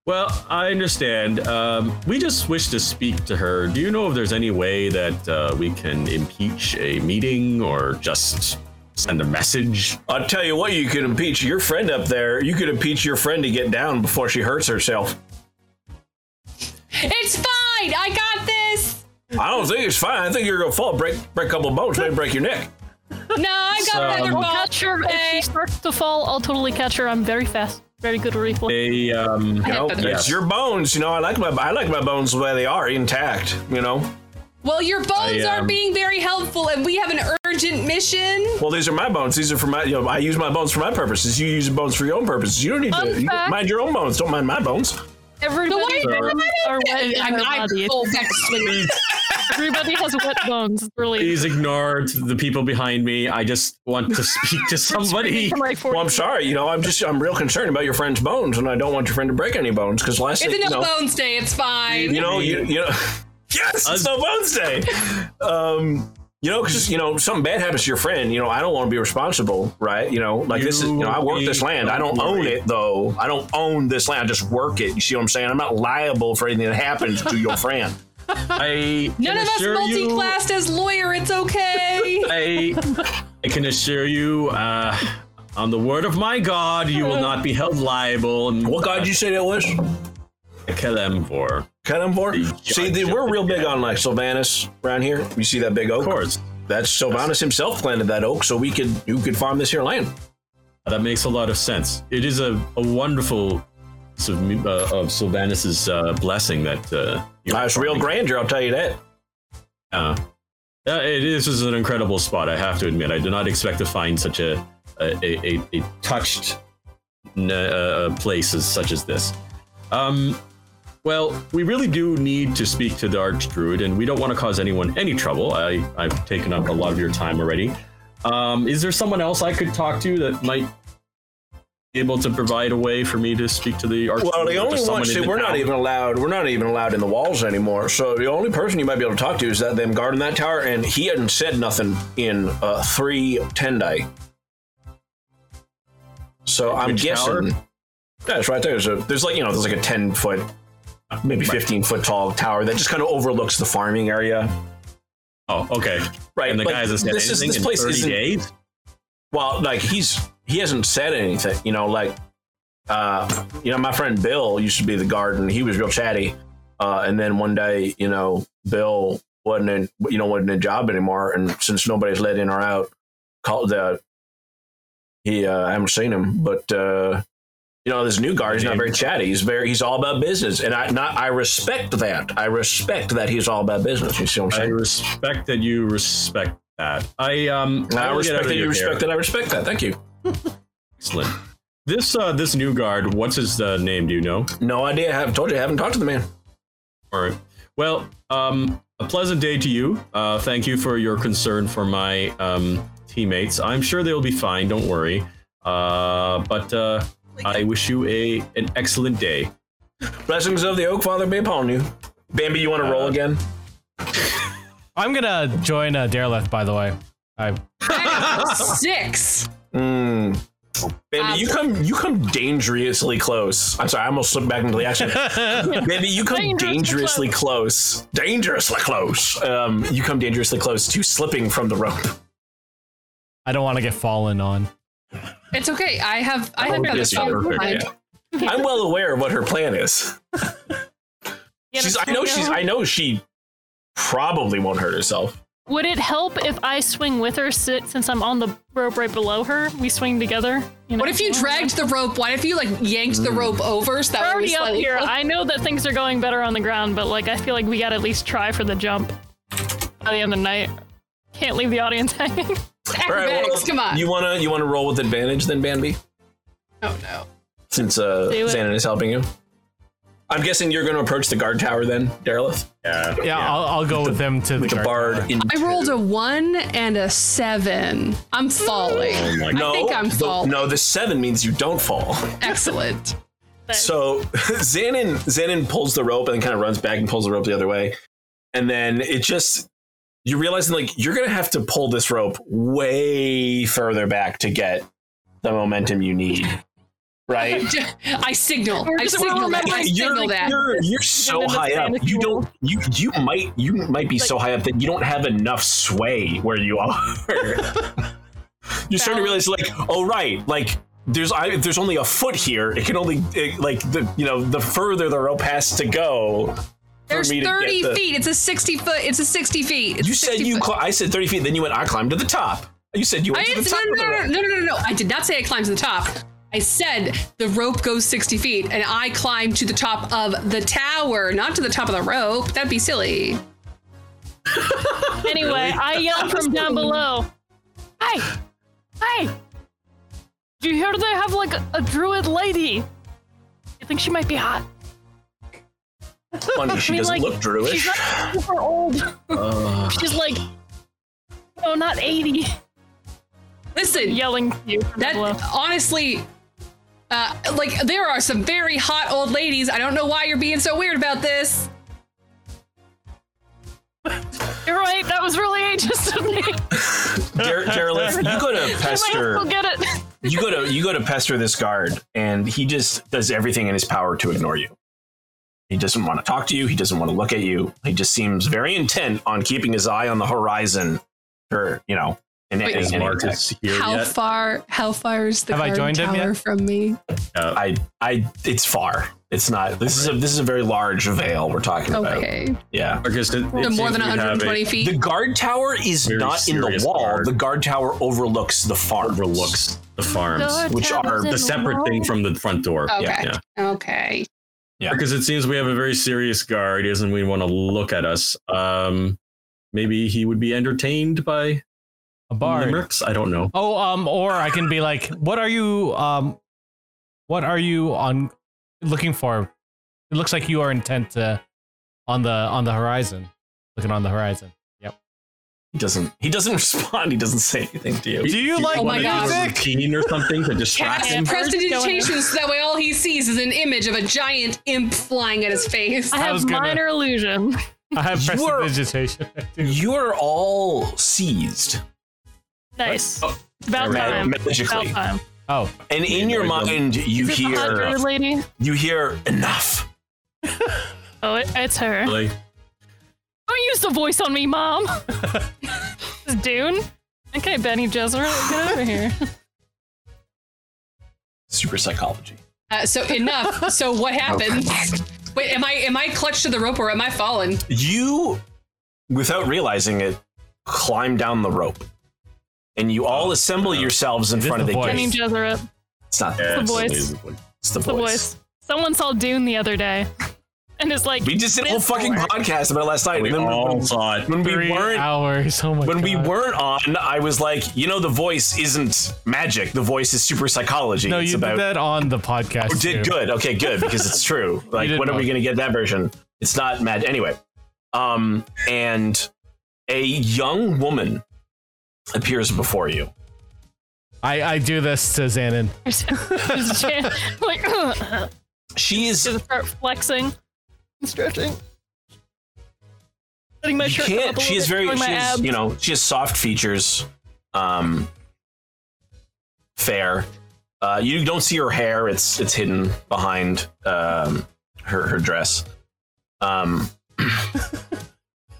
Speaker 5: Well, I understand. Um, we just wish to speak to her. Do you know if there's any way that uh, we can impeach a meeting or just send a message?
Speaker 2: I'll tell you what. You could impeach your friend up there. You could impeach your friend to get down before she hurts herself.
Speaker 1: It's fine. I got this.
Speaker 2: I don't think it's fine. I think you're gonna fall, break break a couple of bones, maybe break your neck.
Speaker 1: No, I got
Speaker 5: So- um,
Speaker 1: feather
Speaker 5: I'll
Speaker 1: ball.
Speaker 3: catch her. If she starts to fall, I'll totally catch her. I'm very fast. Very good at reflex.
Speaker 5: They, um,
Speaker 2: You
Speaker 3: Oh,
Speaker 2: know,
Speaker 1: Yeah, but-
Speaker 2: it's
Speaker 5: Yes.
Speaker 2: your bones. You know, I like my I like my bones the way they are, intact. You know,
Speaker 1: Well, your bones
Speaker 5: I,
Speaker 1: are
Speaker 5: um,
Speaker 1: being very helpful, and we have an urgent mission.
Speaker 2: well, these are my bones. These are for my. You know, I use my bones for my purposes. You use your bones for your own purposes. You don't need
Speaker 3: Fun
Speaker 2: to you
Speaker 3: fact.
Speaker 2: mind your own bones. Don't mind my bones.
Speaker 3: Everybody
Speaker 1: why-
Speaker 3: are wet in her
Speaker 1: I'm
Speaker 3: body.
Speaker 1: full back to sleep.
Speaker 3: Everybody has wet bones. Really.
Speaker 5: Please ignore t- the people behind me. I just want to speak to somebody.
Speaker 3: From like
Speaker 2: Well, I'm sorry. You know, I'm just I'm real concerned about your friend's bones, and I don't want your friend to break any bones because last
Speaker 1: It's
Speaker 2: thing,
Speaker 1: a
Speaker 2: you
Speaker 1: no
Speaker 2: know,
Speaker 1: bones day. It's fine.
Speaker 2: you know, you, you know, yes, it's no bones day. Um, you know, because you know something bad happens to your friend. You know, I don't want to be responsible, right? You know, like this is you know I work this land. I don't own it though. I don't own this land. I just work it. You see what I'm saying? I'm not liable for anything that happens to your friend.
Speaker 5: I
Speaker 1: None
Speaker 5: can
Speaker 1: of us
Speaker 5: assure you-
Speaker 1: multi-classed as lawyer. It's okay.
Speaker 5: I, I can assure you, uh, on the word of my God, you will not be held liable. And
Speaker 2: What god did you say that was?
Speaker 5: Kalemvor.
Speaker 2: Kenmore. See, the, we're real big on like Sylvanus around here. You see that big oak?
Speaker 5: Of course.
Speaker 2: That's Sylvanus himself planted that oak, so we could you could farm this here land.
Speaker 5: That makes a lot of sense. It is a, a wonderful piece of, mu- uh, of Sylvanus's uh, blessing that. Uh, you're
Speaker 2: That's real
Speaker 5: performing.
Speaker 2: grandeur, I'll tell you that.
Speaker 5: Uh, uh, it is, this is an incredible spot, I have to admit. I did not expect to find such a, a, a, a, a touched n- uh, place as such as this. Um, well, we really do need to speak to the Archdruid, and we don't want to cause anyone any trouble. I, I've taken up a lot of your time already. Um, is there someone else I could talk to that might be able to provide a way for me to speak to the Archdruid?
Speaker 2: Well, the
Speaker 5: or
Speaker 2: only
Speaker 5: just
Speaker 2: one
Speaker 5: someone in
Speaker 2: see,
Speaker 5: the
Speaker 2: we're not
Speaker 5: town?
Speaker 2: even allowed we're not even allowed in the walls anymore. So the only person you might be able to talk to is that them guarding that tower, and he hadn't said nothing in uh three tendai. So I'm
Speaker 5: Which tower?
Speaker 2: guessing that's right there. There's, a, there's like you know there's like a ten foot, maybe fifteen foot tall tower that just kind of overlooks the farming area.
Speaker 5: Oh, okay.
Speaker 2: Right,
Speaker 5: And the
Speaker 2: but
Speaker 5: guy hasn't said
Speaker 2: this is-
Speaker 5: anything
Speaker 2: this
Speaker 5: in
Speaker 2: place
Speaker 5: 30
Speaker 2: isn't-
Speaker 5: days?
Speaker 2: well like he's he hasn't said anything you know like uh you know my friend bill used to be the guard and he was real chatty uh and then one day you know bill wasn't in you know wasn't in a job anymore and since nobody's let in or out called the he uh i haven't seen him but uh you know this new guard he's not very chatty he's very he's all about business and i not i respect that i respect that he's all about business you see what i'm
Speaker 5: I
Speaker 2: saying
Speaker 5: respect that you respect that. I um
Speaker 2: i,
Speaker 5: will get
Speaker 2: respect
Speaker 5: out of
Speaker 2: that you
Speaker 5: your
Speaker 2: respect
Speaker 5: hair.
Speaker 2: that i respect that thank you
Speaker 5: Excellent. This uh this new guard, what's his uh, name? Do you know?
Speaker 2: no idea i have told you i haven't talked to the man
Speaker 5: All right. Well, um, a pleasant day to you. Uh, thank you for your concern for my um, teammates. I'm sure they'll be fine. Don't worry. Uh, but uh, I wish you a an excellent day.
Speaker 2: Blessings of the Oak Father be upon you. Bambi, you want to roll again?
Speaker 4: I'm gonna join uh, Dereleth, by the way. I
Speaker 1: Six.
Speaker 2: Mm. Bambi,
Speaker 1: Um,
Speaker 2: you come you come dangerously close. I'm sorry, I almost slipped back into the action. Bambi, you come
Speaker 3: Dangerously
Speaker 2: dangerously close. Dangerously close. Um, you come dangerously close to slipping from the rope.
Speaker 4: I don't want to get fallen on.
Speaker 1: It's okay. I have I have
Speaker 2: Okay,
Speaker 1: another
Speaker 2: so
Speaker 1: spell.
Speaker 2: you're
Speaker 1: in mind.
Speaker 2: perfect, yeah. I'm well aware of what her plan is. She's, I know she's I know she probably won't hurt herself.
Speaker 3: Would it help if I swing with her, sit since I'm on the rope right below her? We swing together. know?
Speaker 1: What if you dragged the rope? What if you like yanked
Speaker 5: Mm.
Speaker 1: the rope over so
Speaker 3: We're
Speaker 1: that Oh, we
Speaker 3: already up
Speaker 1: slightly
Speaker 3: here.
Speaker 1: closer?
Speaker 3: I know that things are going better on the ground, but like I feel like we gotta at least try for the jump by the end of the night. Can't leave the audience hanging.
Speaker 1: Acrobatics,
Speaker 2: well,
Speaker 1: come on.
Speaker 2: You wanna you wanna roll with advantage then, Bambi?
Speaker 1: oh no.
Speaker 2: Since uh
Speaker 3: Do it.
Speaker 2: Xanon is helping you. I'm guessing you're gonna approach the guard tower then, Darylith?
Speaker 5: Yeah.
Speaker 4: Yeah, I'll, I'll go with them to
Speaker 2: With the
Speaker 4: guard tower.
Speaker 2: bard in
Speaker 1: I rolled a one and a seven. I'm falling.
Speaker 5: my
Speaker 1: I think I'm
Speaker 2: the-
Speaker 1: falling.
Speaker 2: No, the seven means you don't fall.
Speaker 1: Excellent.
Speaker 2: So Xanon Xanon pulls the rope and then kind of runs back and pulls the rope the other way. And then it just you realize like you're gonna have to pull this rope way further back to get the momentum you need. Right?
Speaker 1: I signal.
Speaker 3: We're
Speaker 1: I
Speaker 3: just- we're
Speaker 1: signal that. I
Speaker 3: remembering-
Speaker 1: signal
Speaker 2: you're,
Speaker 1: that.
Speaker 2: you're you're so
Speaker 3: Given the
Speaker 2: high up.
Speaker 3: fantasy
Speaker 2: You
Speaker 3: world.
Speaker 2: don't you you might you might be so high up that you don't have enough sway where you are. you start to realize like, oh right, like there's I, there's only a foot here. It can only it, like the you know the further the rope has to go.
Speaker 1: There's
Speaker 2: me to get
Speaker 1: 30
Speaker 2: the-
Speaker 1: feet. It's a 60 foot. It's a 60 feet. It's
Speaker 2: You
Speaker 1: a
Speaker 2: said
Speaker 1: 60
Speaker 2: you
Speaker 1: foot.
Speaker 2: cli- I said thirty feet. Then you went. I climbed to the top. You said you
Speaker 1: I
Speaker 2: went to
Speaker 1: didn't
Speaker 2: the
Speaker 1: say,
Speaker 2: top.
Speaker 1: no,
Speaker 2: of the
Speaker 1: no,
Speaker 2: rope.
Speaker 1: no, no, no, no, no. I did not say I climbed to the top. I said the rope goes 60 feet and I climbed to the top of the tower, not to the top of the rope. That'd be silly.
Speaker 3: Anyway, I yell from down below. Hey! Hey! Do you hear they have like a, a druid lady? You think she might be hot?
Speaker 2: Funny, she
Speaker 3: mean,
Speaker 2: doesn't
Speaker 3: like,
Speaker 2: look druidish.
Speaker 3: She's not super old.
Speaker 5: Uh,
Speaker 3: She's like, no, not 80.
Speaker 1: Listen,
Speaker 3: Yelling at you. from the
Speaker 1: That
Speaker 3: bluff.
Speaker 1: honestly, uh, like there are some very hot old ladies. I don't know why you're being so weird about this.
Speaker 3: You're right. That was really ageist of me.
Speaker 2: Ger- Gerlith, you go to pester.
Speaker 3: I'll get it.
Speaker 2: You go to you go to pester this guard, and he just does everything in his power to ignore you. He doesn't want to talk to you. He doesn't want to look at you. He just seems very intent on keeping his eye on the horizon. Or you know, and
Speaker 1: Wait,
Speaker 5: is
Speaker 1: Is
Speaker 5: Marcus here
Speaker 1: How
Speaker 5: yet?
Speaker 1: far? How far is the
Speaker 4: Have I
Speaker 1: guard
Speaker 4: joined him
Speaker 1: tower
Speaker 4: yet?
Speaker 1: from me?
Speaker 2: I I it's far. It's not. This is a this is a very large veil we're talking about.
Speaker 1: Okay,
Speaker 2: Yeah.
Speaker 5: Marcus, it,
Speaker 1: so
Speaker 5: it
Speaker 1: more
Speaker 5: seems
Speaker 1: than
Speaker 5: we have a
Speaker 1: 120 feet.
Speaker 2: The guard tower is
Speaker 5: Very
Speaker 2: not in the
Speaker 5: serious
Speaker 2: wall.
Speaker 5: guard.
Speaker 2: The guard tower overlooks the farm.
Speaker 5: Overlooks the farms,
Speaker 3: Guard
Speaker 2: which
Speaker 3: towers
Speaker 2: are
Speaker 3: in
Speaker 5: the
Speaker 3: the
Speaker 5: separate
Speaker 3: wall.
Speaker 5: thing from the front door.
Speaker 1: okay,
Speaker 5: Yeah, yeah.
Speaker 1: okay.
Speaker 2: Yeah.
Speaker 5: Because it seems we have a very serious guard. He doesn't even want to look at us. Um, maybe he would be entertained by
Speaker 4: A bard.
Speaker 5: limericks. I don't know.
Speaker 4: Oh, um, or I can be like, what are you, um, what are you on looking for? It looks like you are intent to on the on the horizon, looking on the horizon.
Speaker 2: He doesn't. He doesn't respond. He doesn't say anything to you.
Speaker 4: Do you like
Speaker 1: Oh my
Speaker 5: want to do a
Speaker 1: God.
Speaker 5: routine or something to distract
Speaker 1: Cast
Speaker 5: him?
Speaker 1: prestidigitation so that way all he sees is an image of a giant imp flying at his face.
Speaker 3: I
Speaker 4: I
Speaker 3: have
Speaker 4: was gonna-
Speaker 3: minor illusion.
Speaker 4: I have
Speaker 2: You are-
Speaker 4: prestidigitation.
Speaker 2: You're all seized
Speaker 3: Nice.
Speaker 5: Oh,
Speaker 3: It's about
Speaker 5: never
Speaker 3: time.
Speaker 5: mind.
Speaker 3: About
Speaker 2: magically,
Speaker 3: time.
Speaker 4: oh,
Speaker 2: and in your mind you
Speaker 3: Is it the hot
Speaker 2: hear
Speaker 3: bearded lady?
Speaker 2: you hear enough.
Speaker 3: Oh, it, it's her.
Speaker 5: Like,
Speaker 3: Don't use the voice on me, mom. This Dune. Okay, Benny Gesserit, get over here.
Speaker 2: Super psychology.
Speaker 1: Uh, so enough. so what happened? Wait, am I am I clutched to the rope or am I falling?
Speaker 2: You, without realizing it, climb down the rope, and you all assemble yourselves in
Speaker 4: Is it
Speaker 2: front of
Speaker 4: the
Speaker 2: the
Speaker 4: voice?
Speaker 3: Benny
Speaker 2: gate.
Speaker 3: Gesserit, it's
Speaker 2: It's not.
Speaker 5: yeah,
Speaker 3: the voice.
Speaker 5: it's the
Speaker 2: It's the
Speaker 3: the
Speaker 2: voice.
Speaker 3: voice. Someone saw Dune the other day, and it's like,
Speaker 2: We just did a whole fucking podcast about it last night.
Speaker 5: We
Speaker 2: and then
Speaker 5: all
Speaker 2: when,
Speaker 5: saw it.
Speaker 2: when we
Speaker 4: three
Speaker 2: weren't
Speaker 4: hours. Oh my
Speaker 2: when
Speaker 4: god.
Speaker 2: we weren't on, I was like, you know, the voice isn't magic. The voice is super psychology.
Speaker 4: No,
Speaker 2: it's
Speaker 4: you
Speaker 2: about
Speaker 4: did that on the podcast.
Speaker 2: Oh, did
Speaker 4: too.
Speaker 2: good. Okay, good because it's true. Like,
Speaker 4: did
Speaker 2: when are we
Speaker 4: both.
Speaker 2: gonna get that version? It's not mad anyway. Um, and a young woman appears before you.
Speaker 4: I I do this to Xanon.
Speaker 3: there's, there's a chance. Like,
Speaker 2: She is.
Speaker 3: just start flexing, and stretching, letting my
Speaker 2: you
Speaker 3: shirt
Speaker 2: can't.
Speaker 3: up a
Speaker 2: She
Speaker 3: little
Speaker 2: is
Speaker 3: bit,
Speaker 2: very.
Speaker 3: showing
Speaker 2: She
Speaker 3: my
Speaker 2: is.
Speaker 3: abs.
Speaker 2: You know. She has soft features. Um. Fair. Uh, you don't see her hair. It's it's hidden behind um her her dress. Um.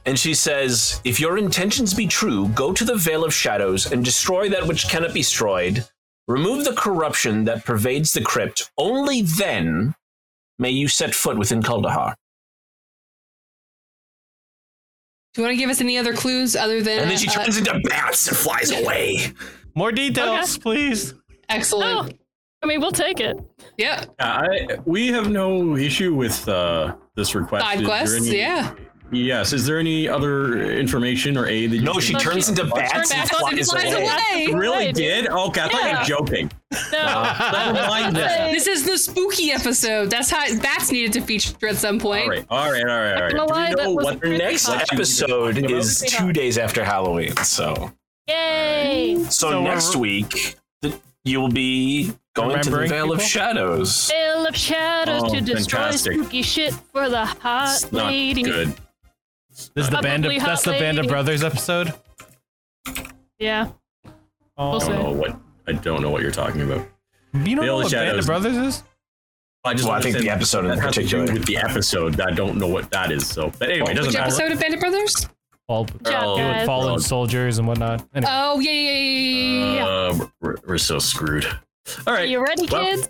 Speaker 2: And she says, If your intentions be true, go to the Vale of Shadows and destroy that which cannot be destroyed. Remove the corruption that pervades the crypt. Only then may you set foot within Kaldahar.
Speaker 1: Do you want to give us any other clues other than
Speaker 2: And then she
Speaker 1: uh,
Speaker 2: turns into bats and flies away.
Speaker 4: More details, please.
Speaker 1: excellent?
Speaker 3: Oh, I mean, we'll take it.
Speaker 1: Yeah,
Speaker 5: Yeah, I, we have no issue with uh, this request. Is
Speaker 1: side
Speaker 5: there
Speaker 1: quests.
Speaker 5: any-
Speaker 1: Yeah.
Speaker 5: Yes. Is there any other information or aid that you
Speaker 2: No,
Speaker 5: can-
Speaker 2: she
Speaker 3: But
Speaker 2: turns
Speaker 3: she-
Speaker 2: into bats
Speaker 3: Turn
Speaker 2: and
Speaker 3: back on and
Speaker 2: flies
Speaker 3: flies
Speaker 2: away.
Speaker 1: away.
Speaker 5: You really
Speaker 3: Right.
Speaker 5: did? Okay, I thought you
Speaker 3: Yeah.
Speaker 5: were joking.
Speaker 3: No.
Speaker 5: Never mind that.
Speaker 1: This is the spooky episode. That's how bats needed to feature at some point.
Speaker 5: All right, all right, all right, all right.
Speaker 3: I'm gonna lie,
Speaker 5: Do we
Speaker 3: that
Speaker 5: know
Speaker 3: was
Speaker 5: what
Speaker 3: pretty
Speaker 2: Next
Speaker 3: What
Speaker 2: episode
Speaker 5: talking about?
Speaker 2: is two days after Halloween, so
Speaker 3: Yay!
Speaker 2: so,
Speaker 4: So
Speaker 2: next
Speaker 4: we're-
Speaker 2: week th- you'll be going to the Vale
Speaker 4: Remembering
Speaker 2: of
Speaker 4: people?
Speaker 2: Shadows.
Speaker 3: Veil of shadows
Speaker 5: Oh,
Speaker 3: to destroy
Speaker 5: fantastic.
Speaker 3: spooky shit for the
Speaker 1: Uh,
Speaker 3: hot
Speaker 5: It's not
Speaker 3: lady.
Speaker 5: good.
Speaker 4: This is the band
Speaker 3: Probably
Speaker 4: of
Speaker 3: hot
Speaker 4: that's the band of
Speaker 3: lady.
Speaker 4: brothers episode.
Speaker 3: Yeah.
Speaker 5: I
Speaker 3: Also-
Speaker 5: don't know what I don't know what you're talking about.
Speaker 4: You don't
Speaker 5: Veil
Speaker 4: know
Speaker 5: of
Speaker 4: what band
Speaker 5: Shadows.
Speaker 4: of brothers is?
Speaker 5: I just
Speaker 2: Well, I think
Speaker 5: understand
Speaker 2: the episode in
Speaker 5: that has to do
Speaker 2: particular.
Speaker 5: with the episode. I don't know what that is. So, but anyway, it doesn't
Speaker 1: Which
Speaker 5: matter.
Speaker 1: episode of Bandit Brothers?
Speaker 4: Fall,
Speaker 3: job,
Speaker 5: Oh,
Speaker 4: deal with
Speaker 3: guys.
Speaker 4: fallen soldiers and whatnot. Anyway.
Speaker 1: Oh yeah yeah yeah. yeah, yeah.
Speaker 5: Uh, we're, we're so screwed. All
Speaker 3: Are
Speaker 5: right,
Speaker 3: you ready,
Speaker 5: Well,
Speaker 3: kids?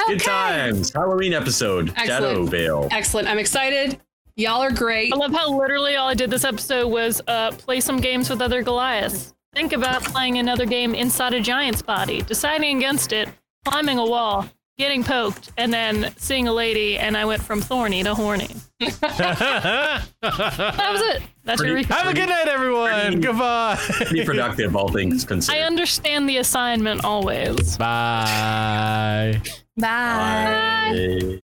Speaker 1: okay.
Speaker 5: good times. Halloween episode. Shadow
Speaker 1: Excellent.
Speaker 5: Veil.
Speaker 1: Excellent. I'm excited. Y'all are great.
Speaker 3: I love how literally all I did this episode was uh, play some games with other Goliaths. Think about playing another game inside a giant's body, deciding against it, climbing a wall, getting poked, and then seeing a lady, and I went from thorny to horny.
Speaker 1: Oh.
Speaker 3: That
Speaker 1: Uh,
Speaker 3: was it. That's your
Speaker 5: Pretty-
Speaker 3: recap.
Speaker 4: Have a good night, everyone.
Speaker 5: Pretty
Speaker 4: Goodbye.
Speaker 5: productive, all things
Speaker 3: I
Speaker 5: considered.
Speaker 3: understand the assignment always.
Speaker 4: Bye.
Speaker 1: Bye.
Speaker 5: Bye.